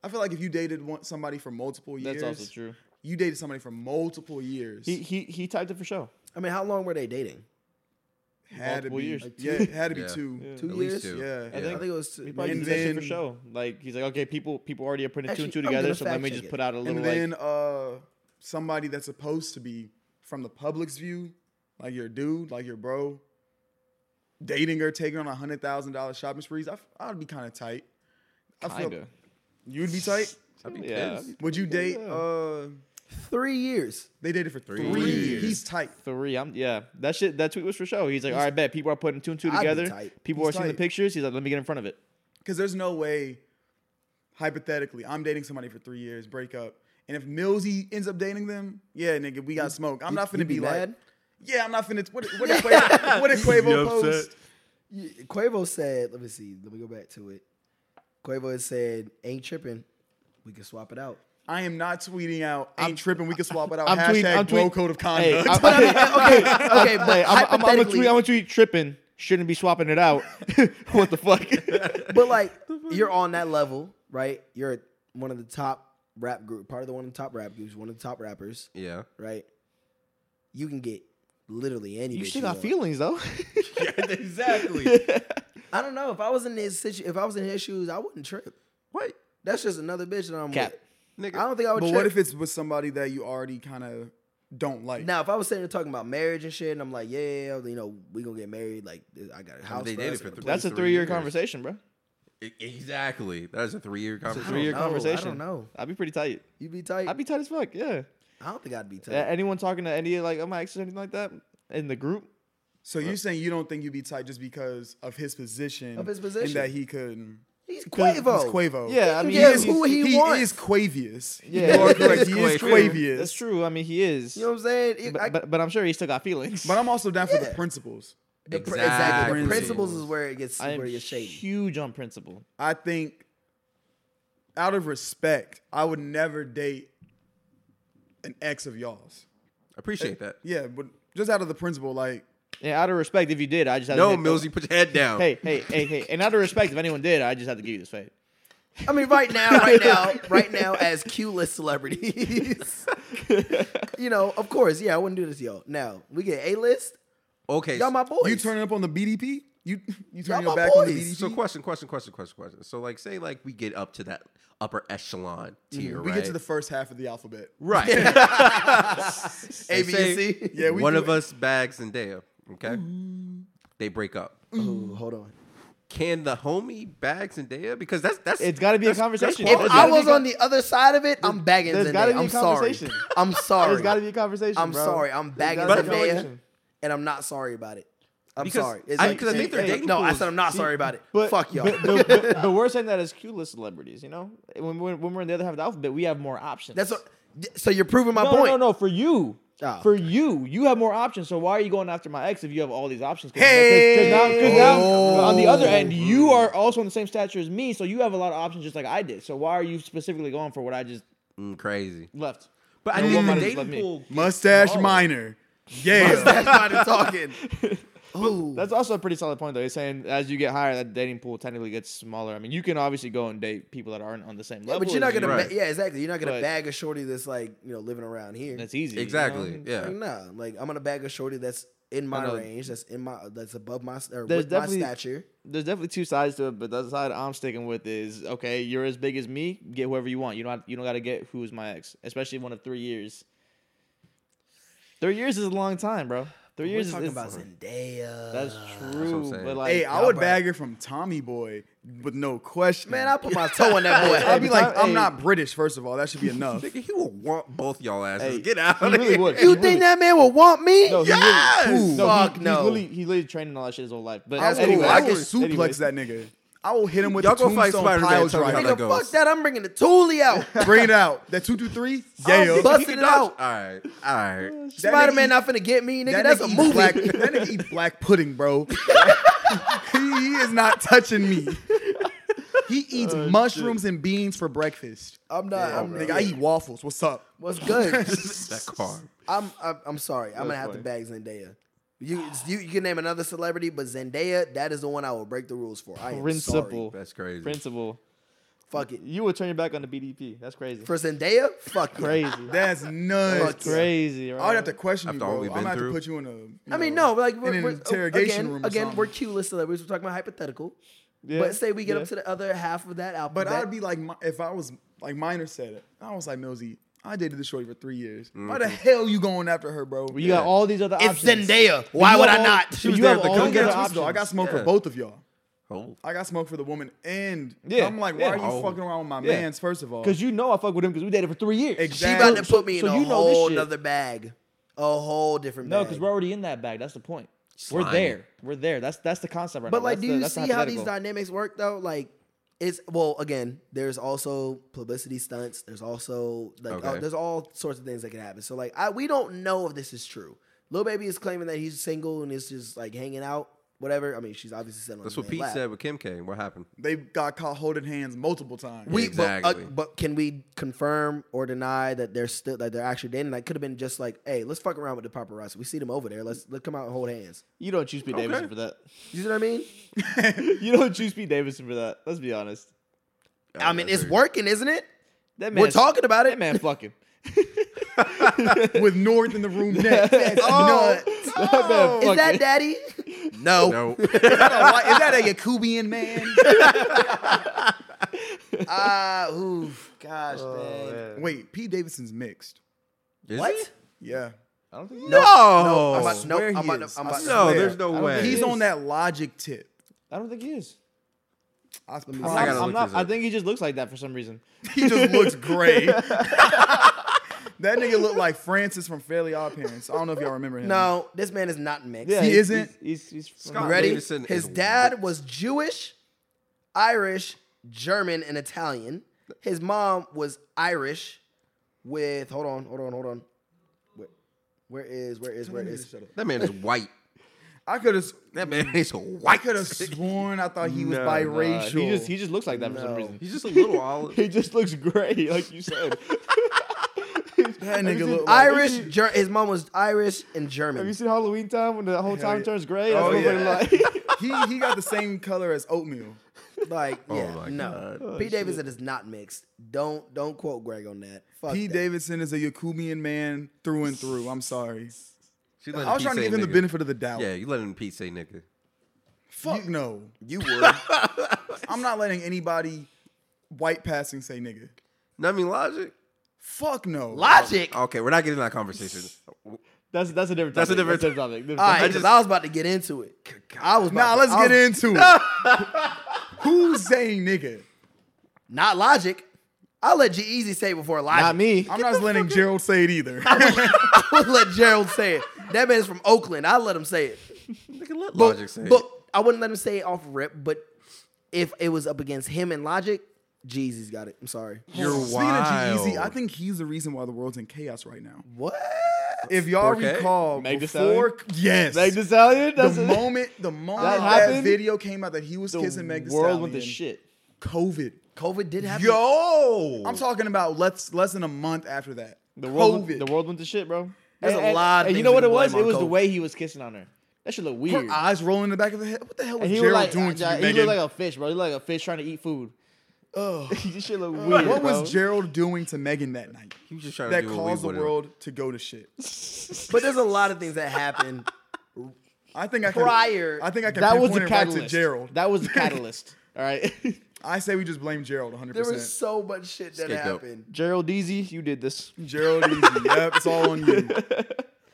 Speaker 6: I feel like if you dated one, somebody for multiple years,
Speaker 5: That's also true.
Speaker 6: You dated somebody for multiple years.
Speaker 5: He he he typed it for show.
Speaker 4: I mean, how long were they dating?
Speaker 6: had to
Speaker 5: multiple
Speaker 6: be,
Speaker 5: years.
Speaker 6: yeah, it had to be
Speaker 7: Yeah.
Speaker 6: two.
Speaker 4: Two
Speaker 7: At
Speaker 4: years.
Speaker 7: least two.
Speaker 6: Yeah. I
Speaker 7: yeah.
Speaker 5: think-
Speaker 4: I think it was.
Speaker 5: He
Speaker 4: Two,
Speaker 5: probably
Speaker 6: And
Speaker 5: did that shit for
Speaker 6: then-
Speaker 5: show. Like he's like, okay, people people already are putting two and two
Speaker 4: Actually, I'm
Speaker 5: together,
Speaker 4: gonna
Speaker 5: so let
Speaker 4: fact
Speaker 5: me
Speaker 4: check
Speaker 5: just
Speaker 4: it.
Speaker 5: put out a little
Speaker 6: And
Speaker 5: like
Speaker 6: then uh, somebody that's supposed to be from the public's view, like your dude, like your bro, dating her, taking her on a hundred thousand dollar shopping sprees. I, would be kind of tight. I feel
Speaker 5: kinda.
Speaker 6: you'd be tight.
Speaker 7: I'd be
Speaker 5: Yeah.
Speaker 7: pissed.
Speaker 6: Would you date? uh
Speaker 4: Three years.
Speaker 6: They dated for three, years. He's tight.
Speaker 5: Three. I'm yeah. That shit. That tweet was for show. He's like, all right, bet people are putting two and two
Speaker 4: I'd be
Speaker 5: together.
Speaker 4: tight.
Speaker 5: People
Speaker 6: He's
Speaker 5: are seeing the
Speaker 6: tight.
Speaker 5: pictures. He's like, let me get in front of it.
Speaker 6: Because there's no way, hypothetically, I'm dating somebody for three years, break up, and if Millsy ends up dating them, yeah, nigga, we got smoke. I'm not finna
Speaker 4: you'd
Speaker 6: be,
Speaker 4: be
Speaker 6: like,
Speaker 4: mad?
Speaker 6: yeah, I'm not finna. What, what, did Quavo, what did Quavo
Speaker 7: upset.
Speaker 6: post?
Speaker 4: Y- Quavo said, let me see, let me go back to it. Quavo had said, ain't tripping. We can swap it out.
Speaker 6: I am not tweeting out. Ain't tripping. We can swap it out.
Speaker 5: I'm tweeting.
Speaker 6: Hashtag
Speaker 5: I'm
Speaker 6: bro
Speaker 5: tweeting.
Speaker 6: code of
Speaker 5: Hey,
Speaker 6: conduct.
Speaker 5: I'm, I'm,
Speaker 4: okay, okay, but
Speaker 5: hey, I'm, I'm, I'm gonna
Speaker 4: hypothetically,
Speaker 5: tweet. I'm gonna tweet tripping. Shouldn't be swapping it out. what the fuck?
Speaker 4: but like you're on that level, right? You're one of the top rap group, part of the one of the top rap groups, one of the top rappers,
Speaker 7: Yeah.
Speaker 4: right? You can get literally any.
Speaker 5: you
Speaker 4: bitch
Speaker 5: still got
Speaker 4: want.
Speaker 5: feelings though.
Speaker 7: exactly.
Speaker 4: I don't know if I was in his situ- if I was in his shoes, I wouldn't trip.
Speaker 7: what?
Speaker 4: That's just another bitch that I'm
Speaker 5: Cap.
Speaker 4: with.
Speaker 7: Nigga.
Speaker 4: I don't think I would.
Speaker 6: But
Speaker 4: trip.
Speaker 6: what if it's with somebody that you already kind of don't like?
Speaker 4: now if I was sitting there talking about marriage and shit, and I'm like, yeah, yeah, yeah, you know, we gonna get married. Like I got a house.
Speaker 7: they
Speaker 4: for
Speaker 7: dated
Speaker 4: us
Speaker 7: for
Speaker 4: and a
Speaker 7: three-
Speaker 4: place.
Speaker 5: That's a
Speaker 7: Three
Speaker 5: three-year
Speaker 7: years.
Speaker 5: conversation, bro.
Speaker 7: E- Exactly. That is a three-year conversation.
Speaker 5: Three-year
Speaker 4: know. I don't
Speaker 5: conversation.
Speaker 4: know.
Speaker 5: I'd be pretty tight.
Speaker 4: You be tight.
Speaker 5: I'd be tight as fuck. Yeah.
Speaker 4: I don't think I'd be tight.
Speaker 5: A- Anyone talking to any like of my exes or anything like that in the group?
Speaker 6: So you're saying you don't think you'd be tight just because of his position,
Speaker 4: Of his position.
Speaker 6: and that he could.
Speaker 4: He's
Speaker 6: Because he's
Speaker 4: Quavo.
Speaker 6: Quavo.
Speaker 5: Yeah, I mean,
Speaker 4: get
Speaker 5: he's-
Speaker 4: who he,
Speaker 6: he
Speaker 4: wants.
Speaker 6: is Quavius.
Speaker 5: Yeah.
Speaker 6: you are correct. He is
Speaker 7: Quavius.
Speaker 6: Quavius.
Speaker 5: That's true. I mean, he is.
Speaker 4: you know what I'm saying? It- I-
Speaker 5: but, but, but I'm sure he still got feelings.
Speaker 6: But I'm also down for the
Speaker 4: Yeah.
Speaker 6: principles.
Speaker 4: The pr- exactly.
Speaker 6: Exactly.
Speaker 4: The principles is where it gets
Speaker 5: I am
Speaker 4: where it gets shady.
Speaker 5: huge on principle.
Speaker 6: I think, out of respect, I would never date an ex of y'all's.
Speaker 7: Appreciate that.
Speaker 6: Yeah, but just out of the principle, like
Speaker 5: And out of respect, if you did, I just had
Speaker 7: No,
Speaker 5: to make-
Speaker 7: Millsy, put your head down.
Speaker 5: Hey, hey, hey, hey! And out of respect, if anyone did, I just had to give you this fate.
Speaker 4: I mean, right now, right now, right now, as Q list celebrities, you know, of course, yeah, I wouldn't do this, to y'all. Now we get A list.
Speaker 7: Okay.
Speaker 4: Y'all my boys.
Speaker 6: you turning up on the BDP. You you turning
Speaker 4: Y'all my
Speaker 6: your back on the
Speaker 4: boys.
Speaker 6: BDP.
Speaker 7: So question, question, question, question, question. So like, say like we get up to that upper echelon tier,
Speaker 6: we
Speaker 7: right?
Speaker 6: get to the first half of the alphabet.
Speaker 7: right.
Speaker 4: A, B, and C.
Speaker 6: Yeah, we
Speaker 7: one
Speaker 6: do
Speaker 7: of us bags and Dale. Okay, they break up.
Speaker 4: Ooh, hold on.
Speaker 7: Can the homie bags and Dale? Because that's that's
Speaker 5: It's got to be a
Speaker 7: that's- that's
Speaker 5: conversation.
Speaker 7: quality.
Speaker 4: If
Speaker 5: There's
Speaker 4: I
Speaker 5: gotta be
Speaker 4: was
Speaker 5: a-
Speaker 4: on the other side of it, I'm bagging
Speaker 5: there's
Speaker 4: Zendaya.
Speaker 5: gotta be a
Speaker 4: I'm sorry.
Speaker 5: conversation.
Speaker 4: I'm sorry.
Speaker 5: There's got to be a conversation.
Speaker 4: I'm
Speaker 5: bro.
Speaker 4: sorry. I'm
Speaker 5: There's
Speaker 4: bagging
Speaker 5: gotta be a
Speaker 4: Zendaya,
Speaker 5: conversation.
Speaker 4: and I'm not sorry about it. I'm
Speaker 7: Because-
Speaker 4: sorry. It's
Speaker 7: I-
Speaker 4: like-
Speaker 7: 'cause I think their
Speaker 4: Hey,
Speaker 7: dating
Speaker 4: No, I
Speaker 7: pool
Speaker 4: said
Speaker 7: is
Speaker 4: I'm not
Speaker 7: deep.
Speaker 4: sorry about it.
Speaker 5: But,
Speaker 4: Fuck y'all.
Speaker 5: But, but, but, but we're saying that as Q list celebrities, you know. When we're, when we're in the other half of the alphabet, we have more options.
Speaker 4: That's what. So you're proving my
Speaker 5: No,
Speaker 4: point.
Speaker 5: no, no. For you,
Speaker 4: Oh.
Speaker 5: for you, you have more options. So why are you going after my ex if you have all these options? Cause, 'cause
Speaker 6: Hey!
Speaker 5: now, 'cause now
Speaker 4: Oh.
Speaker 5: on the other end, you are also on the same stature as me, so you have a lot of options just like I did. So why are you specifically going for what I just
Speaker 7: Mm, crazy.
Speaker 5: left?
Speaker 7: But I
Speaker 5: No
Speaker 7: think
Speaker 5: woman
Speaker 7: the
Speaker 5: has
Speaker 7: dating
Speaker 5: loved me.
Speaker 7: pool.
Speaker 6: Mustache minor. Oh. Yeah.
Speaker 4: Everybody talking. Ooh.
Speaker 5: That's also a pretty solid point, though. He's saying as you get higher, that dating pool technically gets smaller. I mean, you can obviously go and date people that aren't on the same level.
Speaker 4: but you're not
Speaker 5: as you.
Speaker 4: gonna,
Speaker 7: Right.
Speaker 4: ba- yeah, exactly. You're not gonna
Speaker 5: But-
Speaker 4: bag a shorty that's like you know living around here.
Speaker 5: That's easy. you know?
Speaker 7: Exactly.
Speaker 4: Like,
Speaker 7: Yeah.
Speaker 4: nah, like I'm gonna bag a shorty that's in my
Speaker 5: know.
Speaker 4: range, that's in my, that's above my, or
Speaker 5: There's
Speaker 4: with my
Speaker 5: definitely-
Speaker 4: stature.
Speaker 5: There's definitely two sides to it, but the side I'm sticking with is okay. You're as big as me. Get whoever you want. You don't. Have, you don't got to get who's my ex, especially one of three years. Three years is a long time, bro. Three
Speaker 4: We're
Speaker 5: years.
Speaker 4: talking
Speaker 5: is,
Speaker 4: about uh, Zendaya.
Speaker 5: That's true,
Speaker 7: saying.
Speaker 5: but like,
Speaker 6: hey, I would bag her from Tommy Boy with no question.
Speaker 4: Man, I put my toe in that boy.
Speaker 6: I'd be like,
Speaker 5: Hey.
Speaker 6: I'm not British, first of all. That should be enough.
Speaker 7: Nigga, he will want both y'all asses.
Speaker 5: Hey,
Speaker 7: Get out.
Speaker 5: he
Speaker 7: of
Speaker 5: really
Speaker 7: here.
Speaker 5: would.
Speaker 4: you
Speaker 5: He
Speaker 4: think
Speaker 5: really-
Speaker 4: that man would want me?
Speaker 5: No, he
Speaker 7: Yes!
Speaker 5: really, no,
Speaker 4: Fuck
Speaker 5: he,
Speaker 4: no.
Speaker 5: He's really, he's literally training all that shit his whole life. But
Speaker 6: I will,
Speaker 5: anyways,
Speaker 6: I will
Speaker 5: anyways,
Speaker 6: suplex that nigga. I will hit him with
Speaker 7: Y'all
Speaker 6: a
Speaker 7: go fight
Speaker 6: tombstone
Speaker 7: Spider-Man,
Speaker 6: pile
Speaker 7: tell me how
Speaker 6: driver.
Speaker 4: Nigga,
Speaker 7: that
Speaker 4: fuck
Speaker 7: goes.
Speaker 4: that. I'm bringing the Thule out.
Speaker 6: Bring it out. That 223? Yeah.
Speaker 4: I'll bust it
Speaker 7: All
Speaker 4: out.
Speaker 7: right. All right.
Speaker 6: That nigga
Speaker 4: Spider Man
Speaker 6: eat-
Speaker 4: not finna get me, nigga.
Speaker 6: that
Speaker 4: that's
Speaker 6: nigga
Speaker 4: a
Speaker 6: eat
Speaker 4: movie.
Speaker 6: Black, that nigga eat black pudding, bro. he, he is not touching me. He eats
Speaker 4: Oh,
Speaker 6: mushrooms and beans for breakfast.
Speaker 4: I'm not. I'm,
Speaker 6: Nigga, I eat waffles. What's up?
Speaker 4: What's good?
Speaker 7: That car.
Speaker 4: I'm I'm, I'm sorry. I'm gonna have to bag Zendaya. You, you you can name another celebrity, but Zendaya, that is the one I will break the rules for. I am
Speaker 5: principle,
Speaker 7: That's crazy.
Speaker 5: principle.
Speaker 4: sorry. Fuck it.
Speaker 5: You would turn your back on the BDP. That's crazy.
Speaker 4: For Zendaya, fuck yeah.
Speaker 5: crazy.
Speaker 6: That's nuts.
Speaker 4: Fuck yeah.
Speaker 5: crazy.
Speaker 6: I
Speaker 5: Right?
Speaker 6: would have to question you,
Speaker 7: After all
Speaker 6: bro. I'm
Speaker 7: we've
Speaker 6: gonna
Speaker 7: been
Speaker 6: have to
Speaker 7: through.
Speaker 6: put you in a. you
Speaker 4: I mean,
Speaker 6: know,
Speaker 4: no, like we're,
Speaker 6: in an
Speaker 4: we're-
Speaker 6: interrogation
Speaker 4: again,
Speaker 6: room. Or
Speaker 4: again,
Speaker 6: something.
Speaker 4: we're Q-list celebrities. We're talking about hypothetical,
Speaker 5: Yeah,
Speaker 4: but say we get
Speaker 5: yeah.
Speaker 4: up to the other half of that album.
Speaker 6: But I'd be like, mi- if I was like Minor said it, I was like Millsy. I dated this shorty for three years. Why the hell you going after her, bro?
Speaker 5: Mm-hmm. You got all these other
Speaker 4: it's
Speaker 5: options.
Speaker 4: Zendaya. Why would I not?
Speaker 5: She was you
Speaker 7: there
Speaker 5: have
Speaker 7: at the
Speaker 5: all
Speaker 6: Don't
Speaker 5: these
Speaker 6: get
Speaker 5: other
Speaker 6: it twisted. though. I
Speaker 5: options.
Speaker 6: got smoke
Speaker 7: Yeah.
Speaker 6: for both of y'all.
Speaker 7: Oh,
Speaker 6: I got smoke for the woman, and
Speaker 5: Yeah,
Speaker 6: I'm like, why
Speaker 5: yeah.
Speaker 6: are you
Speaker 7: Oh.
Speaker 6: fucking around with my
Speaker 5: Yeah.
Speaker 6: man's? First of all,
Speaker 5: Because you know I fuck with him because we dated for three years.
Speaker 6: exactly.
Speaker 4: She about to put me in
Speaker 5: So
Speaker 4: a
Speaker 5: you know this
Speaker 4: whole
Speaker 5: shit.
Speaker 4: nother bag. A whole different
Speaker 5: No,
Speaker 4: bag.
Speaker 5: because we're already in that bag. That's the point. We're
Speaker 7: Slimy.
Speaker 5: there. We're there. That's that's the concept right now.
Speaker 4: But like,
Speaker 5: That's
Speaker 4: do
Speaker 5: the-
Speaker 4: you
Speaker 5: that's the
Speaker 4: see how these
Speaker 5: hypothetical.
Speaker 4: dynamics work though? Like, it's well, again, there's also publicity stunts. There's also like,
Speaker 7: Okay.
Speaker 4: uh, there's all sorts of things that can happen. So like, I we don't know if this is true. Lil baby is claiming that he's single and is just like hanging out, whatever. I mean, she's obviously sitting on.
Speaker 7: that's
Speaker 4: the
Speaker 7: what
Speaker 4: man
Speaker 7: Pete
Speaker 4: lap.
Speaker 7: said with Kim K. What happened?
Speaker 6: they got caught holding hands multiple times.
Speaker 4: We,
Speaker 7: Exactly.
Speaker 4: But, uh, but can we confirm or deny that they're still that they're actually dating? That could have been just like, hey, let's fuck around with the paparazzi. We see them over there. Let's let come out and hold hands.
Speaker 5: You don't choose Pete Davidson for that.
Speaker 4: You see what I mean?
Speaker 5: You don't choose Pete Davidson for that. Let's be honest.
Speaker 4: I mean, it's working, isn't it?
Speaker 5: That
Speaker 4: We're
Speaker 5: man's-
Speaker 4: talking about it.
Speaker 5: That man fucking.
Speaker 6: with North in the room next. That's
Speaker 5: Oh,
Speaker 6: nuts.
Speaker 5: That man
Speaker 4: Is that
Speaker 5: fucking.
Speaker 4: daddy? no.
Speaker 7: No,
Speaker 6: Why- Is that a Yacubian man?
Speaker 4: Ah, oof. Gosh,
Speaker 7: Oh,
Speaker 4: man.
Speaker 6: Wait, Pete Davidson's mixed.
Speaker 7: Is
Speaker 4: What?
Speaker 7: he? Oh,
Speaker 6: Yeah.
Speaker 5: I don't think.
Speaker 7: No,
Speaker 4: No, I'm about,
Speaker 6: I
Speaker 4: no,
Speaker 6: swear
Speaker 4: I'm
Speaker 6: he
Speaker 4: about,
Speaker 6: is.
Speaker 4: I'm
Speaker 6: I
Speaker 4: about,
Speaker 7: no,
Speaker 6: swear.
Speaker 7: there's no
Speaker 5: don't
Speaker 7: way.
Speaker 5: think
Speaker 6: He's
Speaker 5: Yes.
Speaker 6: on that logic tip.
Speaker 5: I don't think he is.
Speaker 6: I
Speaker 5: I'm,
Speaker 7: gotta
Speaker 6: promise.
Speaker 7: look
Speaker 5: I'm not.
Speaker 7: this up.
Speaker 5: I think he just looks like that for some reason.
Speaker 6: He just looks gray. that nigga looked like Francis from Fairly Odd Parents. I don't know if y'all remember him.
Speaker 4: no, this man is not mixed.
Speaker 5: Yeah,
Speaker 6: He
Speaker 5: he's-
Speaker 6: isn't?
Speaker 5: He's he's, he's from-
Speaker 7: Scott
Speaker 4: You ready?
Speaker 7: Davidson
Speaker 4: His
Speaker 7: is
Speaker 4: dad was Jewish, Irish, German, and Italian. His mom was Irish with, hold on, hold on, hold on. Where, where is, where is, where is?
Speaker 7: That man is white.
Speaker 6: I could have.
Speaker 7: That man is
Speaker 6: I
Speaker 7: white.
Speaker 6: could have sworn I thought he was
Speaker 7: No,
Speaker 5: Uh,
Speaker 6: biracial.
Speaker 5: he just he just looks like that for some reason.
Speaker 7: He's just a little olive.
Speaker 5: He just looks gray, like you said.
Speaker 6: that nigga looked like
Speaker 4: Irish, Ger- his mom was Irish and
Speaker 5: Have
Speaker 4: German.
Speaker 5: you seen Halloween time when the whole town
Speaker 6: yeah.
Speaker 5: turns gray?
Speaker 6: Oh,
Speaker 5: That's what
Speaker 6: yeah.
Speaker 5: we're like.
Speaker 6: he he got the same color as oatmeal.
Speaker 4: Like, yeah,
Speaker 7: Oh my
Speaker 4: no. Pete Davidson is not mixed. Don't, don't quote Greg on that. Fuck
Speaker 6: Pete
Speaker 4: that.
Speaker 6: Davidson is a Yacubian man through and through. I'm sorry.
Speaker 7: She letting
Speaker 6: I was
Speaker 7: Pete
Speaker 6: trying to
Speaker 7: say
Speaker 6: give him the
Speaker 7: nigga.
Speaker 6: benefit of the doubt.
Speaker 7: Yeah, you letting Pete say nigga.
Speaker 6: Fuck no.
Speaker 4: You would.
Speaker 6: I'm not letting anybody white passing say nigga.
Speaker 7: No, I mean logic.
Speaker 6: Fuck no.
Speaker 4: Logic.
Speaker 7: Okay, we're not getting that conversation.
Speaker 5: That's that's a different. Topic.
Speaker 7: That's a different-
Speaker 5: topic. Different
Speaker 4: All right,
Speaker 5: topic.
Speaker 4: because I was about to get into it. I was about
Speaker 6: Nah,
Speaker 4: to-
Speaker 6: let's
Speaker 4: I
Speaker 6: get
Speaker 4: was-
Speaker 6: into it. Who's saying nigga?
Speaker 4: Not logic. I'll let G Easy say it before logic.
Speaker 5: Not me.
Speaker 6: I'm not letting Gerald say it either.
Speaker 4: I would let Gerald say it. That man's from Oakland. I'll let him say it.
Speaker 7: Nigga, let
Speaker 4: But,
Speaker 7: logic say. it.
Speaker 4: but I wouldn't let him say it off rip. But if it was up against him and Logic, Jeezy's got it. I'm sorry.
Speaker 7: you're
Speaker 6: Speaking of G-Eazy,
Speaker 7: wild.
Speaker 6: E I think he's the reason why the world's in chaos right now.
Speaker 4: What?
Speaker 6: If y'all
Speaker 7: 4K?
Speaker 6: recall,
Speaker 5: Meg Thee
Speaker 6: before yes,
Speaker 5: Meg Thee Stallion. That's
Speaker 6: the
Speaker 5: a-
Speaker 6: moment the moment
Speaker 5: That
Speaker 6: that,
Speaker 5: happened?
Speaker 6: video came out that he was
Speaker 5: the
Speaker 6: kissing Meg Thee
Speaker 5: world with the
Speaker 6: Stallion,
Speaker 5: shit.
Speaker 6: COVID.
Speaker 4: COVID did happen.
Speaker 7: Yo,
Speaker 6: I'm talking about less less than a month after that.
Speaker 5: The world.
Speaker 6: COVID.
Speaker 5: Went, the world went to shit, bro.
Speaker 4: There's
Speaker 5: and,
Speaker 4: a lot of
Speaker 5: And, and
Speaker 4: things
Speaker 5: you know
Speaker 4: we
Speaker 5: what it
Speaker 4: can
Speaker 5: was?
Speaker 4: blame
Speaker 5: It
Speaker 4: on
Speaker 5: was the
Speaker 4: COVID.
Speaker 5: way he was kissing on her. That should look weird.
Speaker 6: Her eyes rolling in the back of the head. What the hell was
Speaker 5: And he
Speaker 6: Gerald
Speaker 5: looked like
Speaker 6: doing to you,
Speaker 5: uh, he
Speaker 6: Megan?
Speaker 5: looked like a fish, bro. He looked like a fish trying to eat food. Oh, this shit look weird.
Speaker 6: what
Speaker 5: bro.
Speaker 6: was Gerald doing to Megan that night?
Speaker 7: he was just trying
Speaker 6: That
Speaker 7: to do what we
Speaker 6: caused the
Speaker 7: would've-
Speaker 6: world to go to shit.
Speaker 4: But there's a lot of things that happen.
Speaker 6: I think I can,
Speaker 4: Prior-
Speaker 6: I think I can
Speaker 5: That was the
Speaker 6: pinpoint it right to
Speaker 5: catalyst.
Speaker 6: Gerald.
Speaker 5: That was the catalyst. All right,
Speaker 6: I say we just blame Gerald 100.
Speaker 4: There was
Speaker 6: percent
Speaker 4: so much shit that
Speaker 7: Scapegoat.
Speaker 4: happened.
Speaker 5: Gerald Deasy, you did this.
Speaker 6: Gerald, easy. yep, it's all on you.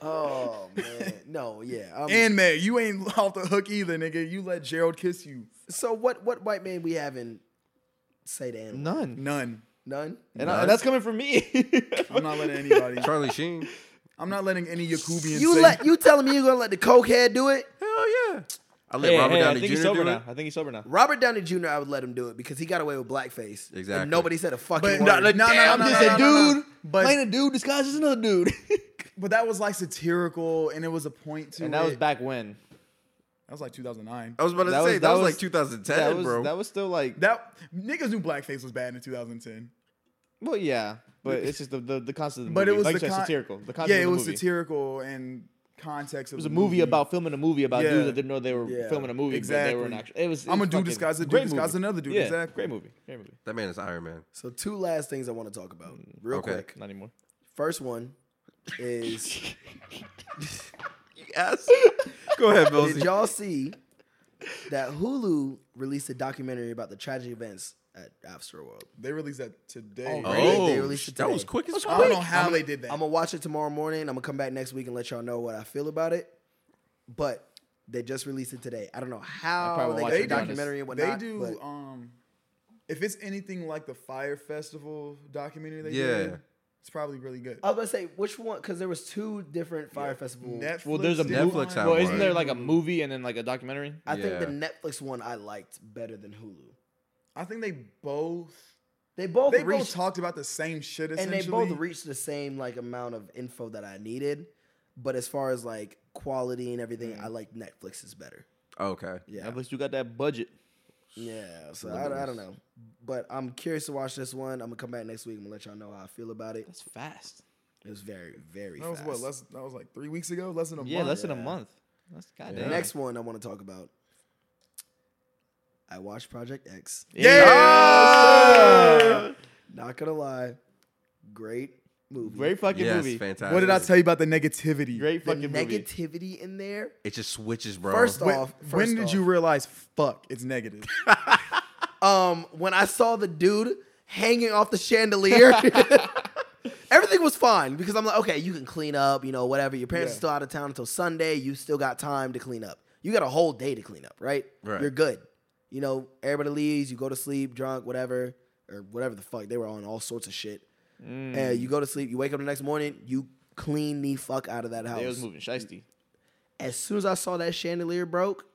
Speaker 4: Oh man. No, yeah. Um,
Speaker 6: And man, you ain't off the hook either, nigga. You let Gerald kiss you.
Speaker 4: so what? What white man we having? Say to animal?
Speaker 5: None.
Speaker 6: None.
Speaker 4: None.
Speaker 5: And, I, and that's coming from me.
Speaker 6: I'm not letting anybody.
Speaker 7: Charlie Sheen.
Speaker 6: I'm not letting any Yacubian.
Speaker 4: You
Speaker 6: say,
Speaker 4: let you telling me you're gonna let the cokehead do it?
Speaker 7: Hell yeah. I let
Speaker 5: Hey,
Speaker 7: Robert
Speaker 5: hey, I think
Speaker 7: Downey Jr.
Speaker 5: he's
Speaker 7: do
Speaker 5: sober
Speaker 7: it.
Speaker 5: now. I think he's sober now.
Speaker 4: Robert Downey Jr. I would let him do it because he got away with blackface. And
Speaker 7: Exactly.
Speaker 4: nobody said a fucking
Speaker 6: But
Speaker 4: word.
Speaker 6: no, no, no, no,
Speaker 5: I'm
Speaker 6: no,
Speaker 5: just
Speaker 6: no,
Speaker 5: a
Speaker 6: no, no.
Speaker 5: dude
Speaker 6: But-
Speaker 5: playing a dude disguised as another dude.
Speaker 6: But that was like satirical, and it was a point to.
Speaker 5: and that was
Speaker 6: it.
Speaker 5: back when.
Speaker 6: That was like 2009.
Speaker 7: I was about to
Speaker 5: That
Speaker 7: say
Speaker 5: was-
Speaker 7: that
Speaker 5: that
Speaker 7: was,
Speaker 5: was-
Speaker 7: like 2010,
Speaker 5: that was
Speaker 7: bro.
Speaker 5: that was still like
Speaker 6: That niggas knew blackface was bad in 2010.
Speaker 5: well yeah, but it's just the the, the concept. Of the
Speaker 6: But
Speaker 5: movie.
Speaker 6: it was
Speaker 5: like
Speaker 6: the
Speaker 5: you said,
Speaker 6: con-
Speaker 5: satirical. The concept
Speaker 6: Yeah,
Speaker 5: of
Speaker 6: it
Speaker 5: the
Speaker 6: was
Speaker 5: movie.
Speaker 6: satirical and context.
Speaker 5: It was a movie about filming a movie about
Speaker 6: Yeah.
Speaker 5: dudes that didn't know they were
Speaker 4: Yeah.
Speaker 5: filming a movie, but they were an
Speaker 6: Exactly.
Speaker 5: actual. It was. it
Speaker 6: I'm a
Speaker 5: was
Speaker 6: dude
Speaker 5: fucking-
Speaker 6: disguised as a dude
Speaker 5: great
Speaker 6: disguised
Speaker 5: movie.
Speaker 6: another dude.
Speaker 5: Yeah,
Speaker 6: Exactly.
Speaker 5: Great movie. Great movie.
Speaker 7: that man is Iron Man.
Speaker 4: So two last things I want to talk about, real
Speaker 7: Okay.
Speaker 4: quick.
Speaker 5: Not anymore.
Speaker 4: First one is
Speaker 7: Yes. Go ahead,
Speaker 4: did
Speaker 7: Millsy.
Speaker 4: y'all see that Hulu released a documentary about the tragic events at After World?
Speaker 6: They released that today.
Speaker 4: Oh, They
Speaker 7: Oh,
Speaker 4: released
Speaker 7: sh-
Speaker 4: it
Speaker 7: that
Speaker 4: today.
Speaker 7: was quick as
Speaker 6: I
Speaker 7: fuck.
Speaker 6: don't know how they did that.
Speaker 4: I'm gonna watch it tomorrow morning. I'm gonna come back next week and let y'all know what I feel about it. But They just released it today. I don't know
Speaker 5: I
Speaker 4: how
Speaker 5: probably
Speaker 4: they
Speaker 5: watched
Speaker 4: got
Speaker 5: it
Speaker 4: the
Speaker 5: during this-
Speaker 4: documentary and
Speaker 6: They
Speaker 4: whatnot.
Speaker 6: do.
Speaker 4: but-
Speaker 6: Um, if it's anything like the Fire Festival documentary, they
Speaker 7: Yeah.
Speaker 6: did, it's probably really good.
Speaker 4: I was gonna say which one because there was two different fire festivals.
Speaker 6: Netflix.
Speaker 5: Well, there's a
Speaker 6: did
Speaker 7: Netflix
Speaker 6: one.
Speaker 7: had
Speaker 5: Well, isn't
Speaker 7: one.
Speaker 5: there like a movie and then like a documentary?
Speaker 4: I think the
Speaker 7: Yeah.
Speaker 4: Netflix one I liked better than Hulu.
Speaker 6: I think they both.
Speaker 4: They both
Speaker 6: They both
Speaker 4: reached
Speaker 6: talked about the same shit.
Speaker 4: and
Speaker 6: Essentially,
Speaker 4: they both reached the same like amount of info that I needed. But as far as like quality and everything,
Speaker 6: Mm.
Speaker 4: I like Netflix is better.
Speaker 7: Okay.
Speaker 4: Yeah.
Speaker 5: At least you got that budget.
Speaker 4: Yeah, so I, I don't know, but I'm curious to watch this one. I'm gonna come back next week and let y'all know how I feel about it.
Speaker 5: That's fast.
Speaker 4: It was very, very
Speaker 6: That was
Speaker 4: fast.
Speaker 6: what? Less, that was like three weeks ago. Less than a
Speaker 5: Yeah,
Speaker 6: month.
Speaker 5: less than a month. That's goddamn.
Speaker 4: the next one I want to talk about. I watched Project X. Not gonna lie, great movie.
Speaker 5: Great fucking
Speaker 7: Yes,
Speaker 5: movie.
Speaker 7: fantastic.
Speaker 6: What did I tell you about the negativity?
Speaker 5: Great
Speaker 4: the
Speaker 5: fucking movie.
Speaker 4: negativity in there.
Speaker 7: It just switches, bro.
Speaker 4: First
Speaker 6: When,
Speaker 4: off, first
Speaker 6: when did
Speaker 4: off,
Speaker 6: you realize? Fuck, it's negative.
Speaker 4: Um, when I saw the dude hanging off the chandelier, everything was fine because I'm like, okay, you can clean up, you know, whatever. Your parents are
Speaker 6: Yeah.
Speaker 4: still out of town until Sunday. You still got time to clean up. You got a whole day to clean up, right?
Speaker 7: Right.
Speaker 4: You're good. You know, everybody leaves. You go to sleep, drunk, whatever, or whatever the fuck. They were on all sorts of shit.
Speaker 5: Mm.
Speaker 4: And you go to sleep. You wake up the next morning. You clean the fuck out of that house
Speaker 5: They was moving shiesty.
Speaker 4: as soon as I saw that chandelier broke,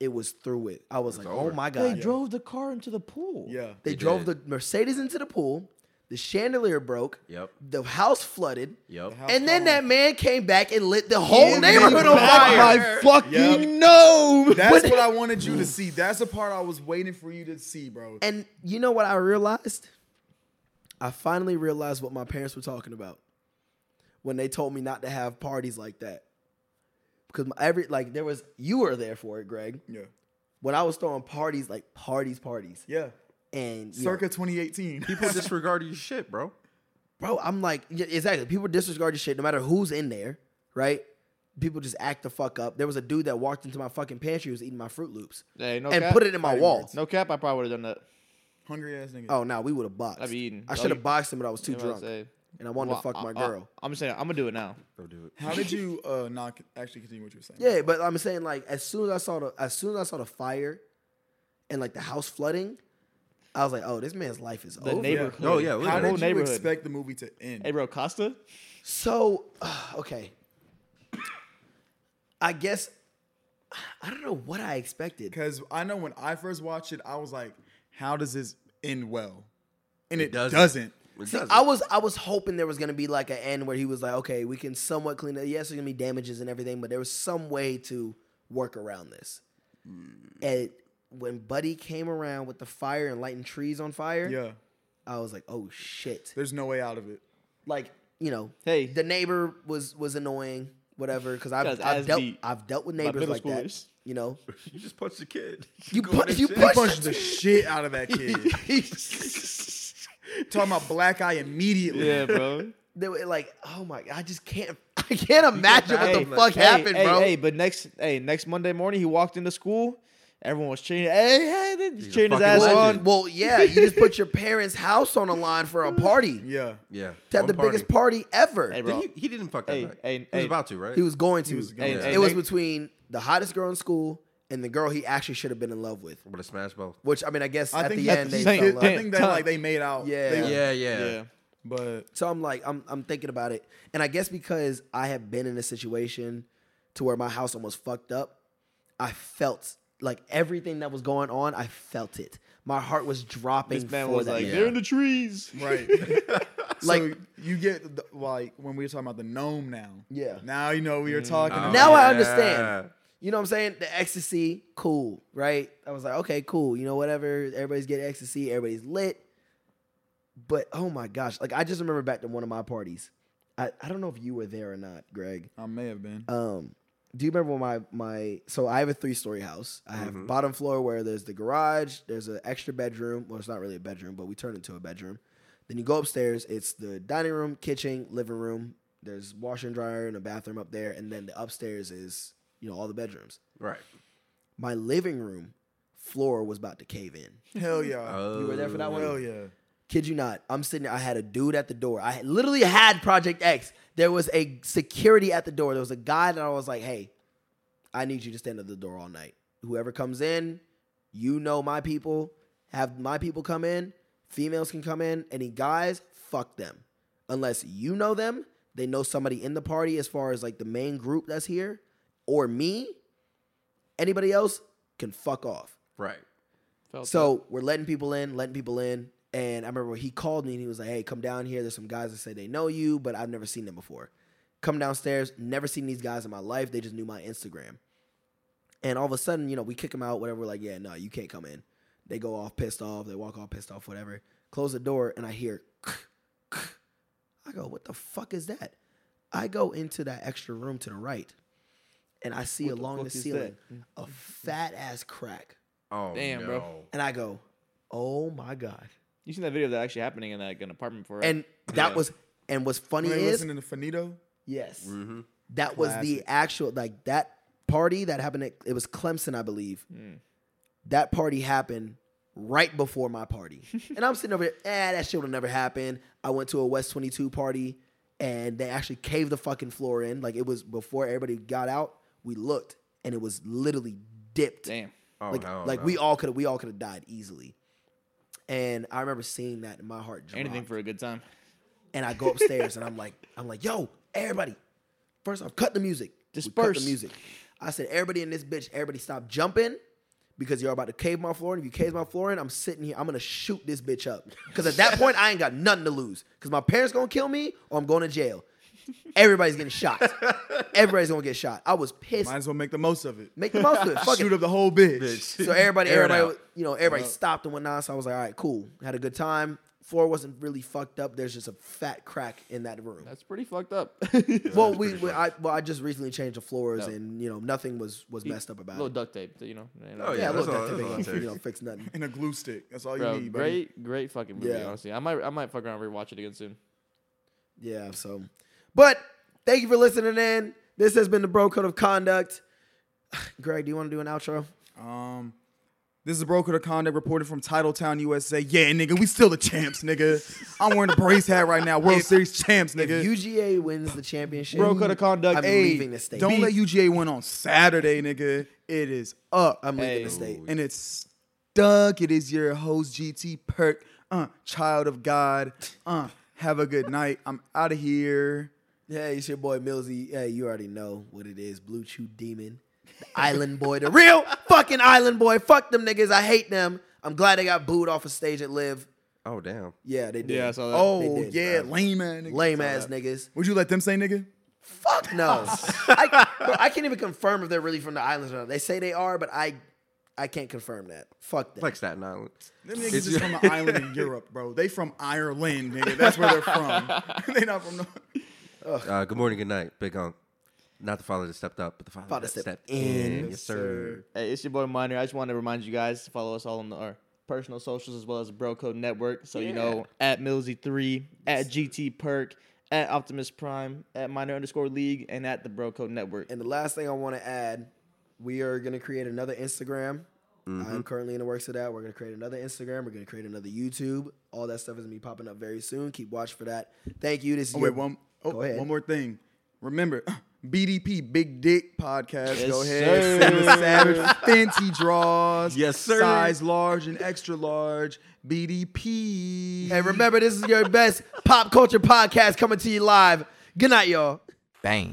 Speaker 4: it was through it. I was like, oh my God. They drove,
Speaker 5: the car into the pool.
Speaker 6: yeah.
Speaker 7: They
Speaker 4: the Mercedes into the pool. The chandelier broke.
Speaker 7: Yep.
Speaker 4: The house flooded.
Speaker 7: Yep.
Speaker 4: And then that man came back and lit the whole neighborhood on
Speaker 5: Back
Speaker 4: fire.
Speaker 5: my fucking
Speaker 6: Yep.
Speaker 5: nose.
Speaker 6: That's what I wanted you to see. That's the part I was waiting for you to see, bro.
Speaker 4: And you know what I realized? I finally realized what my parents were talking about when they told me not to have parties like that. Because my, every like there was you were there for it, Greg.
Speaker 6: Yeah.
Speaker 4: When I was throwing parties, like parties, parties,
Speaker 6: Yeah.
Speaker 4: and you know,
Speaker 6: Circa 2018.
Speaker 7: People disregard your shit, bro.
Speaker 4: bro, I'm like, yeah, exactly. People disregard your shit no matter who's in there, right? People just act the fuck up. There was a dude that walked into my fucking pantry who was eating my Fruit Loops
Speaker 5: Hey, no
Speaker 4: and
Speaker 5: cap.
Speaker 4: put it in my wall.
Speaker 5: No cap, I probably would have done that.
Speaker 6: Hungry ass nigga.
Speaker 4: Oh, no, we would have boxed.
Speaker 5: I'd be eating.
Speaker 4: I
Speaker 5: Oh,
Speaker 4: should have
Speaker 5: you-
Speaker 4: boxed him, but I was too
Speaker 5: You know what I'm
Speaker 4: drunk.
Speaker 5: saying? ah,
Speaker 4: And I wanted
Speaker 5: Well,
Speaker 4: to fuck
Speaker 5: I-
Speaker 4: my
Speaker 5: I-
Speaker 4: girl.
Speaker 5: I'm just saying, I'm gonna do it now.
Speaker 7: Go do it.
Speaker 6: How did you uh not actually continue what you were saying?
Speaker 4: yeah, but I'm saying like as soon as I saw the as soon as I saw the fire and like the house flooding, I was like, oh, this man's life is
Speaker 5: The
Speaker 4: over.
Speaker 5: neighborhood.
Speaker 7: Oh, yeah,
Speaker 6: How
Speaker 7: literally.
Speaker 5: whole
Speaker 6: did you
Speaker 5: neighborhood.
Speaker 6: expect the movie to end?
Speaker 5: Hey, bro, Costa.
Speaker 4: So, okay. I guess I don't know what I expected.
Speaker 6: Because I know when I first watched it, I was like, how does this end well? And it,
Speaker 7: doesn't.
Speaker 6: doesn't.
Speaker 7: It
Speaker 4: See,
Speaker 7: doesn't.
Speaker 4: I was I was hoping there was gonna be like an end where he was like, okay, we can somewhat clean it. Yes, there's gonna be damages and everything, but there was some way to work around this.
Speaker 5: Mm.
Speaker 4: And when Buddy came around with the fire and lighting trees on fire,
Speaker 6: Yeah.
Speaker 4: I was like, oh shit!
Speaker 6: There's no way out of it.
Speaker 4: Like you know,
Speaker 5: Hey. Uh,
Speaker 4: the neighbor was was annoying, whatever. Because I've,
Speaker 5: Guys,
Speaker 4: I've
Speaker 5: as
Speaker 4: dealt
Speaker 5: the-
Speaker 4: I've dealt with neighbors
Speaker 5: middle
Speaker 4: like that.
Speaker 5: schoolers.
Speaker 4: You know,
Speaker 7: You just punched the kid.
Speaker 4: you punch you
Speaker 6: He
Speaker 4: punch
Speaker 6: punched the shit out of that kid. Talking about black eye immediately.
Speaker 5: Yeah, bro.
Speaker 4: they were like, oh my, I just can't, I can't imagine what the
Speaker 5: Hey,
Speaker 4: fuck
Speaker 5: hey,
Speaker 4: happened,
Speaker 5: hey,
Speaker 4: bro.
Speaker 5: Hey, but next, hey, next Monday morning, he walked into school. Everyone was cheering. Hey, hey, they-
Speaker 7: a
Speaker 5: cheering his ass
Speaker 7: fucking legend.
Speaker 5: on.
Speaker 4: Well, yeah, you just put your parents' house on the line for a party.
Speaker 6: Yeah.
Speaker 7: Yeah.
Speaker 4: To have
Speaker 7: One
Speaker 4: the
Speaker 7: party.
Speaker 4: biggest party ever.
Speaker 5: Hey, bro.
Speaker 7: Did he, he didn't fuck that
Speaker 5: Hey,
Speaker 7: night.
Speaker 5: hey,
Speaker 7: he was
Speaker 5: hey.
Speaker 7: about to, right?
Speaker 4: He was going to.
Speaker 6: going
Speaker 5: Hey, to. hey,
Speaker 4: it was
Speaker 5: hey.
Speaker 4: between the hottest girl in school and the girl he actually should have been in love with.
Speaker 7: But it smashed both.
Speaker 4: Which I mean, I guess
Speaker 6: I
Speaker 4: at
Speaker 6: think
Speaker 4: the
Speaker 6: that-
Speaker 4: end they
Speaker 5: same-
Speaker 4: fell in
Speaker 5: same-
Speaker 4: love.
Speaker 6: I think that like they made out.
Speaker 4: Yeah.
Speaker 6: They-
Speaker 7: Yeah, yeah.
Speaker 5: Yeah.
Speaker 6: But
Speaker 4: So I'm like, I'm I'm thinking about it, and I guess because I have been in a situation to where my house almost fucked up, I felt like everything that was going on. I felt it. My heart was dropping.
Speaker 5: This man
Speaker 4: for
Speaker 5: was
Speaker 4: that
Speaker 5: like,
Speaker 4: man.
Speaker 5: they're in the trees.
Speaker 6: right.
Speaker 4: Like-
Speaker 6: so you get the, like when we were talking about the gnome now.
Speaker 4: Yeah. Mm-hmm.
Speaker 6: Now you know we were talking about
Speaker 4: now I
Speaker 7: Oh, Yeah.
Speaker 4: understand. You know what I'm saying? The ecstasy, cool, right? I was like, okay, cool. You know, whatever. Everybody's getting ecstasy. Everybody's lit. But oh my gosh, like I just remember back to one of my parties. I, I don't know if you were there or not, Greg.
Speaker 6: I may have been.
Speaker 4: Um, do you remember when my my so I have a three story house. I have bottom floor where there's the garage, there's an extra bedroom. Well, it's not really a bedroom, but we turn it into a bedroom. Then you go upstairs, it's the dining room, kitchen, living room. There's washer and dryer and a bathroom up there, and then the upstairs is you know all the bedrooms.
Speaker 7: Right.
Speaker 4: My living room floor was about to cave in.
Speaker 6: Hell yeah.
Speaker 4: Uh, You were there
Speaker 7: Oh,
Speaker 4: for that one?
Speaker 6: Hell yeah.
Speaker 4: Kid you not. I'm sitting there. I had a dude at the door. I literally had Project X. There was a security at the door. There was a guy that I was like, hey, I need you to stand at the door all night. Whoever comes in, you know my people. Have my people come in. Females can come in. Any guys, fuck them. Unless you know them, they know somebody in the party as far as like the main group that's here, or me. Anybody else can fuck off.
Speaker 7: Right.
Speaker 4: So we're letting people in, letting people in. And I remember he called me and he was like, hey, come down here. There's some guys that say they know you, but I've never seen them before. Come downstairs, never seen these guys in my life. They just knew my Instagram. And all of a sudden, you know, we kick them out, whatever. We're like, yeah, no, you can't come in. They go off pissed off. They walk off pissed off, whatever. Close the door and I hear, I go, what the fuck is that? I go into that extra room to the right and I see along the,
Speaker 5: fuck is Mm-hmm.
Speaker 4: ceiling a fat ass crack.
Speaker 7: Oh
Speaker 5: Damn, bro.
Speaker 4: And I go, oh my God.
Speaker 5: You seen that video of that actually happening in like an apartment for
Speaker 4: And that was and what's funny
Speaker 6: They
Speaker 4: is
Speaker 6: listening to Finito.
Speaker 4: yes,
Speaker 7: Mm. Mm-hmm.
Speaker 4: that was the actual like that party that happened. At, it was Clemson, I believe. That party happened right before my party, and I'm sitting over there. Eh, that shit will never happen. I went to a West 22 party, and they actually caved the fucking floor in. Like it was before everybody got out. We looked, and it was literally dipped
Speaker 5: Damn.
Speaker 7: Oh,
Speaker 4: like
Speaker 7: hell
Speaker 4: like
Speaker 7: no.
Speaker 4: we all could we all could have died easily. And I remember seeing that and my heart dropped.
Speaker 5: Anything for a good time.
Speaker 4: and I go upstairs and I'm like I'm like yo everybody, first off cut the music, We cut
Speaker 5: Disperse.
Speaker 4: the music. I said everybody in this bitch, everybody stop jumping. Because you're about to cave my floor, and if you cave my floor in, I'm sitting here. I'm gonna shoot this bitch up. Because at that point, I ain't got nothing to lose. Because my parents gonna kill me, or I'm going to jail. Everybody's getting shot. Everybody's gonna get shot. I was pissed.
Speaker 6: Might as well make the most of it.
Speaker 4: Make the most of it. Fuck it.
Speaker 6: Shoot up the whole bitch.
Speaker 4: So everybody,
Speaker 7: Air it
Speaker 4: everybody,
Speaker 7: out.
Speaker 4: was- you know, everybody stopped and whatnot. So I was like, all right, cool, had a good time. Floor wasn't really fucked up. There's just a fat crack in that room.
Speaker 5: That's pretty fucked up.
Speaker 4: well, we, we I, well, I just recently changed the floors, and you know, nothing was was messed up about
Speaker 5: little
Speaker 4: it.
Speaker 5: duct tape, you know. you know.
Speaker 7: Oh,
Speaker 4: yeah,
Speaker 7: Yeah,
Speaker 4: a little
Speaker 7: that's all-
Speaker 4: duct tape
Speaker 7: that's all
Speaker 4: ain't
Speaker 7: it
Speaker 4: gonna, you know, fix nothing.
Speaker 6: And a glue stick. That's all you
Speaker 5: Bro,
Speaker 6: need, buddy.
Speaker 5: great, great fucking movie.
Speaker 4: Yeah.
Speaker 5: Honestly, I might, I might fuck around and rewatch it again soon.
Speaker 4: Yeah. So, but thank you for listening in. This has been the Bro Code of Conduct. Greg, do you want to do an outro?
Speaker 6: Um, this is a broker of conduct reported from Titletown, USA. Yeah, nigga, we still the champs, nigga. I'm wearing a brace hat right now. World Series champs,
Speaker 4: If
Speaker 6: nigga.
Speaker 4: UGA wins the championship,
Speaker 6: Bro Code of Conduct.
Speaker 4: I'm
Speaker 6: hey,
Speaker 4: leaving the state.
Speaker 6: Don't let UGA win on Saturday, nigga. It is up.
Speaker 4: I'm leaving the
Speaker 5: Hey.
Speaker 4: state.
Speaker 6: and it's stuck. It is your host GT Perk, uh, child of God. Uh, have a good night. I'm out of here.
Speaker 4: Hey, it's your boy Millsy. Hey, you already know what it is. Blue Chew Demon. The island boy. The real fucking island boy. Fuck them niggas. I hate them. I'm glad they got booed off a stage at Live.
Speaker 7: Oh damn.
Speaker 4: Yeah, they did.
Speaker 5: Yeah, I saw that.
Speaker 6: Oh
Speaker 4: did,
Speaker 6: yeah,
Speaker 4: bro.
Speaker 6: lame man. Nigga.
Speaker 4: Lame ass niggas.
Speaker 6: Would you let them say nigga?
Speaker 4: Fuck no. I, bro, I can't even confirm if they're really from the islands or not. They say they are, but I I can't confirm that. Fuck them.
Speaker 7: Like Staten Island.
Speaker 6: Them niggas is from the island in Europe, bro. They from Ireland, nigga. That's where they're from. they not from. The-
Speaker 7: Uh, good morning, good night, big hunk. Not the father that stepped up, but the father,
Speaker 4: Father
Speaker 7: that
Speaker 4: stepped
Speaker 7: stepped
Speaker 4: in.
Speaker 7: in. Yes, sir.
Speaker 5: Hey, it's your boy Minor. I just want to remind you guys to follow us all on the, our personal socials as well as Bro Code Network. So you know, at Millsy3, at GT Perk, at Optimus Prime, at Minor underscore League, and at the Bro Code Network.
Speaker 4: And the last thing I want to add, we are going to create another Instagram.
Speaker 7: Mm-hmm.
Speaker 4: I'm currently in the works of that. We're going to create another Instagram. We're going to create another YouTube. All that stuff is going to be popping up very soon. Keep watch for that. Thank you. This is
Speaker 6: oh
Speaker 4: your-
Speaker 6: wait, one. oh,
Speaker 4: Go ahead.
Speaker 6: one more thing. Remember. BDP Big Dick Podcast.
Speaker 5: Yes,
Speaker 6: Go ahead. Send the
Speaker 5: sir.
Speaker 6: Savage Fancy Draws.
Speaker 7: Yes, sir.
Speaker 6: Size large and extra large. BDP.
Speaker 4: And remember, this is your best pop culture podcast coming to you live. Good night, y'all.
Speaker 8: Bang.